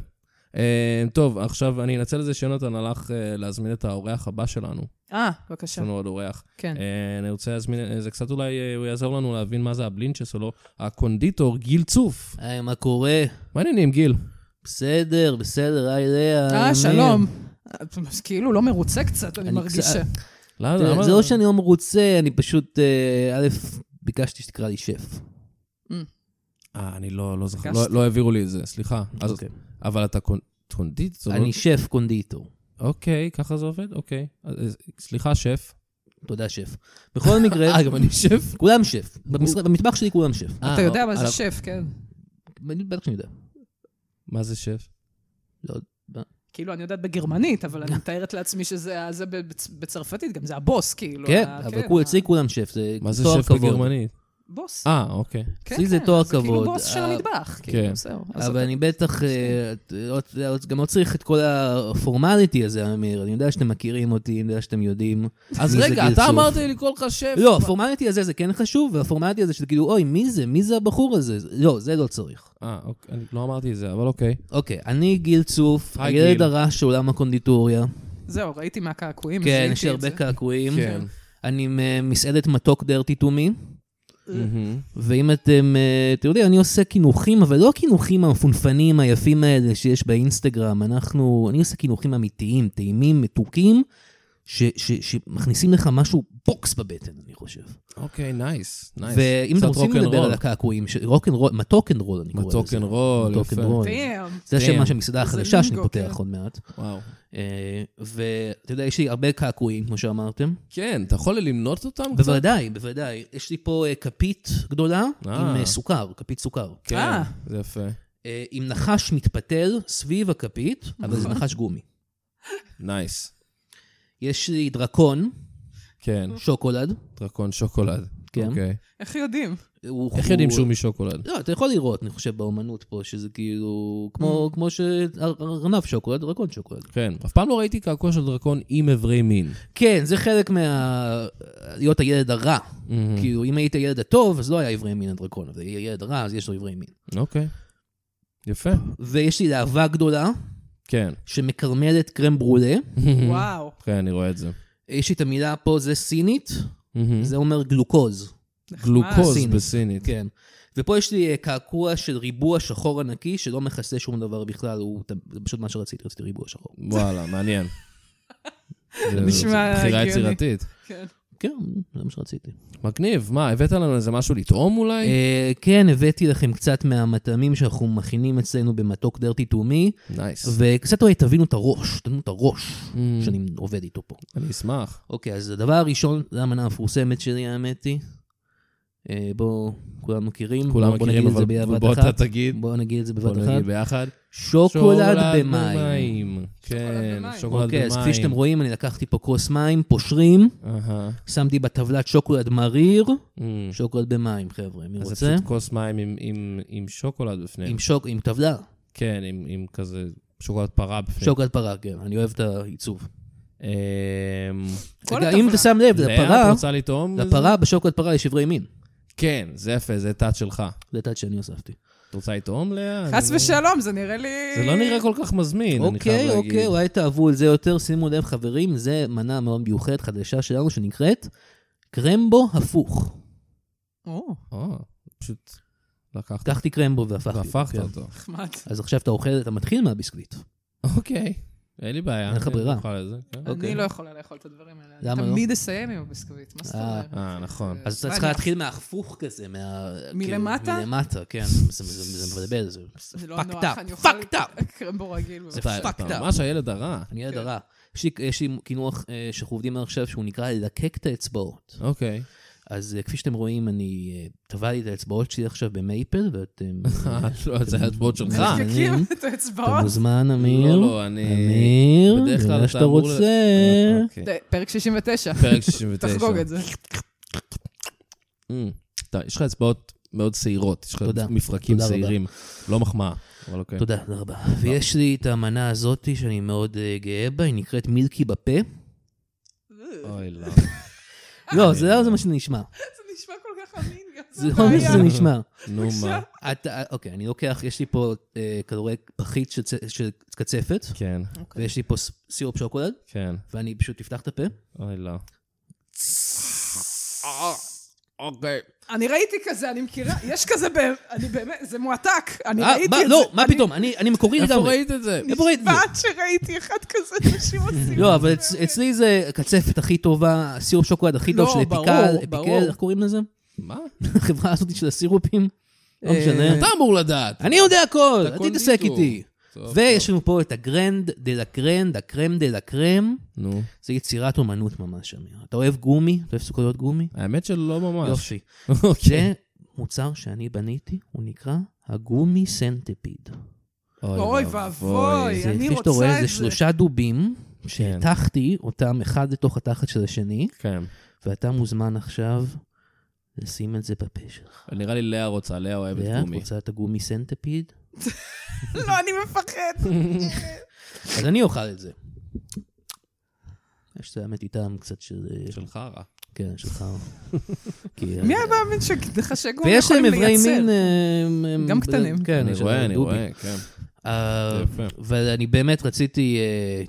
Speaker 2: אה, טוב, עכשיו אני אנצל את זה שיונתן הלך אה, להזמין את האורח הבא שלנו.
Speaker 4: אה,
Speaker 2: יש
Speaker 4: בבקשה,
Speaker 2: לנו עוד אורח.
Speaker 4: כן.
Speaker 2: אה, אני רוצה להזמין, אה, זה קצת אולי, אה, הוא יעזור לנו להבין מה זה הבלינצ'ס או לא. הקונדיטור גיל צוף.
Speaker 3: היי, מה קורה?
Speaker 2: מה העניינים, גיל?
Speaker 3: בסדר, בסדר, היי, לאה.
Speaker 4: אה,
Speaker 3: אמיר.
Speaker 4: שלום. כאילו לא מרוצה קצת, אני
Speaker 3: אני
Speaker 4: מרגישה.
Speaker 3: קצת-
Speaker 2: למה?
Speaker 3: תראה,
Speaker 2: למה-
Speaker 3: זה לא שאני לא מרוצה, אני פשוט, אה, א', ביקשתי שתקרא לי שף.
Speaker 2: אה, אני לא לא זוכר, לא-
Speaker 4: הרגשתי.
Speaker 2: לא העבירו לי את זה, סליחה. אז-
Speaker 3: אוקיי.
Speaker 2: אבל אתה קונ- קונדיטור?
Speaker 3: אני שף קונדיטור.
Speaker 2: אוקיי, ככה זה עובד? אוקיי. אז- סליחה, שף.
Speaker 3: תודה, שף. בכל מקרה,
Speaker 2: אה, גם אני שף?
Speaker 3: כולם שף. במשרד- במטבח שלי כולם שף.
Speaker 4: אתה יודע מה
Speaker 2: אה,
Speaker 4: זה שף, כן.
Speaker 3: אני בטח שאני יודע.
Speaker 2: מה זה שף?
Speaker 3: לא, מה?
Speaker 4: כאילו, אני יודעת בגרמנית, אבל אני מתארת לעצמי שזה ה- זה בצ- בצרפתית, גם זה הבוס, כאילו.
Speaker 3: כן,
Speaker 4: ה-
Speaker 3: אבל
Speaker 4: כן,
Speaker 3: כול-
Speaker 4: ה-
Speaker 3: אצלי כולם שף, זה
Speaker 2: מה זה
Speaker 3: תואר
Speaker 2: שף
Speaker 3: כבוד.
Speaker 2: בגרמנית?
Speaker 4: בוס.
Speaker 2: אה, אוקיי.
Speaker 4: כן,
Speaker 3: אצלי זה
Speaker 4: כן,
Speaker 3: תואר
Speaker 4: זה כאילו
Speaker 3: כבוד.
Speaker 4: בוס של
Speaker 3: אה,
Speaker 4: המטבח,
Speaker 2: כן.
Speaker 4: כאילו, זהו. אז
Speaker 3: אבל
Speaker 4: אתה-
Speaker 3: אני בטח, אה, את- לא- לא- גם לא צריך את כל הפורמליטי הזה, אמיר. אני יודע שאתם מכירים אותי, אני יודע שאתם יודעים.
Speaker 2: אז
Speaker 3: מי זה
Speaker 2: רגע,
Speaker 3: גיל
Speaker 2: אתה
Speaker 3: צוף.
Speaker 2: אמרת לי לקרוא לך שף.
Speaker 3: לא, הפורמליטי הזה זה כן חשוב, והפורמליטי הזה שתגידו, אוי, מי זה? מי זה הבחור הזה? זה- לא, זה לא צריך.
Speaker 2: אה, אוקיי, אני לא אמרתי את זה, אבל אוקיי.
Speaker 3: אוקיי, אני גיל צוף,
Speaker 2: היי,
Speaker 3: הילד
Speaker 2: גיל.
Speaker 3: הרע של עולם הקונדיטוריה.
Speaker 4: זהו, ראיתי מהקעקועים.
Speaker 3: כן,
Speaker 4: זיהיתי
Speaker 3: יש לי
Speaker 4: את
Speaker 3: הרבה
Speaker 4: זה.
Speaker 3: קעקועים.
Speaker 2: כן.
Speaker 3: אני ממסעדת מתוק דרטי טו מי. אה.
Speaker 2: מהמם.
Speaker 3: ואם אתם, אה, אתם יודעים, אני עושה קינוחים, אבל לא הקינוחים המפונפנים היפים האלה שיש באינסטגרם. אנחנו, אני עושה קינוחים אמיתיים, טעימים, מתוקים, ש, ש, שמכניסים לך משהו בוקס בבטן, אני חושב.
Speaker 2: אוקיי, נייס, נייס.
Speaker 3: ואם
Speaker 2: קצת
Speaker 3: אתם רוצים לדבר
Speaker 2: רוקנרול.
Speaker 3: על הקעקועים, ש- רוקנרול, מתוקנרול, אני קורא לזה.
Speaker 2: מתוקנרול, יפה.
Speaker 3: מתוקנרול.
Speaker 4: Damn.
Speaker 3: זה השם
Speaker 2: Damn.
Speaker 3: של המסעדה
Speaker 4: זה
Speaker 3: החדשה שאני
Speaker 4: לינגו,
Speaker 3: פותח
Speaker 4: כן.
Speaker 3: עוד מעט.
Speaker 2: וואו.
Speaker 3: אה, ואתה יודע, יש לי הרבה קעקועים, כמו שאמרתם.
Speaker 2: כן, אתה יכול למנות אותם קצת?
Speaker 3: בוודאי, בוודאי. יש לי פה אה, כפית גדולה עם
Speaker 2: אה.
Speaker 3: אה, סוכר, כפית סוכר.
Speaker 2: כן,
Speaker 4: אה.
Speaker 2: זה יפה.
Speaker 3: אה, עם נחש מתפתל סביב הכפית, אבל זה נחש גומי.
Speaker 2: נייס.
Speaker 3: יש לי דרקון,
Speaker 2: כן,
Speaker 3: שוקולד,
Speaker 2: דרקון שוקולד.
Speaker 3: כן.
Speaker 2: אוקיי.
Speaker 4: איך יודעים?
Speaker 3: הוא-
Speaker 2: איך
Speaker 3: הוא-
Speaker 2: יודעים שהוא משוקולד?
Speaker 3: לא, אתה יכול לראות, אני חושב, באומנות פה, שזה כאילו, כמו, כמו שארנב שוקולד, דרקון שוקולד.
Speaker 2: כן. אף פעם לא ראיתי קעקוע של דרקון עם אברי מין.
Speaker 3: כן, זה חלק מה... להיות הילד הרע.
Speaker 2: Mm.
Speaker 3: כאילו, אם היית ילד הטוב, אז לא היה עברי מין הדרקון, אבל היה ילד רע, אז יש לו עברי מין.
Speaker 2: אוקיי. יפה.
Speaker 3: ויש לי להבה גדולה,
Speaker 2: כן.
Speaker 3: שמקרמלת קרם ברולה.
Speaker 4: וואו.
Speaker 2: כן, אני רואה את זה.
Speaker 3: יש לי את המילה פה, זה סינית,
Speaker 2: מהמם.
Speaker 3: Mm-hmm. זה אומר גלוקוז.
Speaker 2: גלוקוז
Speaker 3: סינית.
Speaker 2: בסינית.
Speaker 3: כן. ופה יש לי אה, קעקוע של ריבוע שחור ענקי, שלא מכסה שום דבר בכלל, הוא זה פשוט מה שרציתי, רציתי ריבוע שחור.
Speaker 2: וואלה, מעניין. זה-
Speaker 4: נשמע
Speaker 2: זה בחירה
Speaker 4: הגיוני.
Speaker 2: יצירתית.
Speaker 4: כן.
Speaker 3: כן, זה מה שרציתי.
Speaker 2: מגניב, מה, הבאת לנו איזה משהו לטעום אולי?
Speaker 3: אה, כן, הבאתי לכם קצת מהמטעמים שאנחנו מכינים אצלנו במתוק דרטי טומי,
Speaker 2: נייס.
Speaker 3: וקצת אולי תבינו את הראש, תבינו את הראש
Speaker 2: Mm.
Speaker 3: שאני עובד איתו פה.
Speaker 2: אני אשמח.
Speaker 3: אוקיי, אז הדבר הראשון, זו המנה המפורסמת שלי, האמת היא. אה, בואו, כולם מכירים.
Speaker 2: כולם
Speaker 3: בואו
Speaker 2: מכירים,
Speaker 3: נגיד את זה
Speaker 2: אבל
Speaker 3: ביחד
Speaker 2: אבל בוא
Speaker 3: אחת.
Speaker 2: אתה תגיד.
Speaker 3: בואו נגיד את זה
Speaker 2: בוא
Speaker 3: בבת אחת.
Speaker 2: נגיד ביחד.
Speaker 3: שוקולד במים.
Speaker 2: כן,
Speaker 4: במים.
Speaker 2: שוקולד במים.
Speaker 3: אוקיי, אז כפי שאתם רואים, אני לקחתי פה כוס מים, פושרים,
Speaker 2: אהה.
Speaker 3: שמתי בטבלת שוקולד מריר,
Speaker 2: אמ.
Speaker 3: שוקולד במים, חבר'ה, מי
Speaker 2: אז זה
Speaker 3: Mm. רוצה?
Speaker 2: פשוט כוס מים עם- עם- עם שוקולד בפנים.
Speaker 3: עם שוק, עם טבלה,
Speaker 2: כן, עם- עם כזה שוקולד פרה בפנים.
Speaker 3: שוקולד פרה, כן, אני אוהב את העיצוב.
Speaker 2: אמ,
Speaker 4: כל
Speaker 3: רגע, אם
Speaker 4: הטבלה.
Speaker 3: אתה שם לב,
Speaker 2: לאה, את
Speaker 3: לפרה,
Speaker 2: רוצה לטעום?
Speaker 3: לפרה בשוקולד פרה יש איברי מין.
Speaker 2: כן, זה יפה, זה טאט שלך.
Speaker 3: זה טאט שאני הוספתי.
Speaker 2: את רוצה לטעום, לאה?
Speaker 4: חס
Speaker 2: אני לא-
Speaker 4: ושלום, זה נראה לי...
Speaker 2: זה לא נראה כל כך מזמין, אני חייב
Speaker 3: אוקיי,
Speaker 2: להגיד.
Speaker 3: אוקיי, אולי תאהבו את זה יותר, שימו לב, חברים, זה מנה מאוד מיוחדת, חדשה שלנו, שנקראת קרמבו הפוך.
Speaker 4: או,
Speaker 3: אוקיי.
Speaker 2: אה, פשוט לקחת
Speaker 3: לקחתי קרמבו והפכתי.
Speaker 2: והפכת
Speaker 3: כן.
Speaker 2: אותו.
Speaker 4: נחמד.
Speaker 3: אז עכשיו אתה אוכל, אתה מתחיל מהביסקוויט.
Speaker 2: אוקיי. אין לי בעיה.
Speaker 3: אין לך
Speaker 2: אני
Speaker 3: ברירה.
Speaker 2: אוכל את זה, כן.
Speaker 3: אוקיי.
Speaker 4: אני לא יכולה לאכול את הדברים האלה.
Speaker 3: למה
Speaker 4: אני
Speaker 3: לא?
Speaker 4: תמיד אסיים עם הביסקוויט, מה זאת
Speaker 3: אה,
Speaker 4: אומרת?
Speaker 2: אה, נכון.
Speaker 3: אז אתה
Speaker 4: מה,
Speaker 3: צריך
Speaker 4: אני-
Speaker 3: להתחיל מההפוך כזה, מה... כאילו,
Speaker 4: מלמטה?
Speaker 3: מלמטה, כן. זה- זה- זה מבלבל, זה
Speaker 4: זה לא
Speaker 3: fucked
Speaker 4: נוח, אני
Speaker 3: up,
Speaker 4: אוכל...
Speaker 3: fucked up.
Speaker 4: קרמבו רגיל.
Speaker 3: זה
Speaker 2: אתה- אתה
Speaker 3: fucked up.
Speaker 2: ממש הילד הרע.
Speaker 3: אני ילד הרע. יש לי- יש לי קינוח אה, שאנחנו עובדים עליו עכשיו שהוא נקרא ללקק את האצבעות.
Speaker 2: אוקיי.
Speaker 3: אז אה, כפי שאתם רואים, אני אה, טבעתי את האצבעות שלי עכשיו במייפל, ואתם...
Speaker 2: אה, לא, זה האצבעות שלך.
Speaker 3: אה,
Speaker 4: מזקקים
Speaker 3: אני-
Speaker 4: את
Speaker 3: אתה
Speaker 4: האצבעות.
Speaker 3: מוזמן, אמיר.
Speaker 2: לא, לא, אני...
Speaker 3: אמיר,
Speaker 2: בדרך
Speaker 3: זה
Speaker 2: כלל
Speaker 3: מה
Speaker 2: אתה
Speaker 3: שאתה
Speaker 2: אמור ל-
Speaker 3: רוצה.
Speaker 2: אה, אוקיי.
Speaker 3: כן.
Speaker 4: די, פרק 69,
Speaker 2: פרק 69.
Speaker 4: תחגוג את זה.
Speaker 2: אמ, אתה, יש לך אצבעות מאוד שעירות, יש לך
Speaker 3: תודה.
Speaker 2: מפרקים
Speaker 3: תודה רבה.
Speaker 2: שעירים. לא מחמאה, אבל אוקיי.
Speaker 3: תודה, תודה רבה. ויש לי את המנה הזאת שאני מאוד אה, גאה בה, היא נקראת מילקי בפה.
Speaker 2: אה, אוי, לא. אה,
Speaker 3: לא, זה לא זה מה שנשמע.
Speaker 4: זה נשמע כל כך אמין, גם
Speaker 3: זה לא מה שזה נשמע.
Speaker 2: נו, מה?
Speaker 3: אתה, אוקיי, אני לוקח, יש לי פה אה, כדורי פחית של, צ- של קצפת,
Speaker 2: כן,
Speaker 3: ויש לי פה ס- סירופ שוקולד,
Speaker 2: כן.
Speaker 3: ואני פשוט אפתח את הפה.
Speaker 2: אוי, לא. אוקיי.
Speaker 4: אני ראיתי כזה, אני מכירה, יש כזה, ב- אני באמת, זה מועתק, אני
Speaker 3: אה,
Speaker 4: ראיתי את
Speaker 3: מה,
Speaker 4: זה.
Speaker 3: לא, מה פתאום, אני אני מקורי
Speaker 2: איפה
Speaker 3: לגמרי.
Speaker 2: ראית את זה?
Speaker 3: איפה ראית את זה?
Speaker 4: ועד שראיתי אחד כזה, אנשים עושים.
Speaker 3: לא,
Speaker 4: את זה.
Speaker 3: אבל אצ- אצלי זה קצפת הכי טובה, סירופ שוקולד הכי טוב
Speaker 4: לא,
Speaker 3: של
Speaker 4: ברור,
Speaker 3: אפיקל,
Speaker 4: ברור.
Speaker 3: אפיקל, איך קוראים לזה?
Speaker 2: מה?
Speaker 3: החברה הזאת של הסירופים? לא
Speaker 4: אה,
Speaker 3: משנה.
Speaker 2: אתה אמור לדעת.
Speaker 3: אני יודע הכל,
Speaker 2: אתה
Speaker 3: אל תתעסק
Speaker 2: קונדיטור.
Speaker 3: איתי.
Speaker 2: טוב,
Speaker 3: ויש לנו פה את הגרנד דה לה קרנד, הקרם דה לה קרם.
Speaker 2: טוב. נו,
Speaker 3: זה יצירת אומנות ממש, אמיר. אתה אוהב גומי? אתה אוהב סוכריות גומי?
Speaker 2: האמת שלא ממש.
Speaker 3: יופי.
Speaker 2: אוקיי.
Speaker 4: כן.
Speaker 3: זה כן. מוצר שאני בניתי, הוא נקרא הגומי סנטפיד.
Speaker 4: אוי ואבוי,
Speaker 3: זה,
Speaker 4: אני
Speaker 3: כפי שאתה רואה,
Speaker 4: רוצה
Speaker 3: זה
Speaker 4: את זה. כן.
Speaker 3: שלושה דובים שהטחתי אותם אחד לתוך התחת של השני,
Speaker 2: כן.
Speaker 3: ואתה מוזמן עכשיו לשים את זה בפה שלך.
Speaker 2: נראה לי לאה רוצה, לאה אוהבת
Speaker 3: ואת
Speaker 2: גומי.
Speaker 3: רוצה את הגומי סנטפיד?
Speaker 4: לא, אני מפחד.
Speaker 3: אז אני אוכל את זה. יש את האמת איתם קצת של...
Speaker 2: של חרא.
Speaker 3: כן, שלך. כי- אה,
Speaker 4: מי היה מאמין שחשגו
Speaker 3: ויש להם
Speaker 4: יכולים
Speaker 3: איברי
Speaker 4: לייצר?
Speaker 3: מין... אה, הם-
Speaker 4: גם
Speaker 3: הם-
Speaker 4: קטנים.
Speaker 3: כן,
Speaker 2: אני
Speaker 3: יש להם
Speaker 2: רואה, אני
Speaker 3: דובים.
Speaker 2: רואה, כן.
Speaker 3: אה,
Speaker 2: זה יפה.
Speaker 3: אבל אני באמת רציתי אה,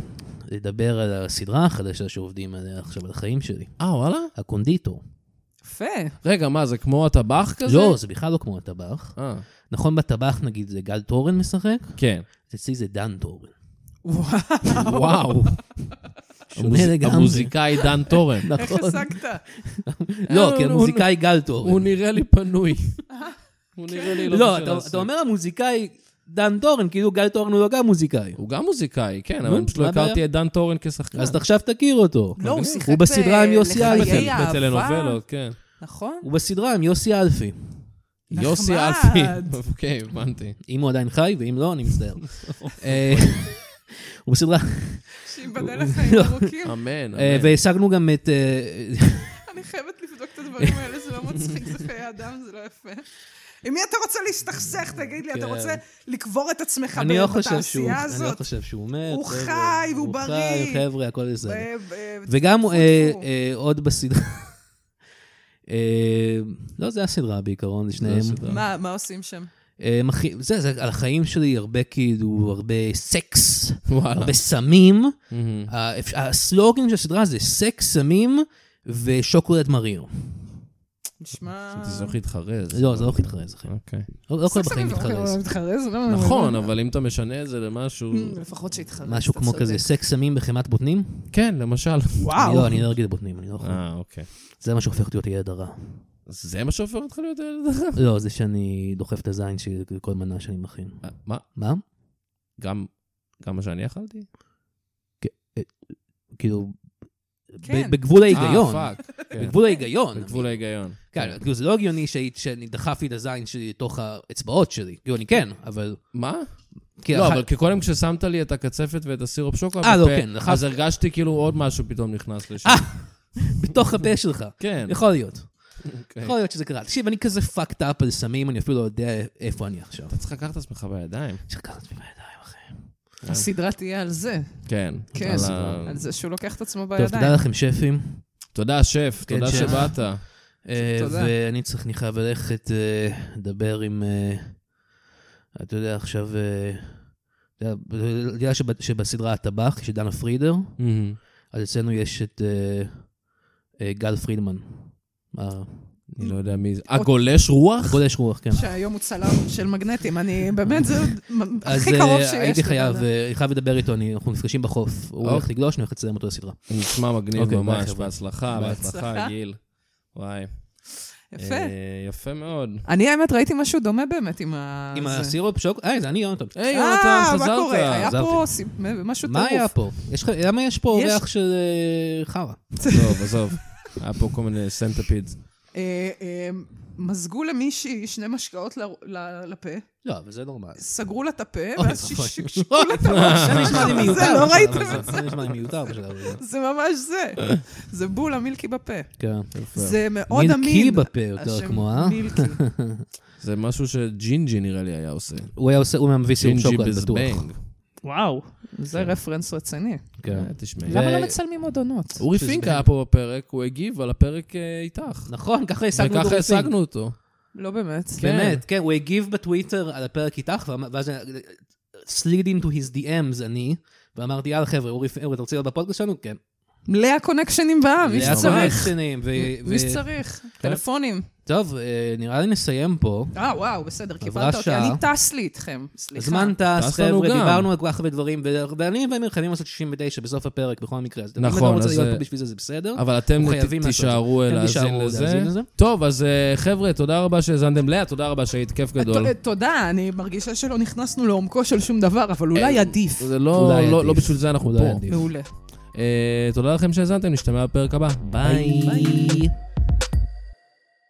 Speaker 3: לדבר על הסדרה החדשה שעובדים עליה עכשיו, על החיים שלי.
Speaker 2: אה, וואלה?
Speaker 3: הקונדיטור.
Speaker 4: יפה.
Speaker 2: רגע, מה, זה כמו הטבח כזה?
Speaker 3: לא, זה בכלל לא כמו הטבח.
Speaker 2: אה,
Speaker 3: נכון, בטבח נגיד זה גל תורן משחק,
Speaker 2: כן.
Speaker 3: אצלי זה דן תורן.
Speaker 4: וואו,
Speaker 2: וואו.
Speaker 3: שונה לגמרי.
Speaker 2: המוזיקאי דן תורן.
Speaker 4: איך
Speaker 3: נכון.
Speaker 4: השגת?
Speaker 3: לא,
Speaker 2: אה,
Speaker 3: כי
Speaker 2: הוא-
Speaker 3: המוזיקאי גל תורן.
Speaker 2: הוא נראה לי פנוי. הוא נראה לי לא...
Speaker 3: לא,
Speaker 2: בשביל
Speaker 3: אתה-
Speaker 2: לעשות.
Speaker 3: אתה אומר המוזיקאי דן תורן, כאילו גל תורן הוא לא גם מוזיקאי.
Speaker 2: הוא גם מוזיקאי, כן,
Speaker 3: נו,
Speaker 2: אבל אני פשוט לא
Speaker 3: מה
Speaker 2: הכרתי
Speaker 3: הבעיה?
Speaker 2: את דן תורן כשחקן.
Speaker 3: אז אתה עכשיו תכיר אותו.
Speaker 4: לא, הוא שיחק...
Speaker 3: הוא בסדרה עם
Speaker 4: ב-
Speaker 3: יוסי
Speaker 4: לחיי
Speaker 3: אלפי.
Speaker 4: אהבה.
Speaker 2: בטלנובלות, כן.
Speaker 4: נכון.
Speaker 3: הוא בסדרה עם יוסי אלפי.
Speaker 4: נחמד.
Speaker 2: יוסי אלפי. אוקיי, הבנתי.
Speaker 3: אם הוא עדיין חי, ואם לא, אני מצטער. אה, הוא בסדרה,
Speaker 4: שייבדל לחיים ארוכים.
Speaker 2: אמן,
Speaker 3: אה,
Speaker 2: אמן.
Speaker 3: והשגנו גם את... אה,
Speaker 4: אני חייבת לבדוק את הדברים האלה, זה לא מצחיק, זה חיי אדם, זה לא יפה. עם מי אתה רוצה להסתכסך, תגיד לי, אתה
Speaker 3: כן.
Speaker 4: רוצה לקבור את עצמך
Speaker 3: אני לא
Speaker 4: ב-
Speaker 3: חושב שהוא,
Speaker 4: בתעשייה
Speaker 3: אני לא
Speaker 4: הזאת?
Speaker 3: חושב שהוא מת.
Speaker 4: הוא
Speaker 3: חבר'ה.
Speaker 4: חי, הוא
Speaker 3: הוא חי,
Speaker 4: בריא.
Speaker 3: חבר'ה, הכל בסדר.
Speaker 4: ב- ב-
Speaker 3: וגם
Speaker 4: טפו,
Speaker 3: אה,
Speaker 4: טפו.
Speaker 3: אה, עוד בסדרה. אה, לא, זה הסדרה בעיקרון, זה שניהם.
Speaker 2: הסדרה.
Speaker 4: מה, מה עושים שם?
Speaker 3: אה, מכי- זה, זה על החיים שלי, הרבה כאילו, הרבה סקס,
Speaker 2: וואלה.
Speaker 3: הרבה סמים.
Speaker 2: מהמם.
Speaker 3: ה- הסלוגן של הסדרה זה סקס, סמים ושוקולד מריר.
Speaker 4: נשמע...
Speaker 2: תצטרך להתחרז.
Speaker 3: אה. לא, זה לא מתחרז, אחי.
Speaker 2: אוקיי.
Speaker 3: לא לא כל
Speaker 4: סקס
Speaker 3: בחיים
Speaker 4: אני לא
Speaker 3: מתחרז.
Speaker 4: מתחרז, לא, לא,
Speaker 2: נכון,
Speaker 4: לא.
Speaker 2: אבל אם אתה משנה את זה למשהו...
Speaker 4: Mm, לפחות שיתחרז.
Speaker 3: משהו
Speaker 4: אתה
Speaker 3: כמו
Speaker 4: צודק.
Speaker 3: כזה סקס, סמים וחמת בוטנים?
Speaker 2: כן, למשל.
Speaker 3: אני
Speaker 4: וואו.
Speaker 3: לא, אני אלרגי לבוטנים, אני לא יכול.
Speaker 2: אה, אוקיי.
Speaker 3: זה מה שהופך אותי לילד הרע.
Speaker 2: זה מה שהופך אותך להיות ילד?
Speaker 3: לא, זה שאני דוחף את הזין שלי כל מנה שאני מכין.
Speaker 2: אה, מה?
Speaker 3: מה?
Speaker 2: גם... גם מה שאני אכלתי?
Speaker 3: כאילו,
Speaker 4: כן.
Speaker 3: ב- בגבול ההיגיון. נכון.
Speaker 2: אה, פאק. כן.
Speaker 3: בגבול ההיגיון.
Speaker 2: בגבול ההיגיון.
Speaker 3: כן, כאילו, זה לא הגיוני שהי- שאני דחפתי את הזין שלי לתוך האצבעות שלי. כאילו, אני כן, אבל...
Speaker 2: מה?
Speaker 3: כי
Speaker 2: לא,
Speaker 3: אחת-
Speaker 2: אבל קודם כששמת לי את הקצפת ואת הסירופ שוקולד,
Speaker 3: אה, לא,
Speaker 2: בפה,
Speaker 3: כן, אחת-
Speaker 2: אז הרגשתי כאילו עוד משהו פתאום נכנס לשם.
Speaker 3: אה, בתוך הפה שלך.
Speaker 2: כן.
Speaker 3: יכול להיות.
Speaker 2: אוקיי.
Speaker 3: יכול להיות שזה קרה. תקשיב, אני כזה fucked up על סמים, אני אפילו לא יודע איפה אני עכשיו.
Speaker 2: אתה צריך לקחת את עצמך בידיים.
Speaker 3: שכחת לי בידיים, אחי.
Speaker 4: הסדרה תהיה על זה,
Speaker 2: כן.
Speaker 4: כן.
Speaker 2: על ה-
Speaker 4: על זה שהוא לוקח את עצמו
Speaker 3: אה. טוב, תודה
Speaker 4: בידיים.
Speaker 3: לכם, שפים.
Speaker 2: תודה, שף.
Speaker 3: כן,
Speaker 2: תודה
Speaker 3: שף.
Speaker 2: שבאת.
Speaker 3: אה,
Speaker 4: תודה.
Speaker 3: ואני צריך, אני חייב ללכת אה, לדבר עם, אה, אתה יודע, עכשיו, אה, אתה יודע, אתה יודע שב- שבסדרה הטבח, יש את דנה פרידר, Mm-hmm. אז אצלנו יש את אה, אה, גל פרידמן. אה,
Speaker 2: אני לא יודע מי זה. הגולש רוח?
Speaker 3: גודש רוח, כן.
Speaker 4: שהיום הוא צלם של מגנטים, אני באמת, זה עוד
Speaker 3: אז
Speaker 4: הכי קרוב
Speaker 3: אה,
Speaker 4: שיש.
Speaker 3: הייתי
Speaker 4: לי,
Speaker 3: חייב,
Speaker 4: אתה יודע.
Speaker 3: אה, חייב לדבר איתו, אני- אנחנו נפגשים בחוף. הוא
Speaker 2: אוקיי.
Speaker 3: הולך לגלוש, אני הולך לצלם אותו לסדרה.
Speaker 2: נשמע מגניב
Speaker 3: אוקיי,
Speaker 2: ממש,
Speaker 3: ביי, חבר'ה.
Speaker 2: בהצלחה, בהצלחה,
Speaker 4: בהצלחה.
Speaker 2: גיל. וואי.
Speaker 4: יפה.
Speaker 2: אה, יפה מאוד.
Speaker 4: אני, האמת, ראיתי משהו דומה באמת עם ה...
Speaker 3: עם
Speaker 4: אה, זה.
Speaker 3: הסירופ שוק? היי, זה אני יונתן.
Speaker 2: היי, יונתן,
Speaker 4: אה, מה
Speaker 2: חזרת.
Speaker 4: קורה? היה פה
Speaker 3: עזרתי.
Speaker 4: סיב- משהו
Speaker 3: מה היה
Speaker 4: טירוף.
Speaker 3: פה? יש לך- למה יש פה
Speaker 4: יש-
Speaker 3: אורח של אה, חרא?
Speaker 2: עזוב, עזוב. היה פה כל מיני סנטפידס.
Speaker 4: אה, אה, מזגו למישהי שני משקאות ל- ל- לפה,
Speaker 3: לא, אבל זה נורמל.
Speaker 4: סגרו לה את הפה,
Speaker 3: אוי,
Speaker 4: ואז
Speaker 3: אוי.
Speaker 4: שיקשקו לה את הראש.
Speaker 3: זה נשמע לי מיותר.
Speaker 4: זה לא
Speaker 3: בשלב
Speaker 4: ראיתם
Speaker 3: הזה.
Speaker 4: את זה.
Speaker 3: זה נשמע לי מיותר בשלב הזה.
Speaker 4: זה ממש זה. זה בול המילקי בפה.
Speaker 3: כן.
Speaker 4: זה מאוד אמין.
Speaker 3: מילקי בפה יותר
Speaker 4: השם
Speaker 3: כמו, אה?
Speaker 4: מילקי.
Speaker 2: זה משהו שג'ינג'י נראה לי היה עושה.
Speaker 3: הוא היה עושה, הוא היה מביא סירופ
Speaker 2: ג'ינג'י
Speaker 3: שוקולד בטוח.
Speaker 2: בזבנג.
Speaker 4: וואו, זה רפרנס רציני.
Speaker 3: כן.
Speaker 2: אה, תשמעי.
Speaker 3: ו-
Speaker 4: למה לא מצלמים עוד עונות?
Speaker 2: אורי
Speaker 3: שזה
Speaker 2: פינק
Speaker 3: בן.
Speaker 2: היה פה בפרק, הוא הגיב על הפרק אה, איתך.
Speaker 3: נכון, ככה השגנו
Speaker 2: וככה
Speaker 3: דורסים.
Speaker 2: השגנו אותו.
Speaker 4: לא באמת.
Speaker 3: באמת, כן, הוא הגיב בטוויטר על הפרק איתך, ואמר- ואז סליד into his DMs אני, ואמרתי, יאללה חבר'ה, אורי, אורי, אתה רוצה להיות בפודקאסט שלנו? כן.
Speaker 4: לאה קונקשנים בעם, מי
Speaker 3: לאט
Speaker 4: שצריך.
Speaker 3: קונקשנים, ו-
Speaker 4: מי
Speaker 3: ו-
Speaker 4: שצריך. טלפונים.
Speaker 3: טוב, אה, נראה לי נסיים פה.
Speaker 4: אה, וואו, בסדר,
Speaker 3: עברה
Speaker 4: קיבלת אותי.
Speaker 3: שעה.
Speaker 4: אני טס לי איתכם. סליחה. אה,
Speaker 3: הזמן טס,
Speaker 2: טס לנו
Speaker 3: חבר'ה,
Speaker 2: גם.
Speaker 3: דיברנו על כל כך הרבה דברים, ו- ואני והם חייבים לעשות 69 בסוף הפרק, בכל מקרה. אז
Speaker 2: נכון,
Speaker 3: אם אתה רוצה
Speaker 2: אז,
Speaker 3: להיות
Speaker 2: אה,
Speaker 3: פה בשביל זה, זה בסדר.
Speaker 2: אבל אתם
Speaker 3: אנחנו
Speaker 2: ת-
Speaker 3: חייבים לעשות
Speaker 2: תישארו
Speaker 3: את
Speaker 2: אה,
Speaker 3: זה. אתם
Speaker 2: להאזין
Speaker 3: תישארו
Speaker 2: לזה.
Speaker 3: להאזין לזה.
Speaker 2: טוב, אז אה, חבר'ה, תודה רבה שהאזנתם. לאה, תודה רבה שהיית, כיף גדול.
Speaker 4: ת- תודה, אני מרגישה שלא נכנסנו לעומקו של שום דבר, אבל אולי עדיף.
Speaker 2: זה לא,
Speaker 3: אולי
Speaker 2: לא,
Speaker 3: עדיף.
Speaker 2: לא בשביל זה אנחנו
Speaker 3: אולי
Speaker 2: פה.
Speaker 3: עדיף.
Speaker 4: מעולה.
Speaker 2: אה, תודה לכם שהאזנתם, נשתמע בפרק הבא. ביי.
Speaker 3: ביי.